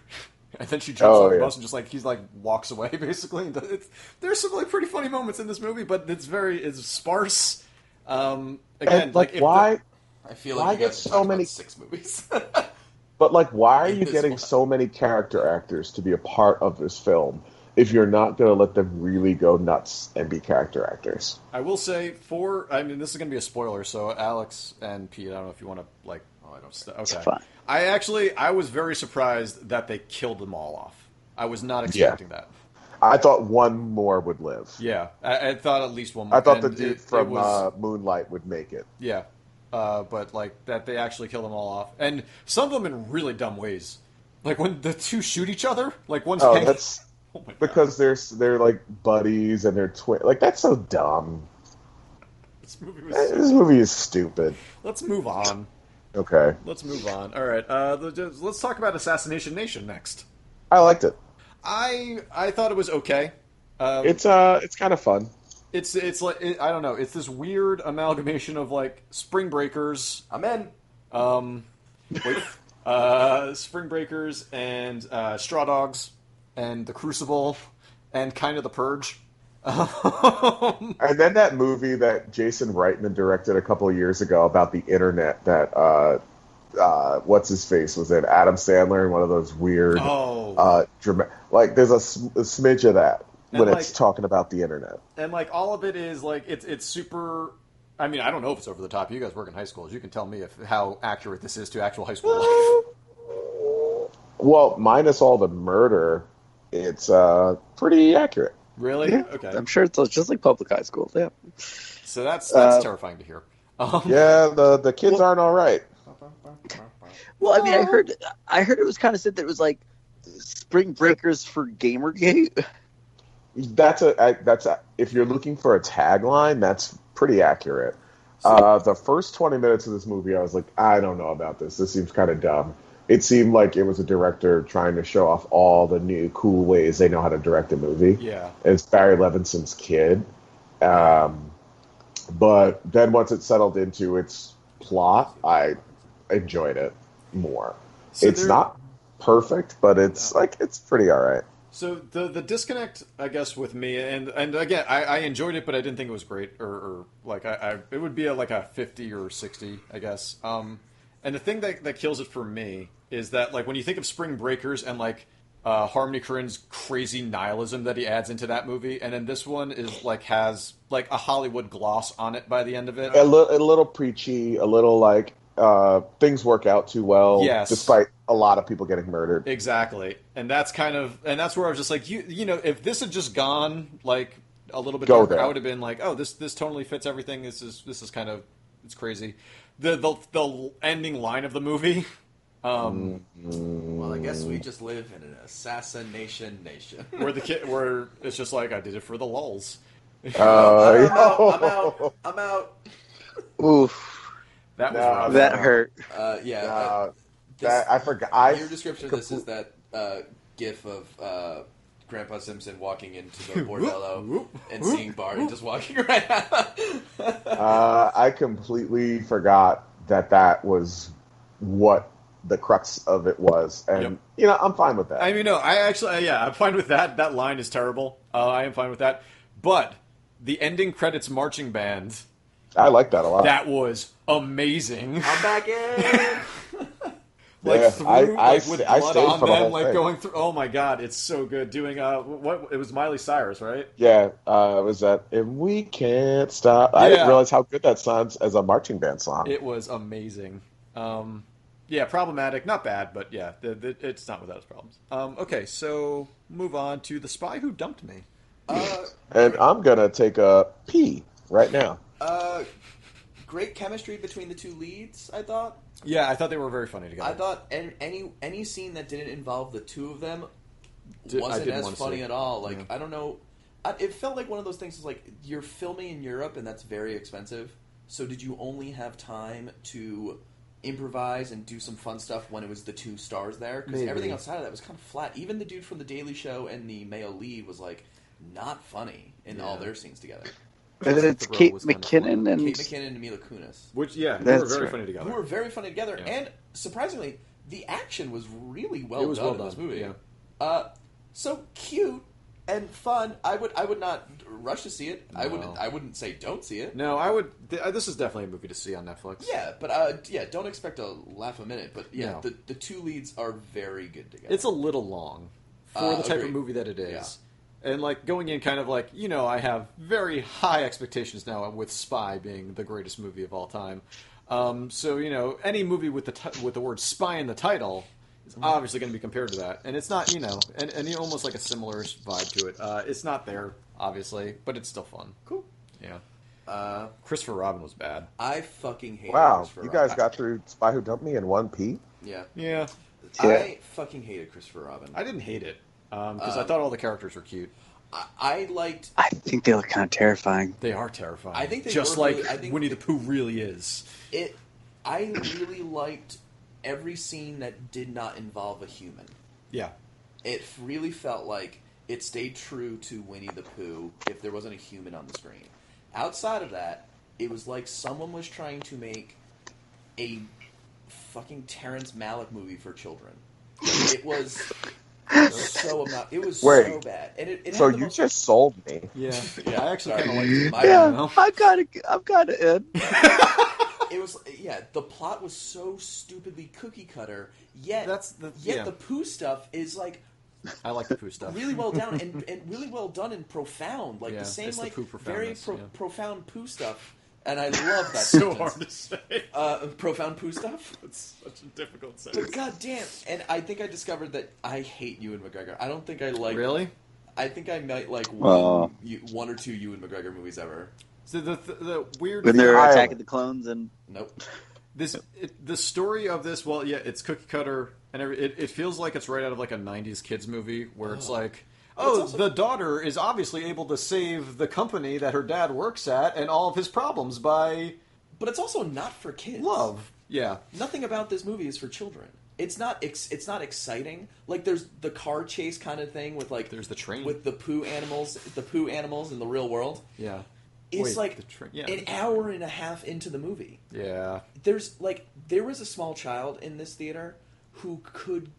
Speaker 2: And then she jumps
Speaker 4: Oh,
Speaker 2: off the
Speaker 4: yeah.
Speaker 2: bus and just like he's like walks away basically. And it's, there's some like pretty funny moments in this movie, but it's very it's sparse. Um, again,
Speaker 4: and like,
Speaker 2: if the-
Speaker 4: why?
Speaker 6: I feel
Speaker 4: Why
Speaker 6: like you
Speaker 4: get
Speaker 6: guys
Speaker 4: so
Speaker 6: talked about
Speaker 4: many-
Speaker 6: six movies.
Speaker 4: But like, why are you
Speaker 6: This
Speaker 4: getting
Speaker 6: one.
Speaker 4: so many character actors to be a part of this film if you're not going to let them really go nuts and be character actors?
Speaker 2: I will say for I mean this is going to be a spoiler, so Alex and Pete, I don't know if you want to like. Oh, I don't. St- okay.
Speaker 5: fine.
Speaker 2: I actually I was very surprised that they killed them all off. I was not
Speaker 4: Yeah.
Speaker 2: expecting that.
Speaker 4: I thought one more would live.
Speaker 2: Yeah, I, I thought at least one. more.
Speaker 4: I thought the
Speaker 2: and
Speaker 4: dude
Speaker 2: it- it
Speaker 4: from
Speaker 2: was-
Speaker 4: uh, Moonlight would make it.
Speaker 2: yeah, uh, but like that they actually killed them all off, and some of them in really dumb ways. Like when the two shoot each other, like one's
Speaker 4: Oh,
Speaker 2: hanging-
Speaker 4: that's
Speaker 2: Oh my God.
Speaker 4: because they're s- they're like buddies and they're twin. Like that's so dumb.
Speaker 2: this movie
Speaker 4: Eh,
Speaker 2: was.
Speaker 4: This movie is stupid.
Speaker 2: Let's move on.
Speaker 4: Okay,
Speaker 2: Let's move on. All right, uh, the- let's talk about Assassination Nation next.
Speaker 4: I liked it.
Speaker 2: I I thought it was okay. Um,
Speaker 4: It's uh, it's kind of fun.
Speaker 2: it's it's like it, I don't know. It's this weird amalgamation of like Spring Breakers,
Speaker 6: I'm in.
Speaker 2: um, wait, uh, Spring Breakers and uh, Straw Dogs and The Crucible and kind of The Purge. Um,
Speaker 4: And then that movie that Jason Reitman directed a couple of years ago about the internet that uh, uh, what's his face was in Adam Sandler and one of those weird
Speaker 2: oh,
Speaker 4: uh, drama- like there's a, sm- a smidge of that
Speaker 2: And,
Speaker 4: when it's
Speaker 2: like-
Speaker 4: talking about the internet.
Speaker 2: and like all of it is like it's it's super. I mean, I don't know if it's over the top. You guys work in high schools. You can tell me if how accurate this is to actual high school life.
Speaker 4: Well, minus all the murder, it's uh, pretty accurate.
Speaker 2: Really?
Speaker 5: Yeah,
Speaker 2: Okay.
Speaker 5: I'm sure it's just like public high school. Yeah.
Speaker 2: So that's that's
Speaker 5: Uh,
Speaker 2: terrifying to hear. Um,
Speaker 4: Yeah, the the kids aren't all right.
Speaker 5: Well, I mean, I heard, I heard it was kind of said that it was like Spring Breakers for Gamergate.
Speaker 4: That's a I- that's a, if you're looking for a tagline, that's pretty accurate. Uh, the first 20 minutes of this movie, I was like, I don't know about this. This seems kind of dumb. It seemed like it was a director trying to show off all the new cool ways they know how to direct a movie.
Speaker 2: yeah.
Speaker 4: It's Barry Levinson's kid. Um, but then once it settled into its plot, I enjoyed it more.
Speaker 2: So
Speaker 4: it's
Speaker 2: there-
Speaker 4: not perfect, but it's like it's pretty all right.
Speaker 2: So the the disconnect, I guess, with me and and again, I, I enjoyed it, but I didn't think it was great or, or like I, I it would be a, like a fifty or sixty, I guess. Um, and the thing that that kills it for me is that like when you think of Spring Breakers and like uh, Harmony Korine's crazy nihilism that he adds into that movie, and then this one is like has like a Hollywood gloss on it by the end of it.
Speaker 4: a, li- a little preachy, a little like uh, things work out too well,
Speaker 2: Yes.
Speaker 4: despite a lot of people getting murdered.
Speaker 2: Exactly, and that's kind of and that's where I was just like, you you know, if this had just gone like a little bit
Speaker 4: Go
Speaker 2: darker,
Speaker 4: there.
Speaker 2: I would have been like, oh, this this totally fits everything. This is this is kind of it's crazy. The the the ending line of the movie. Um,
Speaker 6: Well, I guess
Speaker 4: Mm.
Speaker 6: we just live in an assassination nation.
Speaker 2: where the kid, where it's just like I did it for the lulls.
Speaker 4: Uh,
Speaker 6: I'm out. I'm out. I'm out.
Speaker 5: Oof,
Speaker 2: That was
Speaker 4: No,
Speaker 2: rough.
Speaker 5: that hurt.
Speaker 6: Uh, yeah. uh,
Speaker 4: uh,
Speaker 6: this-
Speaker 4: that- I forgot. I,
Speaker 6: your description of this is that uh, gif of uh, Grandpa Simpson walking into the bordello and seeing Bart and just walking right out.
Speaker 4: uh, I completely forgot that that was what the crux of it was, and
Speaker 2: Yep.
Speaker 4: you know I'm fine with that.
Speaker 2: I mean, no, I actually, yeah, I'm fine with that. That line is terrible. Uh, I am fine with that. But the ending credits marching band,
Speaker 4: I like that a lot.
Speaker 2: that was amazing.
Speaker 6: I'm back in.
Speaker 2: like
Speaker 4: Yeah,
Speaker 2: through,
Speaker 4: I- I
Speaker 2: like with
Speaker 4: st- I
Speaker 2: blood
Speaker 4: stayed
Speaker 2: on
Speaker 4: for the
Speaker 2: them,
Speaker 4: whole
Speaker 2: like
Speaker 4: thing.
Speaker 2: going through. Oh my god, it's so good. Doing uh, what it was Miley Cyrus, right?
Speaker 4: yeah, uh, it was that, and we can't stop. I
Speaker 2: Yeah.
Speaker 4: didn't realize how good that sounds as a marching band song.
Speaker 2: It was amazing. Um, yeah, problematic, not bad, but yeah, the, the, it's not without its problems. Um, okay, so move on to the spy who dumped me.
Speaker 6: Uh,
Speaker 4: and I'm gonna take a pee right now.
Speaker 6: uh, great chemistry between the two leads. I thought.
Speaker 2: Yeah, I thought they were very funny together.
Speaker 6: I thought an- any any scene that didn't involve the two of them
Speaker 2: Di- I
Speaker 6: wasn't
Speaker 2: didn't
Speaker 6: as
Speaker 2: wanna see
Speaker 6: funny
Speaker 2: it.
Speaker 6: at all. Like I don't know, I, it felt like one of those things. Is like you're filming in Europe and that's very expensive. So did you only have time to improvise and do some fun stuff when it was the two stars there? Because
Speaker 2: Maybe.
Speaker 6: everything outside of that was kind of flat. Even the dude from the Daily Show and the Mayo Lee was like not funny in all
Speaker 2: Yeah.
Speaker 6: their scenes together.
Speaker 5: And then it's
Speaker 2: The role
Speaker 5: Kate
Speaker 2: was kind of
Speaker 5: McKinnon and
Speaker 6: Kate McKinnon and Mila Kunis
Speaker 2: which yeah, they were
Speaker 5: That's
Speaker 2: very
Speaker 5: right.
Speaker 2: funny
Speaker 6: who
Speaker 2: together.
Speaker 6: were very funny together
Speaker 2: Yeah.
Speaker 6: and surprisingly the action was really well
Speaker 2: It was
Speaker 6: done
Speaker 2: well
Speaker 6: in this
Speaker 2: done,
Speaker 6: movie.
Speaker 2: yeah.
Speaker 6: Uh, so cute and fun. I would I would not rush to see it. I would
Speaker 2: No.
Speaker 6: I wouldn't say don't see it.
Speaker 2: No, I would. Th- this is definitely a movie to see on Netflix.
Speaker 6: Yeah, but uh, yeah, don't expect a laugh a minute. But yeah,
Speaker 2: No.
Speaker 6: the the two leads are very good together.
Speaker 2: It's a little long for
Speaker 6: Uh,
Speaker 2: the type
Speaker 6: agreed.
Speaker 2: of movie that it is. And like going in kind of like, you know, I have very high expectations now with Spy being the greatest movie of all time. Um, so, you know, any movie with the ti- with the word spy in the title
Speaker 6: Mm-hmm.
Speaker 2: is obviously going to be compared to that. And it's not, you know, and, and you almost like a similar vibe to it. Uh, it's not there, obviously, but it's still fun.
Speaker 6: cool.
Speaker 2: Yeah. Uh, Christopher Robin was bad.
Speaker 6: I fucking hated.
Speaker 4: Wow,
Speaker 6: Christopher
Speaker 4: you
Speaker 6: Robin.
Speaker 4: guys got through Spy Who Dumped Me in one P.
Speaker 6: yeah.
Speaker 2: Yeah.
Speaker 6: I fucking hated Christopher Robin.
Speaker 2: I didn't hate it
Speaker 6: Uh,
Speaker 2: because I thought all the characters were cute.
Speaker 6: I, I liked
Speaker 5: I think they look kind of terrifying.
Speaker 2: They are terrifying.
Speaker 6: I think they
Speaker 2: just
Speaker 6: were
Speaker 2: like
Speaker 6: really- I think-
Speaker 2: Winnie the Pooh really is.
Speaker 6: it. I really liked every scene that did not involve a human.
Speaker 2: Yeah,
Speaker 6: It really felt like it stayed true to Winnie the Pooh if there wasn't a human on the screen. Outside of that, it was like someone was trying to make a fucking Terrence Malick movie for children. It was so amo- it was so
Speaker 4: Wait.
Speaker 6: bad, and it, it
Speaker 4: So
Speaker 6: had the
Speaker 4: you
Speaker 6: most-
Speaker 4: just sold me.
Speaker 2: yeah.
Speaker 6: Yeah,
Speaker 2: I actually
Speaker 6: sorry.
Speaker 2: kind of liked it.
Speaker 6: My-
Speaker 2: know.
Speaker 5: I gotta, I've gotta end.
Speaker 6: it was yeah the plot was so stupidly cookie cutter yet
Speaker 2: That's the-
Speaker 6: yet
Speaker 2: yeah.
Speaker 6: the poo stuff is like
Speaker 2: I like the Pooh stuff.
Speaker 6: really well down and, and really well done and profound like
Speaker 2: Yeah,
Speaker 6: the same
Speaker 2: it's the
Speaker 6: like
Speaker 2: poo
Speaker 6: very
Speaker 2: profoundness,
Speaker 6: pro-
Speaker 2: yeah.
Speaker 6: profound poo stuff and I love that
Speaker 2: so
Speaker 6: sentence.
Speaker 2: hard to say.
Speaker 6: uh, profound poo stuff
Speaker 2: It's such a difficult
Speaker 6: but
Speaker 2: sentence.
Speaker 6: goddamn and I think I discovered that I hate Ewan McGregor I don't think I like
Speaker 2: Really?
Speaker 6: I think I might like one
Speaker 5: Wow.
Speaker 6: you- one or two Ewan McGregor movies ever
Speaker 2: So the the, the weird
Speaker 5: When
Speaker 2: thing-
Speaker 5: they're
Speaker 4: Island.
Speaker 5: attacking the clones and
Speaker 6: nope
Speaker 2: this it, the story of this. Well, yeah, it's cookie cutter, and every, it it feels like it's right out of like a '90s kids movie where it's like.
Speaker 6: But it's
Speaker 2: Oh,
Speaker 6: also-
Speaker 2: the daughter is obviously able to save the company that her dad works at and all of his problems by
Speaker 6: but it's also not for kids
Speaker 2: love. Yeah,
Speaker 6: nothing about this movie is for children. It's not ex- it's not exciting. Like there's the car chase kind of thing with like
Speaker 2: There's the train.
Speaker 6: with the poo animals, the poo animals in the real world.
Speaker 2: yeah,
Speaker 6: It's
Speaker 2: Wait,
Speaker 6: like
Speaker 2: the train- yeah.
Speaker 6: an hour and a half into the movie.
Speaker 2: yeah.
Speaker 6: There's like there was a small child in this theater who could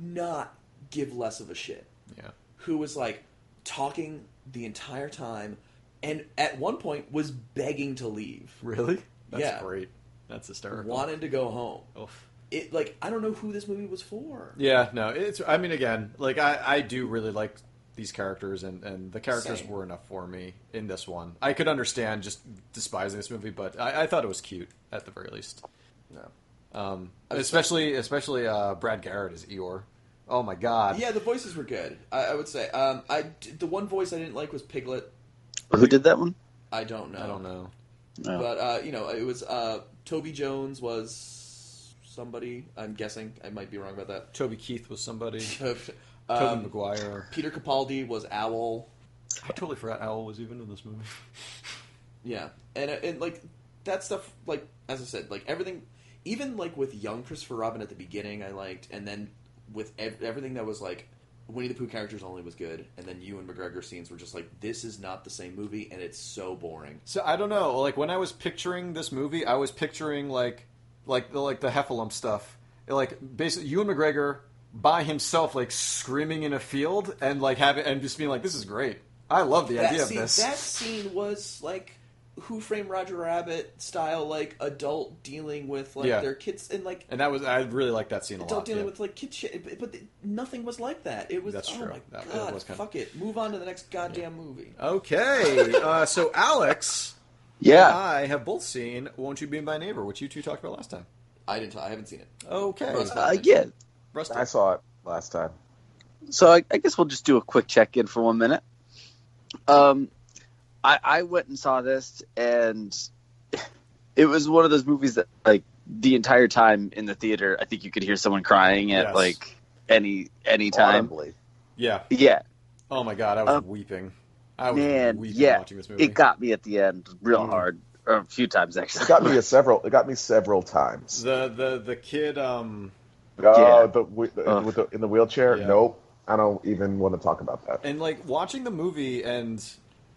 Speaker 6: not give less of a shit
Speaker 2: Yeah.
Speaker 6: who was like talking the entire time and at one point was begging to leave.
Speaker 2: Really? That's
Speaker 6: Yeah.
Speaker 2: great. That's hysterical.
Speaker 6: Wanted to go home.
Speaker 2: Oof.
Speaker 6: It like I don't know who this movie was for.
Speaker 2: Yeah, no, it's. I mean, again, like I, I do really like these characters, and and the characters
Speaker 6: Same.
Speaker 2: were enough for me in this one. I could understand just despising this movie, but I, I thought it was cute at the very least.
Speaker 6: No.
Speaker 2: Um, especially, especially uh, Brad Garrett as Eeyore. Oh my god.
Speaker 6: Yeah, the voices were good. I, I would say. Um, I d- the one voice I didn't like was Piglet.
Speaker 5: who did that one?
Speaker 6: I don't know.
Speaker 2: I don't know.
Speaker 5: No.
Speaker 6: But uh, you know, it was uh, Toby Jones was somebody. I'm guessing. I might be wrong about that.
Speaker 2: Toby Keith was somebody.
Speaker 6: Toby
Speaker 2: Toby McGuire.
Speaker 6: Peter Capaldi was Owl.
Speaker 2: I totally forgot Owl was even in this movie.
Speaker 6: Yeah, and uh, and like that stuff. Like as I said, like everything, even like with young Christopher Robin at the beginning, I liked, and then with ev- everything that was like Winnie the Pooh characters only was good, and then you and McGregor scenes were just like this is not the same movie, and it's so boring.
Speaker 2: So I don't know. Like when I was picturing this movie, I was picturing like like the like the Heffalump stuff. Like basically Ewan McGregor by himself, like screaming in a field and like having and just being like, "This is great. I love the idea
Speaker 6: scene,
Speaker 2: of this."
Speaker 6: That scene was like Who Framed Roger Rabbit style, like adult dealing with like
Speaker 2: Yeah.
Speaker 6: their kids and like
Speaker 2: and that was I really like that scene a
Speaker 6: adult
Speaker 2: lot.
Speaker 6: dealing
Speaker 2: yeah.
Speaker 6: with like kid shit. But, but nothing was like that. It was
Speaker 2: That's
Speaker 6: oh
Speaker 2: true.
Speaker 6: my
Speaker 2: That- that
Speaker 6: god,
Speaker 2: was kinda-
Speaker 6: fuck it, move on to the next goddamn movie.
Speaker 2: Okay, uh, so Alex,
Speaker 5: yeah,
Speaker 2: I have both seen "Won't You Be My Neighbor," which you two talked about last time.
Speaker 6: I didn't. I haven't seen it.
Speaker 2: Okay,
Speaker 6: Russ-
Speaker 5: uh, yeah.
Speaker 2: Rusty.
Speaker 4: I saw it last time.
Speaker 5: So I, I guess we'll just do a quick check in for one minute. Um, I, I went and saw this, and it was one of those movies that, like, the entire time in the theater, I think you could hear someone crying at
Speaker 2: Yes.
Speaker 5: like any any time.
Speaker 4: Audibly.
Speaker 2: Yeah.
Speaker 5: Yeah,
Speaker 2: Oh my God, I was
Speaker 5: Uh,
Speaker 2: weeping. I was
Speaker 5: man,
Speaker 2: weeping
Speaker 5: yeah,
Speaker 2: watching this movie.
Speaker 5: it got me at the end real
Speaker 2: Mm.
Speaker 5: hard, or a few times
Speaker 4: It
Speaker 5: actually.
Speaker 4: got me a several. It got me several times.
Speaker 2: the the the kid. Um,
Speaker 4: Oh,
Speaker 5: Yeah.
Speaker 4: the, wi- the-
Speaker 5: Ugh.
Speaker 4: with the, in the wheelchair.
Speaker 2: Yeah.
Speaker 4: Nope. I don't even want to talk about that.
Speaker 2: and like watching the movie and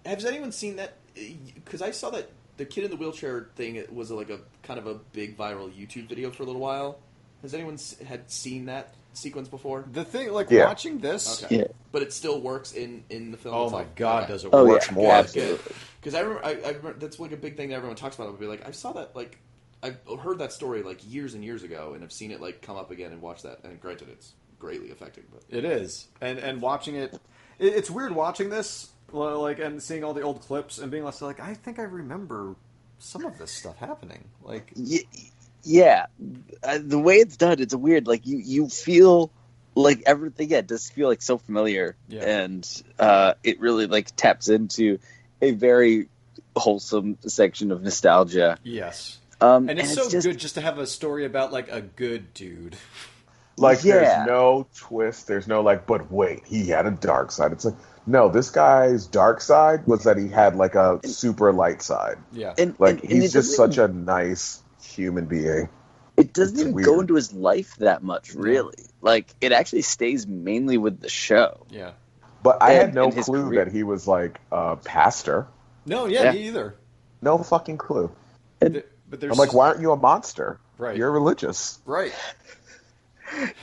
Speaker 6: Has anyone seen that? Because I saw that the kid in the wheelchair thing was like a kind of a big viral YouTube video for a little while. Has anyone s- had seen that sequence before?
Speaker 2: The thing, like
Speaker 4: Yeah.
Speaker 2: watching this.
Speaker 6: Okay.
Speaker 5: Yeah.
Speaker 6: But it still works in in the film.
Speaker 2: Oh
Speaker 6: itself.
Speaker 2: my god,
Speaker 6: Okay.
Speaker 2: does it
Speaker 5: Oh,
Speaker 2: work
Speaker 5: yeah.
Speaker 2: more?
Speaker 4: Yeah.
Speaker 6: Good. Because I remember, I, I remember that's like a big thing that everyone talks about. Would be like, I saw that like I heard that story like years and years ago, and I've seen it like come up again and watch that. And granted, it's greatly affecting, but
Speaker 2: It is, and and watching it, it, it's weird watching this, well, like and seeing all the old clips and being less like, I think I remember some of this stuff happening. Like,
Speaker 5: Y- yeah, uh, the way it's done, it's weird. Like you, you feel like everything. Yeah, it does feel like so familiar,
Speaker 2: Yeah.
Speaker 5: and uh, it really like taps into a very wholesome section of nostalgia.
Speaker 2: yes,
Speaker 5: Um,
Speaker 2: and it's so
Speaker 5: just,
Speaker 2: good just to have a story about like a good dude.
Speaker 4: Like
Speaker 5: Yeah.
Speaker 4: there's no twist. There's no like, but wait, he had a dark side. It's like no, this guy's dark side was that he had like a super light side.
Speaker 2: Yeah,
Speaker 5: And,
Speaker 4: Like
Speaker 5: and- and
Speaker 4: he's
Speaker 5: it
Speaker 4: just
Speaker 5: doesn't-
Speaker 4: such a nice human being.
Speaker 5: It doesn't
Speaker 4: it's
Speaker 5: even
Speaker 4: weird.
Speaker 5: go into his life that much, really. Like it actually stays mainly with the show.
Speaker 2: yeah.
Speaker 4: But I
Speaker 5: And-
Speaker 4: had no
Speaker 5: and his
Speaker 4: clue
Speaker 5: career-
Speaker 4: that he was like a pastor.
Speaker 2: No, yeah,
Speaker 5: Yeah.
Speaker 2: me either.
Speaker 4: No fucking clue.
Speaker 2: Th- But there's
Speaker 4: I'm like, why aren't you a monster?
Speaker 2: Right.
Speaker 4: You're religious.
Speaker 2: Right,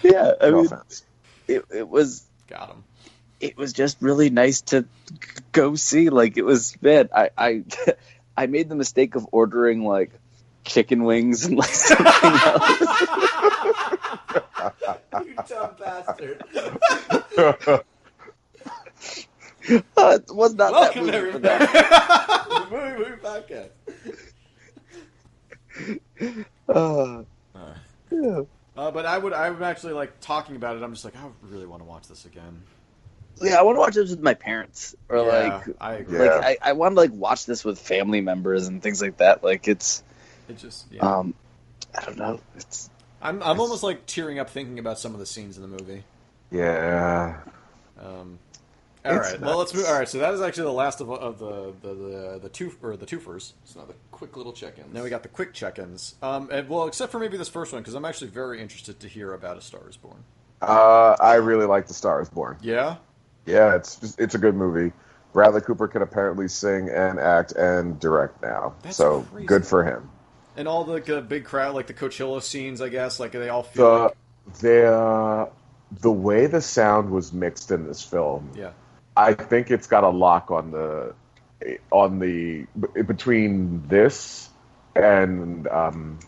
Speaker 5: Yeah, I
Speaker 4: no
Speaker 5: mean,
Speaker 4: offense.
Speaker 5: it, it was
Speaker 2: got him.
Speaker 5: it was just really nice to g- go see. Like it was man, I I, I made the mistake of ordering like chicken wings and like something else.
Speaker 6: you dumb bastard.
Speaker 5: Uh, it was not that movie for that.
Speaker 6: the movie movie podcast.
Speaker 5: Uh, yeah.
Speaker 2: Uh, but I would, I'm actually like talking about it. I'm just like, I really want to watch this again.
Speaker 5: yeah, I want to watch this with my parents or
Speaker 2: Yeah,
Speaker 5: like.
Speaker 2: I agree.
Speaker 4: Yeah.
Speaker 5: Like I, I want to like watch this with family members and things like that. Like it's,
Speaker 2: It just, yeah.
Speaker 5: um, I don't know. It's
Speaker 2: I'm, I'm almost like tearing up thinking about some of the scenes in the movie.
Speaker 4: Yeah.
Speaker 2: Um, all right.
Speaker 4: It's
Speaker 2: Well, let's
Speaker 4: nuts.
Speaker 2: move. All right. So that is actually the last of, of the, the the the two or the twofers.
Speaker 6: So now the quick little check-ins.
Speaker 2: Now we got the quick check-ins. Um, and, well, except for maybe this first one because I'm actually very interested to hear about A Star Is Born.
Speaker 4: Uh, I really like The Star Is Born.
Speaker 2: Yeah.
Speaker 4: Yeah, it's just, it's a good movie. Bradley Cooper can apparently sing and act and direct now,
Speaker 2: That's
Speaker 4: so
Speaker 2: crazy.
Speaker 4: good for him.
Speaker 2: And all the uh, big crowd, like the Coachella scenes, I guess, like they all feel.
Speaker 4: The
Speaker 2: like,
Speaker 4: the uh, the way the sound was mixed in this film,
Speaker 2: yeah.
Speaker 4: I think it's got a lock on the on the b- between this and um,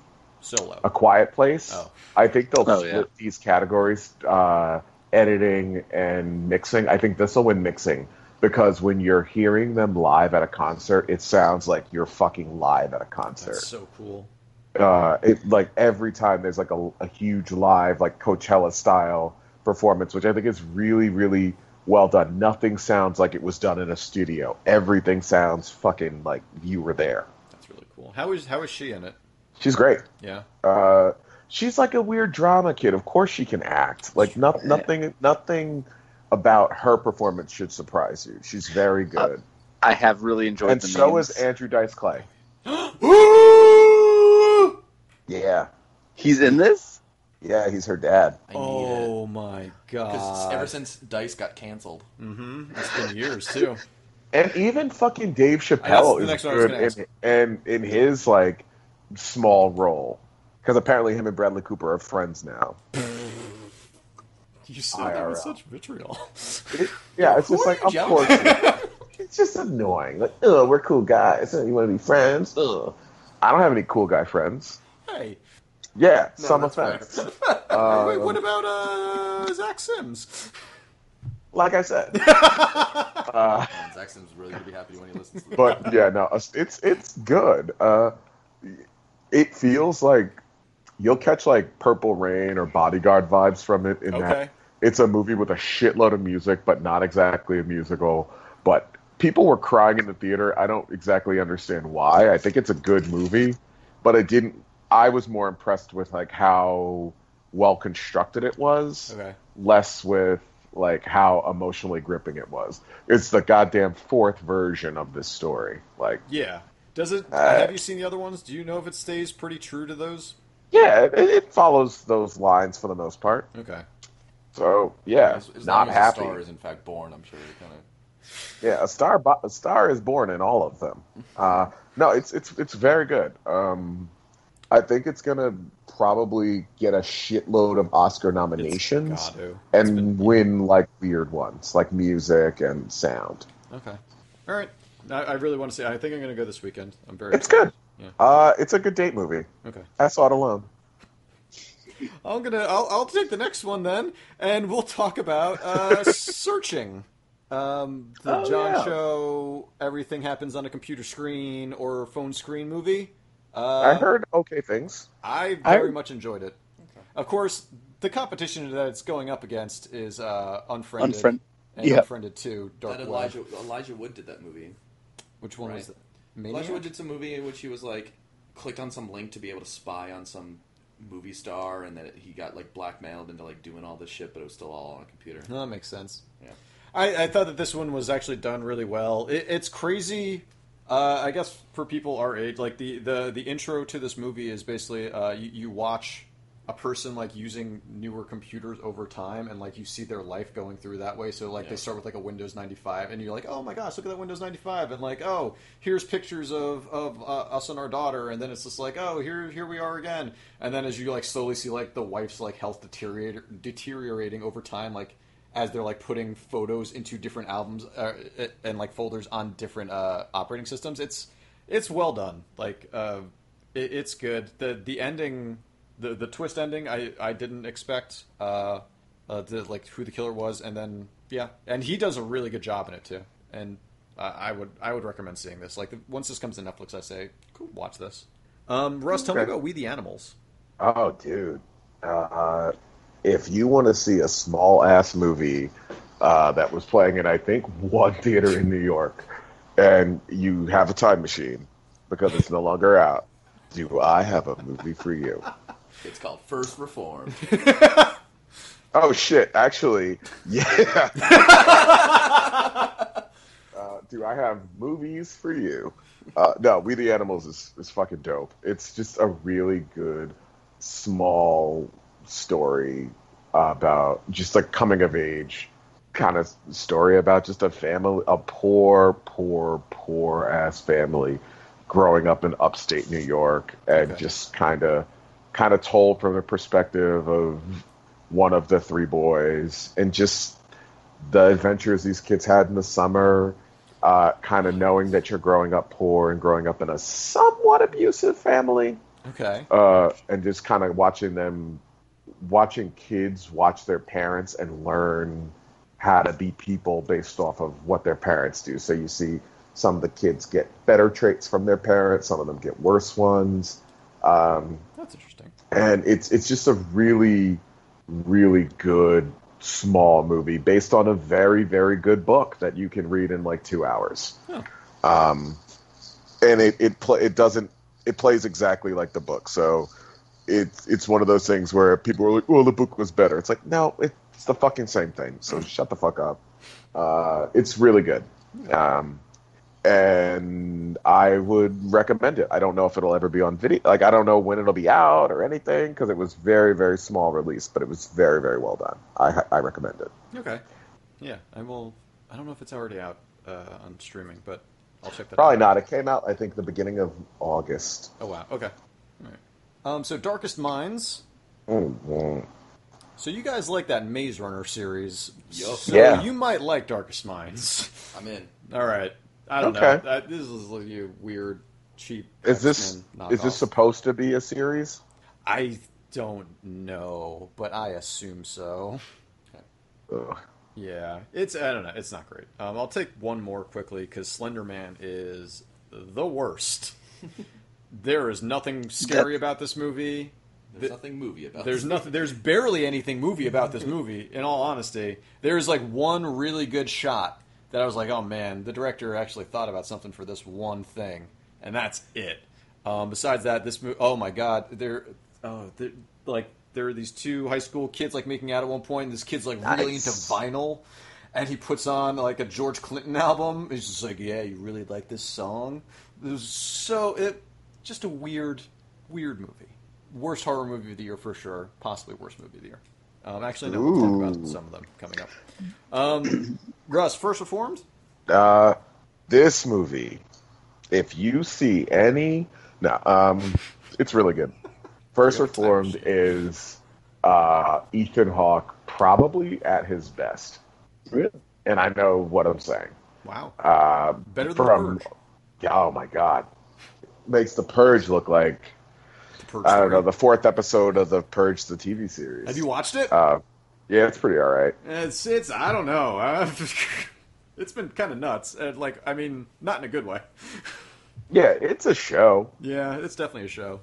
Speaker 2: Solo.
Speaker 4: A Quiet Place.
Speaker 2: Oh.
Speaker 4: I think they'll
Speaker 5: Oh,
Speaker 4: split
Speaker 5: yeah.
Speaker 4: these categories, uh, editing and mixing. I think this will win mixing because when you're hearing them live at a concert, it sounds like you're fucking live at a concert.
Speaker 2: That's so cool.
Speaker 4: uh, it, like every time there's like a, a huge live, like Coachella style performance, which I think is really, really well done. Nothing sounds like it was done in a studio. Everything sounds fucking like you were there.
Speaker 2: That's really cool. How is how is she in it?
Speaker 4: She's great.
Speaker 2: Yeah.
Speaker 4: Uh, she's like a weird drama kid. Of course she can act. Like no, nothing, nothing about her performance should surprise you. She's very
Speaker 2: Uh,
Speaker 4: good,
Speaker 5: I have really enjoyed.
Speaker 4: and
Speaker 5: the
Speaker 4: so
Speaker 5: names.
Speaker 4: is Andrew Dice Clay.
Speaker 2: Ooh!
Speaker 4: Yeah,
Speaker 5: He's in this.
Speaker 4: yeah, he's her dad.
Speaker 6: I need it.
Speaker 2: Oh my
Speaker 6: Because
Speaker 2: god.
Speaker 6: ever since Dice got canceled,
Speaker 2: mm-hmm. It's been years too.
Speaker 4: And even fucking Dave
Speaker 2: That's
Speaker 4: Chappelle
Speaker 2: the
Speaker 4: is
Speaker 2: next one I was
Speaker 4: good
Speaker 2: gonna ask.
Speaker 4: in, and in his like small role because apparently him and Bradley Cooper are friends now.
Speaker 2: You said that with
Speaker 4: IRL.
Speaker 2: such vitriol.
Speaker 4: Yeah, it's
Speaker 6: Who
Speaker 4: just
Speaker 6: are
Speaker 4: like
Speaker 6: you,
Speaker 4: of
Speaker 6: Joe?
Speaker 4: course. it's just annoying. Like, oh, we're cool guys. Ugh, You want to be friends? Ugh. I don't have any cool guy friends.
Speaker 2: hey.
Speaker 4: Yeah,
Speaker 6: No,
Speaker 4: some
Speaker 6: that's
Speaker 4: offense.
Speaker 6: fair.
Speaker 2: Wait, what about uh, Zach Sims?
Speaker 4: Like I said,
Speaker 6: Man, Zach Sims is really gonna be happy when he listens. to this.
Speaker 4: but yeah, no, it's- it's it's good. Uh, it feels like you'll catch like Purple Rain or Bodyguard vibes from it. In
Speaker 2: Okay.
Speaker 4: that it's a movie with a shitload of music, but not exactly a musical. But people were crying in the theater. I don't exactly understand why. I think it's a good movie, but I didn't. I was more impressed with like how well constructed it was.
Speaker 2: Okay.
Speaker 4: less with like how emotionally gripping it was. It's the goddamn fourth version of this story. Like,
Speaker 2: Yeah. Does it?
Speaker 4: Uh,
Speaker 2: have you seen the other ones? Do you know if it stays pretty true to those?
Speaker 4: yeah, it, it follows those lines for the most part.
Speaker 2: Okay.
Speaker 4: So yeah,
Speaker 6: As- as
Speaker 4: not
Speaker 6: long as
Speaker 4: happy.
Speaker 6: The star is in fact born. I'm sure you're kind of.
Speaker 4: Yeah, a star, bo- a star is born in all of them. Uh, no, it's it's it's very good. Um, I think it's gonna probably get a shitload of Oscar nominations
Speaker 2: Got to.
Speaker 4: and win like weird ones, like music and sound.
Speaker 2: Okay. All right. I, I really want to see. I think I'm going to go this weekend. I'm very.
Speaker 4: It's good.
Speaker 2: Yeah.
Speaker 4: Uh, it's a good date movie.
Speaker 2: Okay.
Speaker 4: I saw it alone.
Speaker 2: I'm gonna. I'll, I'll take the next one then, and we'll talk about uh, searching. Um, the
Speaker 5: Oh,
Speaker 2: John
Speaker 5: yeah.
Speaker 2: Show. Everything happens on a computer screen or phone screen movie. Uh,
Speaker 4: I heard okay things.
Speaker 2: I
Speaker 4: I-
Speaker 2: very much enjoyed it. Of course, the competition that it's going up against is uh, Unfriended.
Speaker 5: Unfriend-
Speaker 2: and
Speaker 5: yeah.
Speaker 2: Unfriended 2, Dark
Speaker 6: That
Speaker 2: Web.
Speaker 6: Elijah Elijah Wood did that movie.
Speaker 2: Which one
Speaker 6: right.
Speaker 2: was that?
Speaker 6: Elijah
Speaker 2: Maniac?
Speaker 6: Wood did some movie in which he was like clicked on some link to be able to spy on some movie star, and that he got like blackmailed into like doing all this shit, but it was still all on a computer.
Speaker 2: No, that makes sense.
Speaker 6: Yeah.
Speaker 2: I, I thought that this one was actually done really well. It, it's crazy. Uh, I guess for people our age, like the, the, the intro to this movie is basically uh, you, you watch a person like using newer computers over time, and like you see their life going through that way. So like they
Speaker 6: Yeah.
Speaker 2: start with like a Windows ninety five, and you're like, oh my gosh, look at that Windows ninety five, and like oh here's pictures of of uh, us and our daughter, and then it's just like oh here here we are again, and then as you like slowly see like the wife's like health deteriorate, deteriorating over time, like as they're like putting photos into different albums uh, and like folders on different uh, operating systems. It's it's well done. Like uh, it, it's good. The the ending, the the twist ending, I I didn't expect. Uh, uh, the, like who the killer was, and then yeah, and he does a really good job in it too. And uh, I would I would recommend seeing this. Like the, once this comes to Netflix, I say cool, watch this. Um, Russ, tell me
Speaker 4: Okay.
Speaker 2: about We the Animals.
Speaker 4: Oh, dude. Uh, if you want to see a small ass movie uh, that was playing in, I think, one theater in New York, and you have a time machine because it's no longer out, do I have a movie for you?
Speaker 6: It's called First Reform.
Speaker 4: Oh, shit. Actually, yeah. Uh, do I have movies for you? Uh, no, We the Animals is, is fucking dope. It's just a really good, small story about just like coming of age kind of story about just a family, a poor, poor, poor ass family growing up in upstate New York and
Speaker 2: Okay.
Speaker 4: just kind of kind of told from the perspective of one of the three boys and just the adventures these kids had in the summer, uh, kind of knowing that you're growing up poor and growing up in a somewhat abusive family,
Speaker 2: Okay,
Speaker 4: uh, and just kind of watching them, watching kids watch their parents and learn how to be people based off of what their parents do. So you see some of the kids get better traits from their parents, some of them get worse ones. Um,
Speaker 2: that's interesting.
Speaker 4: and it's it's just a really really good small movie based on a very very good book that you can read in like two hours um, and it it pl- it doesn't it plays exactly like the book so it's it's one of those things where people are like well the book was better it's like no it's the fucking same thing so shut the fuck up uh, it's really good um, and I would recommend it. I don't know if it'll ever be on video. Like, I don't know when it'll be out or anything because it was very, very small release, but it was very, very well done. I, I recommend it.
Speaker 2: Okay, yeah, I will. I don't know if it's already out uh, on streaming, but I'll check that.
Speaker 4: Probably
Speaker 2: out.
Speaker 4: not. It came out, I think, the beginning of August.
Speaker 2: Oh wow. Okay. All right. Um, so Darkest Minds.
Speaker 4: Mhm.
Speaker 2: So you guys like that Maze Runner series?
Speaker 6: Yup.
Speaker 2: So
Speaker 4: Yeah.
Speaker 2: You might like Darkest Minds.
Speaker 6: I'm in.
Speaker 2: All right. I don't
Speaker 4: Okay.
Speaker 2: know. That, this is like a weird, cheap.
Speaker 4: Is this
Speaker 2: X-Men
Speaker 4: is this
Speaker 2: knockoff.
Speaker 4: supposed to be a series?
Speaker 2: I don't know, but I assume so.
Speaker 4: Ugh.
Speaker 2: Yeah, it's I don't know. It's not great. Um, I'll take one more quickly because Slender Man is the worst. there is nothing scary about this movie.
Speaker 6: There's
Speaker 2: Th-
Speaker 6: nothing movie about.
Speaker 2: There's
Speaker 6: this.
Speaker 2: nothing. There's barely anything movie about this movie. In all honesty, there is like one really good shot that I was like, "Oh man, the director actually thought about something for this one thing," and that's it. Um, besides that, this movie. Oh my god, there. Oh, there- like there are these two high school kids like making out at one point. And this kid's like really into
Speaker 4: Nice.
Speaker 2: vinyl, and he puts on like a George Clinton album. He's just like, "Yeah, you really like this song." It was so it just a weird, weird movie. Worst horror movie of the year for sure. Possibly worst movie of the year. Um, actually, no. We'll talk about some of them coming up. Um, Russ, first reformed.
Speaker 4: Uh, this movie, if you see any, no, um, It's really good. First
Speaker 6: Real-time
Speaker 4: Reformed is uh, Ethan Hawke probably at his best,
Speaker 5: Really?
Speaker 4: and I know what I'm saying.
Speaker 2: Wow.
Speaker 4: Uh,
Speaker 2: Better than
Speaker 4: from-
Speaker 2: The Purge.
Speaker 4: Oh my god, makes the Purge look like
Speaker 2: The Purge
Speaker 4: I don't
Speaker 2: three.
Speaker 4: know the fourth episode of the Purge, the TV series.
Speaker 2: Have you watched it?
Speaker 4: Uh, yeah, it's pretty all right.
Speaker 2: It's it's I don't know. Uh, it's been kind of nuts. And like I mean, not in a good way.
Speaker 4: Yeah, it's a show,
Speaker 2: Yeah, it's definitely a show.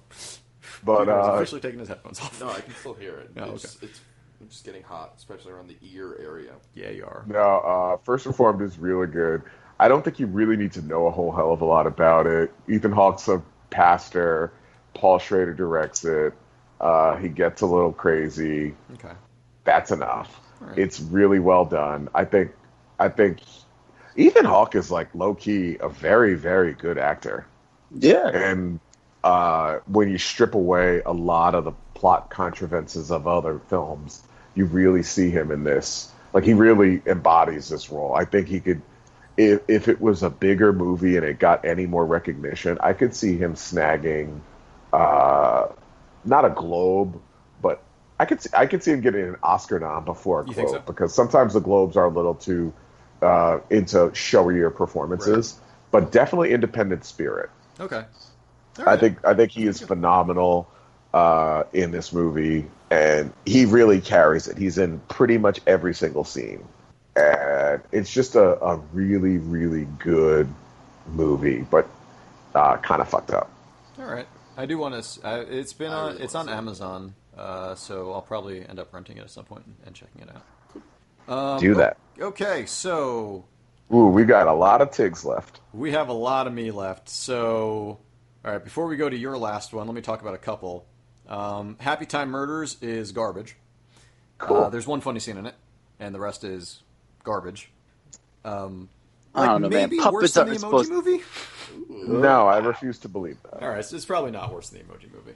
Speaker 4: but
Speaker 2: Peter has
Speaker 4: uh,
Speaker 2: officially taking his headphones off.
Speaker 6: No, I can still hear it.
Speaker 2: Oh,
Speaker 6: it's, it's, I'm just getting hot, especially around the ear area.
Speaker 2: Yeah, you are.
Speaker 4: no, uh, First Reformed is really good. I don't think you really need to know a whole hell of a lot about it. Ethan Hawke's a pastor. Paul Schrader directs it. Uh, he gets a little crazy.
Speaker 2: Okay.
Speaker 4: That's enough.
Speaker 2: right.
Speaker 4: It's really well done. I think. I think Ethan Hawke is like low key a very very good actor.
Speaker 5: Yeah.
Speaker 4: and uh, when you strip away a lot of the plot contrivances of other films, you really see him in this. Like he really embodies this role. I think he could, if if it was a bigger movie and it got any more recognition, I could see him snagging, uh, not a Globe, but I could see, I could see him getting an Oscar nom before a
Speaker 2: You think
Speaker 4: Globe
Speaker 2: so?
Speaker 4: because sometimes the Globes are a little too uh, into showier performances, but definitely independent spirit.
Speaker 2: Okay. All
Speaker 4: I
Speaker 2: right.
Speaker 4: think I think he is phenomenal uh, in this movie, and he really carries it. He's in pretty much every single scene, and it's just a, a really really good movie, but uh, kind of fucked up.
Speaker 2: All right. I do want to. Uh, it's been
Speaker 6: I
Speaker 2: on.
Speaker 6: really
Speaker 2: it's on
Speaker 6: wanna see it.
Speaker 2: Amazon. Uh, so I'll probably end up renting it at some point and, and checking it out. Um,
Speaker 4: Do that.
Speaker 2: Okay. So
Speaker 4: Ooh, we got a lot of tigs left.
Speaker 2: we have a lot of me left. So all right. Before we go to your last one, let me talk about a couple. Um, Happy Time Murders is garbage.
Speaker 4: Cool.
Speaker 2: Uh, there's one funny scene in it, and the rest is garbage. Um,
Speaker 5: I
Speaker 2: like
Speaker 5: don't know, man.
Speaker 2: maybe
Speaker 5: Puppets
Speaker 2: worse than the
Speaker 5: aren't
Speaker 2: Emoji
Speaker 5: supposed-
Speaker 2: Movie.
Speaker 4: no, I refuse to believe that.
Speaker 2: All right, so it's probably not worse than the Emoji Movie.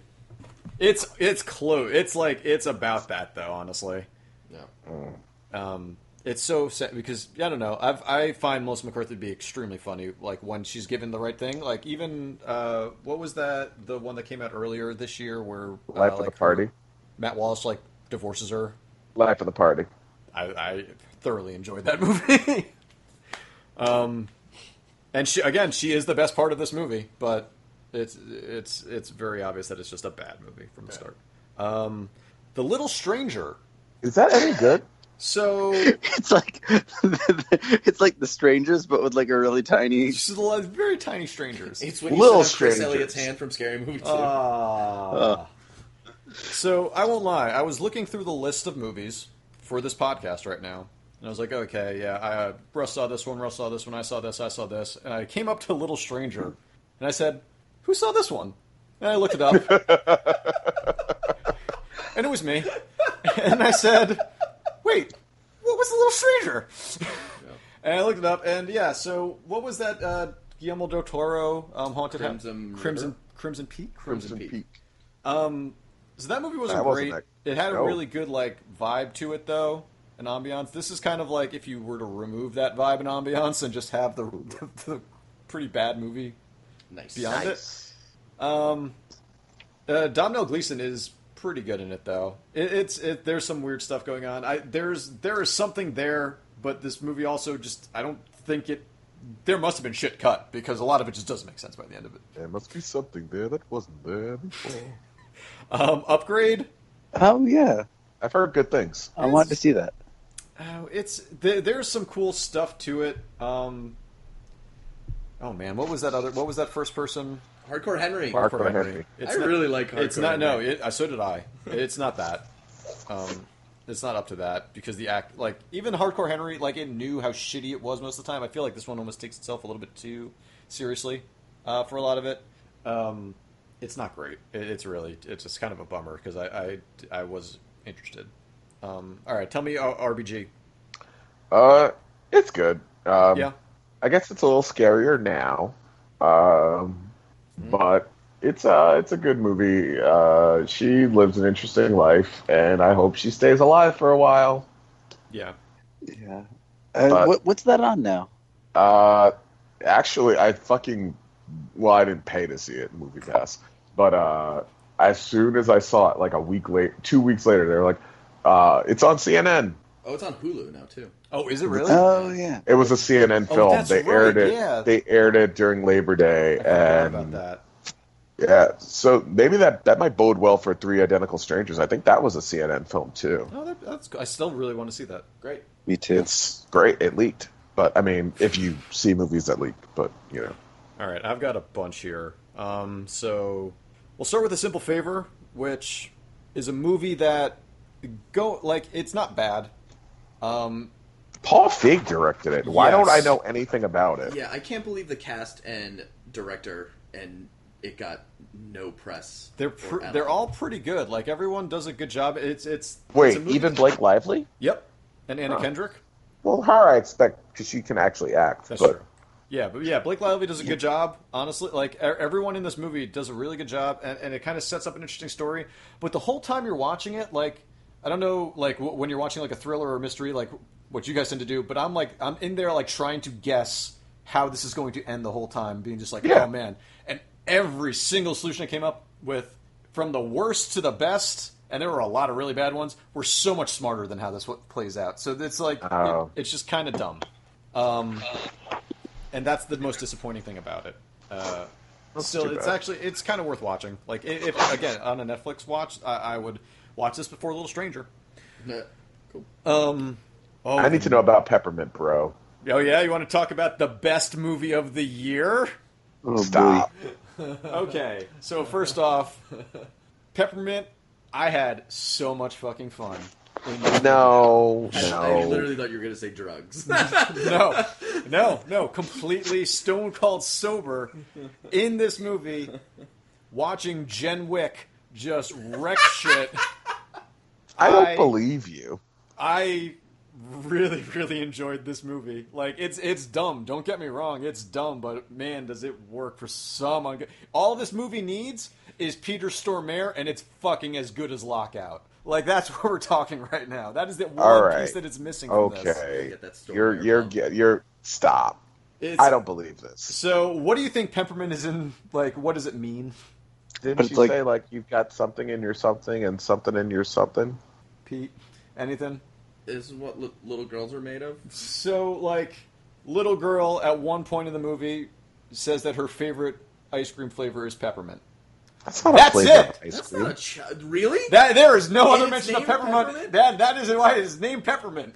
Speaker 2: It's it's close. It's like it's about that though. Honestly, Um,
Speaker 6: Yeah.
Speaker 2: it's so sad because I don't know. I've, I find Melissa McCarthy to be extremely funny. Like when she's given the right thing. Like even uh, what was that? The one that came out earlier this year where uh,
Speaker 4: Life of
Speaker 2: like
Speaker 4: the party.
Speaker 2: Matt Walsh like divorces her.
Speaker 4: Life of the party.
Speaker 2: I, I thoroughly enjoyed that movie. um, and she again, she is the best part of this movie, but it's it's it's very obvious that it's just a bad movie from the start. Um, the Little Stranger.
Speaker 4: Is that any good?
Speaker 2: So
Speaker 5: It's like it's like the strangers, but with like a really tiny.
Speaker 2: she's a lot- very tiny strangers.
Speaker 6: It's when you
Speaker 4: Little
Speaker 6: Little Chris
Speaker 4: strangers.
Speaker 6: Elliott's hand from Scary Movie 2.
Speaker 2: Uh, Ah. so I won't lie. I was looking through the list of movies for this podcast right now, and I was like, okay, yeah, I, uh, Russ saw this one, Russ saw this one, I saw this, I saw this, and I came up to Little Stranger, and I said, who saw this one? And I looked it up, and it was me, and I said, wait, what was the Little Stranger? And I looked it up, and yeah. So what was that? Uh, Guillermo del Toro, um, haunted House-
Speaker 6: Crimson River?
Speaker 2: Crimson Crimson Peak.
Speaker 6: Crimson Peak.
Speaker 2: So that movie
Speaker 4: That
Speaker 2: wasn't great.
Speaker 4: wasn't that-
Speaker 2: it had a
Speaker 4: no.
Speaker 2: really good like vibe to it though, and ambiance. This is kind of like if you were to remove that vibe and ambiance and just have the the, the pretty bad movie
Speaker 6: Nice.
Speaker 2: beyond it. Um, uh, Domhnall Gleeson is pretty good in it though. It, it's it, there's some weird stuff going on. I there's there is something there, but this movie also just I don't think it. There must have been shit cut because a lot of it just doesn't make sense by the end of it.
Speaker 4: There must be something there that wasn't there before.
Speaker 2: Um, upgrade.
Speaker 5: Oh yeah,
Speaker 4: I've heard good things.
Speaker 2: Uh,
Speaker 5: I wanted to see that.
Speaker 2: Oh, it's there, there's some cool stuff to it. Um, oh man, what was that other? What was that first person?
Speaker 6: Hardcore Henry.
Speaker 4: Mark Henry.
Speaker 2: It's
Speaker 6: I
Speaker 2: not-
Speaker 6: really like Hardcore
Speaker 2: It's not. No,
Speaker 6: Henry.
Speaker 2: it, uh, so did I. It's not that. Um, it's not up to that because the act, like even Hardcore Henry, like it knew how shitty it was most of the time. I feel like this one almost takes itself a little bit too seriously uh, for a lot of it. Um, it's not great. It, it's really. It's just kind of a bummer because I, I I was interested. Um, all right, tell me uh, RBG.
Speaker 4: Uh, it's good. Um,
Speaker 2: yeah.
Speaker 4: I guess it's a little scarier now, um,
Speaker 2: Hmm.
Speaker 4: but it's uh it's a good movie. Uh, she lives an interesting life, and I hope she stays alive for a while.
Speaker 2: Yeah.
Speaker 5: Yeah. Uh,
Speaker 4: But-
Speaker 5: what, what's that on now?
Speaker 4: Uh, actually, I fucking well, I didn't pay to see it, in Movie Pass, But uh, as soon as I saw it, like a week late, two weeks later, they were like, uh, "It's on CNN."
Speaker 6: Oh, it's on Hulu now too.
Speaker 2: Oh, is it really?
Speaker 4: Uh,
Speaker 5: Oh yeah.
Speaker 4: It was a CNN
Speaker 2: Oh,
Speaker 4: film.
Speaker 2: that's
Speaker 4: They
Speaker 2: right,
Speaker 4: aired it.
Speaker 2: yeah.
Speaker 4: They aired it during Labor Day,
Speaker 2: I
Speaker 4: and
Speaker 2: forgot about that.
Speaker 4: yeah, so maybe that that might bode well for Three Identical Strangers. I think that was a CNN film too.
Speaker 2: Oh, that, that's. Cool. I still really want to see that.
Speaker 6: Great.
Speaker 5: Me too.
Speaker 4: It's great. It leaked, but I mean, if you see movies that leak, but you know,
Speaker 2: All right, I've got a bunch here. Um, so we'll start with a simple favor, which is a movie that go like it's not bad. Um,
Speaker 4: Paul Feig directed it. Why
Speaker 2: Yes.
Speaker 4: don't I know anything about it?
Speaker 6: Yeah, I can't believe the cast and director and it got no press.
Speaker 2: they're
Speaker 6: or
Speaker 2: pr-
Speaker 6: at
Speaker 2: they're all pretty good. Like everyone does a good job. It's it's it's
Speaker 4: Wait,
Speaker 2: a movie
Speaker 4: even
Speaker 2: that-
Speaker 4: Blake Lively?
Speaker 2: Yep, and Anna Kendrick.
Speaker 4: Well, her I expect because she can actually act.
Speaker 2: That's
Speaker 4: but
Speaker 2: true. Yeah, but yeah, Blake Lively does a good job. Honestly, like e- everyone in this movie does a really good job, and, and it kind of sets up an interesting story. But the whole time you're watching it, like I don't know, like w- when you're watching like a thriller or a mystery, like what you guys tend to do. But I'm like I'm in there like trying to guess how this is going to end the whole time, being just like,
Speaker 4: Yeah.
Speaker 2: oh man. And every single solution I came up with, from the worst to the best, and there were a lot of really bad ones, were so much smarter than how this w- plays out. So it's like it-
Speaker 4: Oh.
Speaker 2: it's just kind of dumb. Um, and that's the most disappointing thing about it. Uh, still,
Speaker 4: too
Speaker 2: it's
Speaker 4: bad.
Speaker 2: actually it's kind of worth watching. Like i- if again on a Netflix watch, I, I would watch this before Little Stranger.
Speaker 6: Nah, cool.
Speaker 2: Um, oh,
Speaker 4: I need to know about Peppermint Bro.
Speaker 2: oh yeah, you want to talk about the best movie of the year?
Speaker 5: Oh,
Speaker 4: Stop.
Speaker 2: Okay, so first off, Peppermint, I had so much fucking fun. in this
Speaker 4: No,
Speaker 6: I, I
Speaker 4: no.
Speaker 6: literally thought you were gonna say drugs.
Speaker 2: no, no, no, completely stone cold sober in this movie, watching Jen Wick just wreck shit.
Speaker 4: I
Speaker 2: I-
Speaker 4: don't believe you.
Speaker 2: I really, really enjoyed this movie. Like it's it's dumb. Don't get me wrong, it's dumb, but man, does it work for some? Ungo- All this movie needs is Peter Stormare, and it's fucking as good as Lockout. Like that's what we're talking right now. That is the one
Speaker 4: All right.
Speaker 2: piece that it's missing. From this.
Speaker 4: Okay,
Speaker 6: Get that story
Speaker 4: you're
Speaker 6: there,
Speaker 4: you're
Speaker 6: Bob.
Speaker 4: get- you're stop.
Speaker 2: It's-
Speaker 4: I don't believe this.
Speaker 2: So, what do you think peppermint is in? Like, what does it mean?
Speaker 5: But
Speaker 4: Didn't
Speaker 5: it's
Speaker 4: you
Speaker 5: like-
Speaker 4: say like you've got something in your something and something in your something?
Speaker 2: Pete, anything?
Speaker 6: this is what li- little girls are made of.
Speaker 2: So, like, little girl at one point in the movie says that her favorite ice cream flavor is peppermint.
Speaker 4: That's not
Speaker 2: That's
Speaker 4: a flavor
Speaker 2: it!
Speaker 4: of ice
Speaker 6: That's
Speaker 4: cream.
Speaker 6: not a child. Really?
Speaker 2: That there is no
Speaker 6: Is
Speaker 2: other
Speaker 6: its
Speaker 2: mention of
Speaker 6: name
Speaker 2: peppermint.
Speaker 6: Peppermint?
Speaker 2: That that is why it is named peppermint.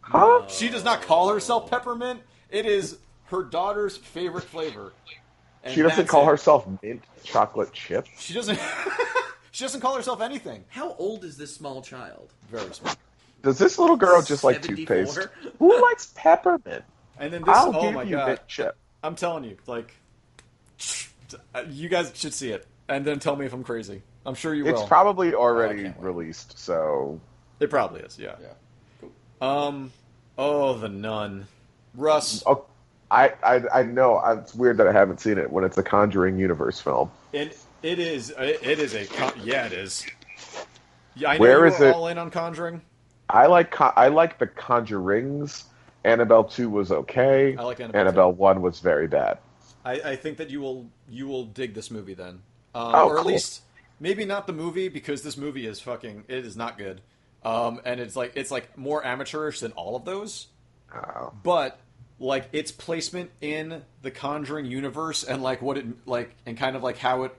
Speaker 4: huh?
Speaker 2: She does not call herself peppermint. It is her daughter's favorite flavor. And
Speaker 4: She doesn't
Speaker 2: that's
Speaker 4: call
Speaker 2: it.
Speaker 4: herself mint chocolate chip.
Speaker 2: She doesn't. she doesn't call herself anything.
Speaker 6: How old is this small child?
Speaker 2: Very smart.
Speaker 4: Does this little girl just like
Speaker 6: 74?
Speaker 4: toothpaste? Who likes peppermint?
Speaker 2: And then this.
Speaker 4: I'll
Speaker 2: oh
Speaker 4: give
Speaker 2: my
Speaker 4: you
Speaker 2: god.
Speaker 4: mint chip.
Speaker 2: I'm telling you, like, you guys should see it, and then tell me if I'm crazy. I'm sure you
Speaker 4: It's
Speaker 2: will.
Speaker 4: probably
Speaker 6: Oh, I
Speaker 4: already
Speaker 6: can't wait.
Speaker 4: released, so
Speaker 2: it probably is. Yeah.
Speaker 6: Yeah. Cool.
Speaker 2: Um. Oh, the nun, Russ,
Speaker 4: oh, I, I I know I- it's weird that I haven't seen it when it's a Conjuring universe film.
Speaker 2: and it is. It, it is a. Con- yeah, it is. Yeah, I know
Speaker 4: Where
Speaker 2: you
Speaker 4: is
Speaker 2: were
Speaker 4: it?
Speaker 2: all in on Conjuring.
Speaker 4: I like Con- I like the Conjurings. Annabelle two was okay.
Speaker 2: I like Annabelle
Speaker 4: one was very bad.
Speaker 2: I, I think that you will you will dig this movie then, um,
Speaker 4: Oh,
Speaker 2: or at
Speaker 4: cool.
Speaker 2: least maybe not the movie because this movie is fucking. It is not good. Um, and it's like it's like more amateurish than all of those.
Speaker 4: Oh.
Speaker 2: but like its placement in the conjuring universe and like what it like and kind of like how it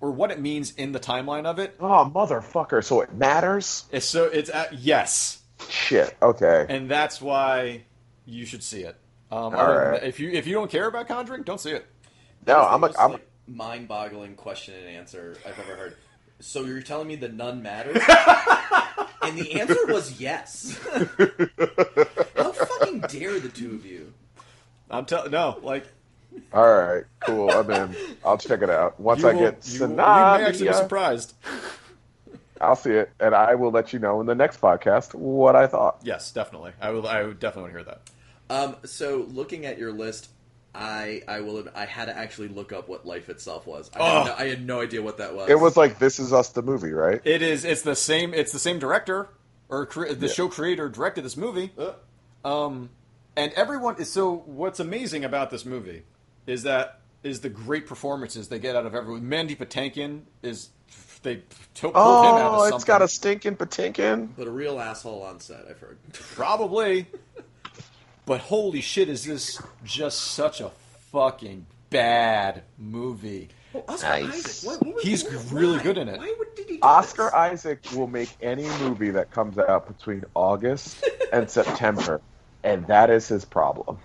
Speaker 2: or what it means in the timeline of it
Speaker 4: Oh, motherfucker! So it matters.
Speaker 2: it's so it's at, yes
Speaker 4: Shit. Okay.
Speaker 2: and that's why you should see it um, other than
Speaker 4: right.
Speaker 2: that- if you if you don't care about conjuring don't see it
Speaker 4: no,
Speaker 6: That's the
Speaker 4: Oh, I'm a,
Speaker 6: most,
Speaker 4: I'm
Speaker 6: like, mind-boggling question and answer I've ever heard. So you're telling me the nun matters? and the answer was yes. How fucking dare the two of you?
Speaker 2: i'm telling no like
Speaker 4: all right. Cool. I'm in. I'll check it out once
Speaker 2: you
Speaker 4: I
Speaker 2: will-
Speaker 4: get
Speaker 2: you, will- you may actually be
Speaker 4: Sanavia,
Speaker 2: surprised
Speaker 4: I'll see it, and I will let you know in the next podcast what I thought.
Speaker 2: yes definitely i will i would definitely want to hear that
Speaker 6: Um, so looking at your list, I I will admit, I had to actually look up what life itself was. I,
Speaker 2: Oh.
Speaker 6: had, no, I had no idea what that was.
Speaker 4: It was like This Is Us the movie, right?
Speaker 2: it is it's the same it's the same director or cre- the show creator directed this movie
Speaker 4: Uh.
Speaker 2: Um, and everyone is so. What's amazing about this movie is that is the great performances they get out of everyone. Mandy Patinkin is they to- pulled him out of
Speaker 4: Oh,
Speaker 2: something.
Speaker 4: it's got a stinking patinkin.
Speaker 6: But a real asshole on set, I've heard.
Speaker 2: Probably. but holy shit, is this just such a fucking bad movie?
Speaker 6: Nice.
Speaker 2: He's really good in it.
Speaker 6: Why would, did he do
Speaker 4: Oscar
Speaker 6: this?
Speaker 4: Isaac will make any movie that comes out between August and September, and that is his problem.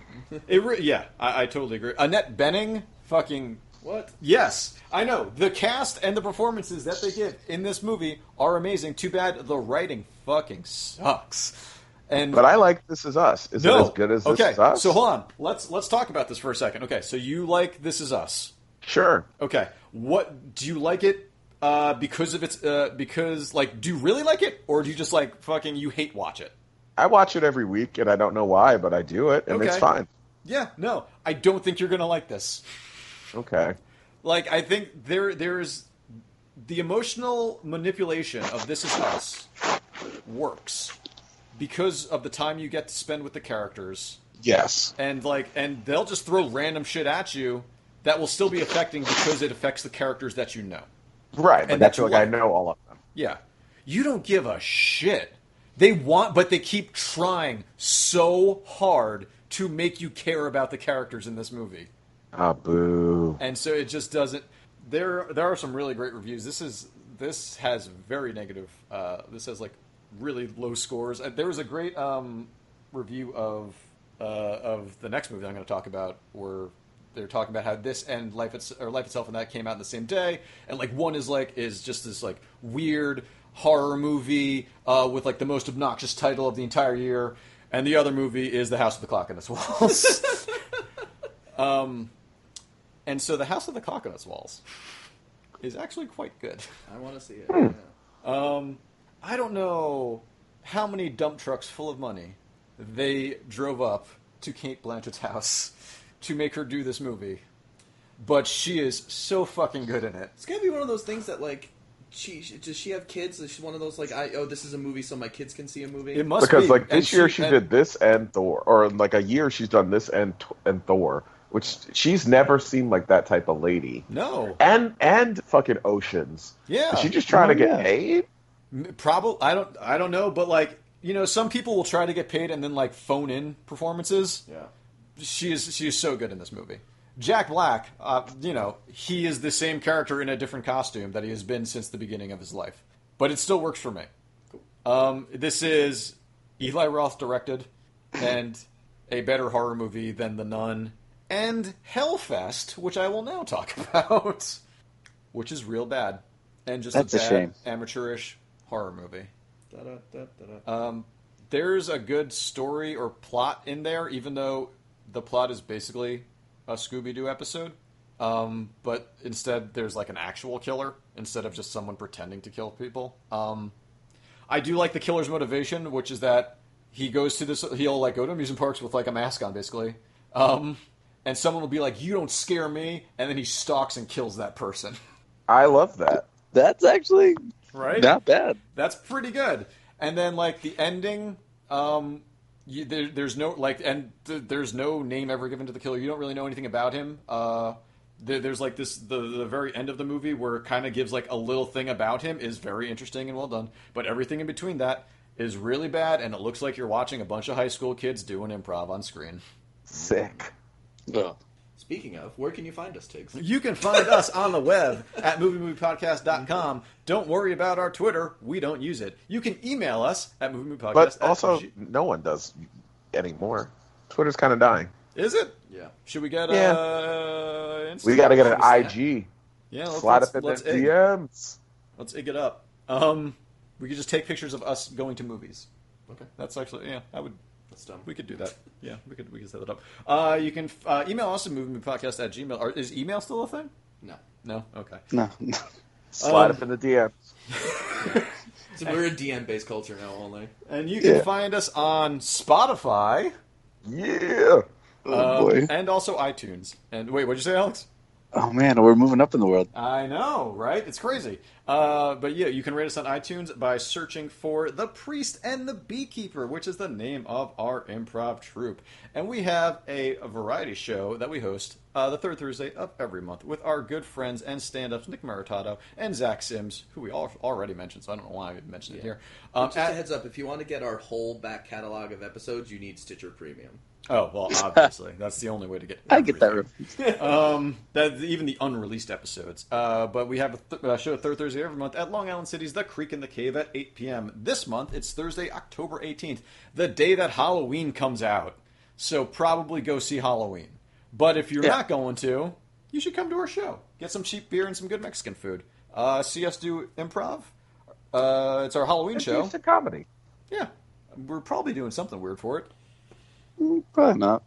Speaker 2: It re- yeah, I, I totally agree. Annette Benning, fucking
Speaker 6: What?
Speaker 2: yes, I know. The cast and the performances that they give in this movie are amazing. Too bad the writing fucking sucks. And
Speaker 4: But I like This Is Us. Is
Speaker 2: no,
Speaker 4: it as good as
Speaker 2: okay.
Speaker 4: This Is Us?
Speaker 2: So hold on, let's let's talk about this for a second. Okay, so you like This Is Us?
Speaker 4: Sure.
Speaker 2: Okay, what do you like it? Uh, because of its, uh, because like, do you really like it, or do you just like fucking you hate watch it?
Speaker 4: I watch it every week, and I don't know why, but I do it, and it's
Speaker 2: Okay.
Speaker 4: fine.
Speaker 2: Yeah, no, I don't think you're gonna like this.
Speaker 4: Okay.
Speaker 2: like I think there there is the emotional manipulation of This Is Us works because of the time you get to spend with the characters
Speaker 4: Yes.
Speaker 2: and like and they'll just throw random shit at you that will still be affecting because it affects the characters that you know.
Speaker 4: Right. But
Speaker 2: And
Speaker 4: that's
Speaker 2: that's
Speaker 4: like
Speaker 2: why-
Speaker 4: I know all of them.
Speaker 2: Yeah. You don't give a shit. They want but they keep trying so hard to make you care about the characters in this movie.
Speaker 4: Ah, boo.
Speaker 2: and so it just doesn't. There, there are some really great reviews. This is this has very negative. Uh, this has like really low scores. Uh, There was a great um, review of uh, of the next movie that I'm going to talk about, where they're talking about how this and life it's, or life itself and that came out in the same day, and like one is like is just this like weird horror movie uh, with like the most obnoxious title of the entire year, and the other movie is The House with the Clock in Its Walls. And so the House of the Cock on its Walls is actually quite good.
Speaker 6: I want to see it.
Speaker 2: Hmm.
Speaker 6: yeah.
Speaker 2: I don't know how many dump trucks full of money they drove up to Kate Blanchett's house to make her do this movie, but she is so fucking good in it.
Speaker 6: It's gonna be one of those things that like, she she- does she have kids? Is she one of those like, I oh this is a movie so my kids can see a movie?
Speaker 2: It must
Speaker 4: Because
Speaker 2: be.
Speaker 4: like
Speaker 2: And
Speaker 4: this year she,
Speaker 2: and-
Speaker 4: did this and Thor, or in like a year she's done this and and Thor, which she's never seemed like that type of lady.
Speaker 2: no
Speaker 4: and and fucking oceans.
Speaker 2: Oh, Yeah.
Speaker 4: Is she just trying to get paid?
Speaker 2: probably. I don't. I don't know, but like you know, some people will try to get paid and then like phone in performances.
Speaker 6: yeah.
Speaker 2: she is she is so good in this movie. Jack Black, uh, you know, he is the same character in a different costume that he has been since the beginning of his life, but it still works for me. Um, this is Eli Roth directed, and a better horror movie than The Nun and Hellfest, which I will now talk about, which is real bad and just
Speaker 5: That's a
Speaker 2: a bad
Speaker 5: shame.
Speaker 2: amateurish horror movie Um,
Speaker 6: Da-da-da-da-da.
Speaker 2: there's a good story or plot in there, even though the plot is basically a Scooby Doo episode. Um, but instead, there's like an actual killer instead of just someone pretending to kill people. Um, I do like the killer's motivation, which is that he goes to this, he'll like go to amusement parks with like a mask on, basically. Um, and someone will be like, "You don't scare me," and then he stalks and kills that person.
Speaker 4: I love that.
Speaker 5: That's actually
Speaker 2: Right?
Speaker 5: not bad.
Speaker 2: that's pretty good. And then like the ending, um, you, there, there's no like, and th- there's no name ever given to the killer. You don't really know anything about him. Uh, there, there's like this the the very end of the movie where it kind of gives like a little thing about him is very interesting and well done. But everything in between that is really bad, and it looks like you're watching a bunch of high school kids doing improv on screen.
Speaker 4: Sick.
Speaker 6: Speaking of, where can you find us, Tiggs?
Speaker 2: You can find us on the web at moviemoviepodcast.com. Don't worry about our Twitter. We don't use it. You can email us at moviemoviepodcast.
Speaker 4: But
Speaker 2: at
Speaker 4: also,
Speaker 2: g-
Speaker 4: no one does anymore. Twitter's kind of dying.
Speaker 2: Is it?
Speaker 6: Yeah.
Speaker 2: Should we get
Speaker 4: Yeah.
Speaker 2: uh Instagram?
Speaker 4: We got to get an
Speaker 2: Should we-
Speaker 4: IG.
Speaker 2: Yeah, let's,
Speaker 4: Slide
Speaker 2: let's,
Speaker 4: up in the
Speaker 2: let's, ig,
Speaker 4: DMs.
Speaker 2: let's ig it up. Um we could just take pictures of us going to movies.
Speaker 6: Okay,
Speaker 2: That's actually yeah, I would
Speaker 6: that's dumb.
Speaker 2: we could do that. Yeah, we could we could set that up. Uh you can uh, email us at moviemoviepodcast at gmail or is email still a thing?
Speaker 6: No,
Speaker 2: No? Okay.
Speaker 5: No.
Speaker 4: Slide
Speaker 2: Um,
Speaker 4: up in the DMs.
Speaker 6: so we're a DM-based culture now only.
Speaker 2: And you can
Speaker 5: Yeah.
Speaker 2: find us on Spotify uh,
Speaker 4: Yeah.
Speaker 5: Oh, boy.
Speaker 2: and also iTunes. And wait, what'd you say, Alex?
Speaker 5: Oh, man. We're moving up in the world.
Speaker 2: I know, right? It's crazy. Uh, but yeah, you can rate us on iTunes by searching for The Priest and the Beekeeper, which is the name of our improv troupe. And we have a, a variety show that we host uh, the third Thursday of every month with our good friends and stand-ups Nick Maritato and Zach Sims, who we all already mentioned, so I don't know why I even mentioned it here. Um,
Speaker 6: Just
Speaker 2: at-
Speaker 6: a heads up: if you want to get our whole back catalog of episodes, you need Stitcher Premium.
Speaker 2: oh well, obviously that's the only way to get.
Speaker 5: I get that.
Speaker 2: everything.
Speaker 5: reference.
Speaker 2: um, that even the unreleased episodes. Uh, but we have a, th- a show third Thursday every month at Long Island City's The Creek in the Cave at 8 p.m. This month it's Thursday, October 18th, the day that Halloween comes out. So probably go see Halloween. But if you're
Speaker 5: Yeah.
Speaker 2: not going to, you should come to our show. Get some cheap beer and some good Mexican food. Uh, see us do improv. Uh, it's our Halloween show.
Speaker 4: It's a comedy.
Speaker 2: Yeah, we're probably doing something weird for it.
Speaker 5: Mm, Probably not.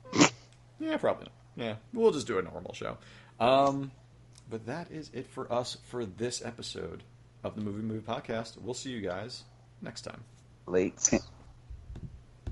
Speaker 2: Yeah, probably not. Yeah, we'll just do a normal show. Um, but that is it for us for this episode of the Movie Movie Podcast. We'll see you guys next time.
Speaker 5: Late.